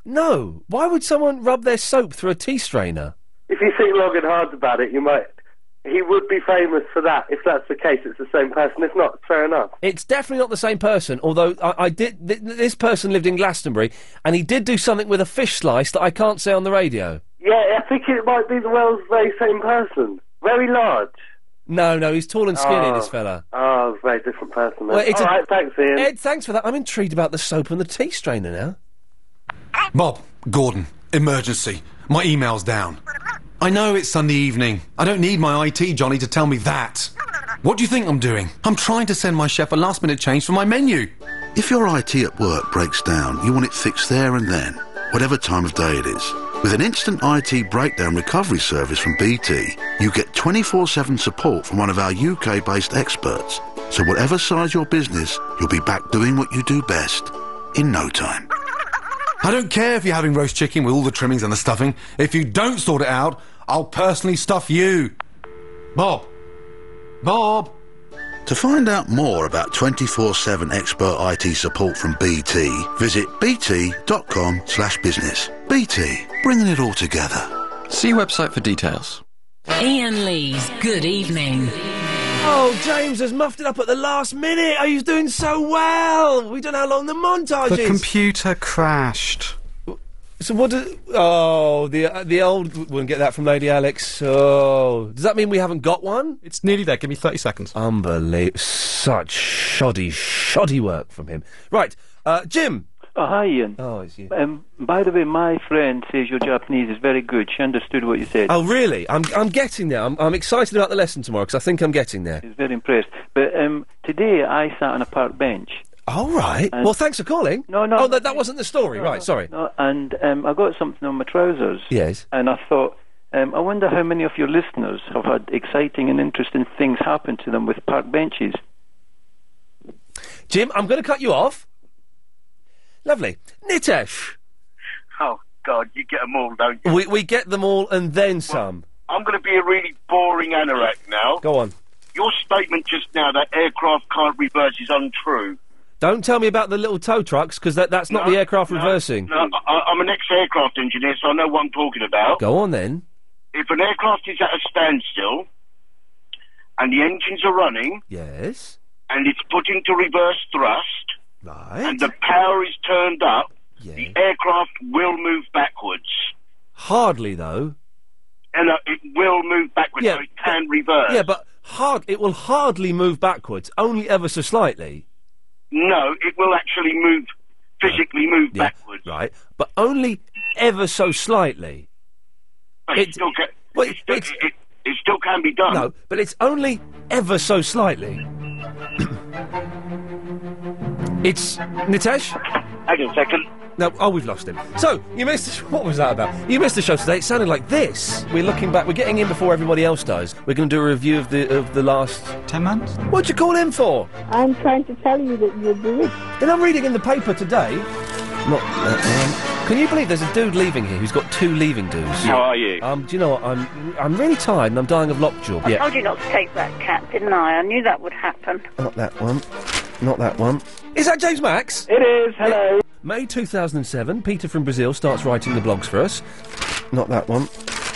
Speaker 5: No. Why would someone rub their soap through a tea strainer?
Speaker 2: If you think long and hard about it, you might. He would be famous for that. If that's the case, it's the same person. If not, fair enough.
Speaker 5: It's definitely not the same person. Although I, I did, th- th- this person lived in Glastonbury, and he did do something with a fish slice that I can't say on the radio.
Speaker 2: Yeah, I think it might be the Wells very same person. Very large.
Speaker 5: No, no, he's tall and skinny,
Speaker 2: Oh.
Speaker 5: this fella.
Speaker 2: Oh, very different person. Then.
Speaker 5: Well, it's
Speaker 2: All
Speaker 5: a-
Speaker 2: right, thanks, Ian.
Speaker 5: Ed, thanks for that. I'm intrigued about the soap and the tea strainer now.
Speaker 24: Bob, Gordon, emergency. My email's down. I know it's Sunday evening. I don't need my IT Johnny to tell me that. What do you think I'm doing? I'm trying to send my chef a last minute change for my menu.
Speaker 25: If your IT at work breaks down, you want it fixed there and then, whatever time of day it is. With an instant IT breakdown recovery service from BT, you get 24 7 support from one of our UK based experts. So, whatever size your business, you'll be back doing what you do best in no time.
Speaker 24: I don't care if you're having roast chicken with all the trimmings and the stuffing. If you don't sort it out, I'll personally stuff you. Bob. Bob.
Speaker 25: To find out more about 24-7 expert IT support from BT, visit bt.com slash business. BT, bringing it all together. See website for details.
Speaker 39: Ian Lee's Good Evening.
Speaker 5: Oh, James has muffed it up at the last minute. Oh, he's doing so well. We don't know how long the montage
Speaker 62: The
Speaker 5: is.
Speaker 62: computer crashed.
Speaker 5: so what does? Oh, the uh, the old wouldn't get that from Lady Alex. Oh, does that mean we haven't got one?
Speaker 62: It's nearly there. Give me thirty seconds.
Speaker 5: Unbelievable! Such shoddy, shoddy work from him. Right, uh, Jim.
Speaker 81: Oh, hi, Ian.
Speaker 5: Oh, it's you.
Speaker 81: Um, by the way, my friend says your Japanese is very good. She understood what you said.
Speaker 5: Oh, really? I'm I'm getting there. I'm I'm excited about the lesson tomorrow because I think I'm getting there.
Speaker 81: She's very impressed. But um, today I sat on a park bench.
Speaker 5: All right.
Speaker 81: And-
Speaker 5: well, thanks for calling.
Speaker 81: No, no.
Speaker 5: Oh, that, that wasn't the story. right. Sorry.
Speaker 81: No, and um, I got something on my trousers.
Speaker 5: Yes.
Speaker 81: And I thought, um, I wonder how many of your listeners have had exciting and interesting things happen to them with park benches.
Speaker 5: Jim, I'm going to cut you off. Lovely. Nitesh.
Speaker 34: Oh God, you get them all, don't you?
Speaker 5: We we get them all and then some.
Speaker 34: I'm going to be a really boring anorak now.
Speaker 5: Go on.
Speaker 34: Your statement just now that aircraft can't reverse is untrue.
Speaker 5: Don't tell me about the little tow trucks because that, that's not
Speaker 34: No,
Speaker 5: the aircraft
Speaker 34: no,
Speaker 5: reversing.
Speaker 34: No,
Speaker 81: Hmm.
Speaker 34: I, I'm an ex-aircraft engineer, so I know what I'm talking about.
Speaker 5: Go on then.
Speaker 34: If an aircraft is at a standstill and the engines are running
Speaker 5: Yes.
Speaker 34: and it's put into reverse thrust and the power is turned up, the aircraft will move backwards.
Speaker 5: Hardly though.
Speaker 34: And uh, it will move backwards,
Speaker 5: Yeah,
Speaker 34: so it can reverse.
Speaker 5: Yeah, but hard. It will hardly move backwards, only ever so slightly.
Speaker 34: No, it will actually move, physically move
Speaker 5: Yeah,
Speaker 34: backwards.
Speaker 5: Right, but only ever so slightly.
Speaker 34: But it, still ca- it, still, it, it still can be done.
Speaker 5: No, but it's only ever so slightly. it's Nitesh.
Speaker 34: Hang on a second.
Speaker 5: No, oh, we've lost him. So you missed. The sh- what was that about? You missed the show today. It sounded like this. We're looking back. We're getting in before everybody else does. We're going to do a review of the of the last ten months. What'd you call in for?
Speaker 82: I'm trying to tell you that you're British.
Speaker 5: Then I'm reading in the paper today. Not. uh, um, can you believe there's a dude leaving here who's got two leaving dues?
Speaker 56: How are you?
Speaker 5: Um, do you know what? I'm I'm really tired and I'm dying of lockjaw.
Speaker 42: I told you not to take that cat, didn't I? I knew that would happen.
Speaker 5: Not that one. Not that one. Is that James Max? It is. Hello. May 2007, Peter from Brazil starts writing the blogs for us. Not that one.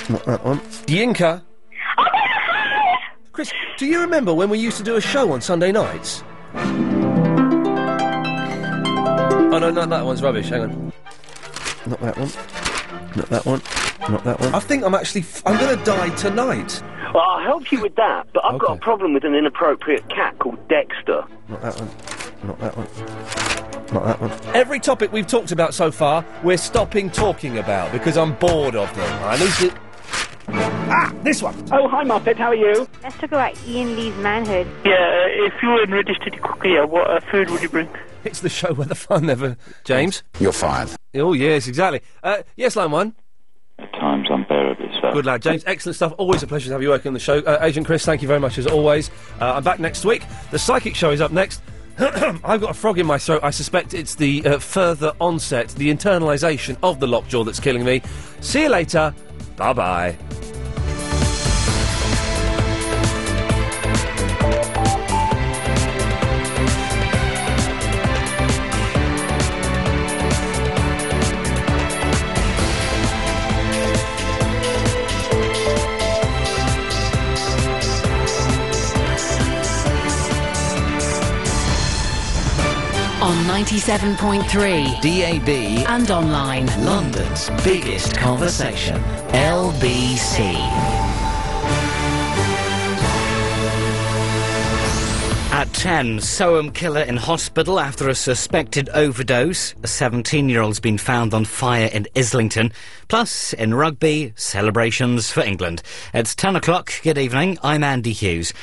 Speaker 5: Not that one. Yinka. Chris, do you remember when we used to do a show on Sunday nights? Oh no, not that one's rubbish. Hang on. Not that one. Not that one. Not that one. I think I'm actually. F- I'm going to die tonight.
Speaker 34: Well, I'll help you with that, but I've got a problem with an inappropriate cat called Dexter.
Speaker 5: Not that one. Not that one. Not that one. Every topic we've talked about so far, we're stopping talking about because I'm bored of them. I need to. Ah, this one.
Speaker 3: Oh, hi, Muppet. How are you?
Speaker 65: Let's talk about Ian Lee's manhood.
Speaker 3: Yeah, uh, if you were enregistered cook here, what uh, food would you bring?
Speaker 5: It's the show where the fun never. James.
Speaker 83: You're fired.
Speaker 5: Oh yes, exactly. Uh, yes, line one.
Speaker 83: Times unbearably so.
Speaker 5: Good lad, James. Excellent stuff. Always a pleasure to have you working on the show. Uh, Agent Chris, thank you very much as always. Uh, I'm back next week. The Psychic Show is up next. I've got a frog in my throat. I suspect it's the uh, further onset, the internalisation of the lockjaw that's killing me. See you later. Bye bye.
Speaker 84: On 97.3
Speaker 27: DAB
Speaker 84: and online.
Speaker 27: London's biggest conversation. LBC.
Speaker 78: At 10, Soham killer in hospital after a suspected overdose. A 17 year old's been found on fire in Islington. Plus, in rugby, celebrations for England. It's 10 o'clock. Good evening. I'm Andy Hughes.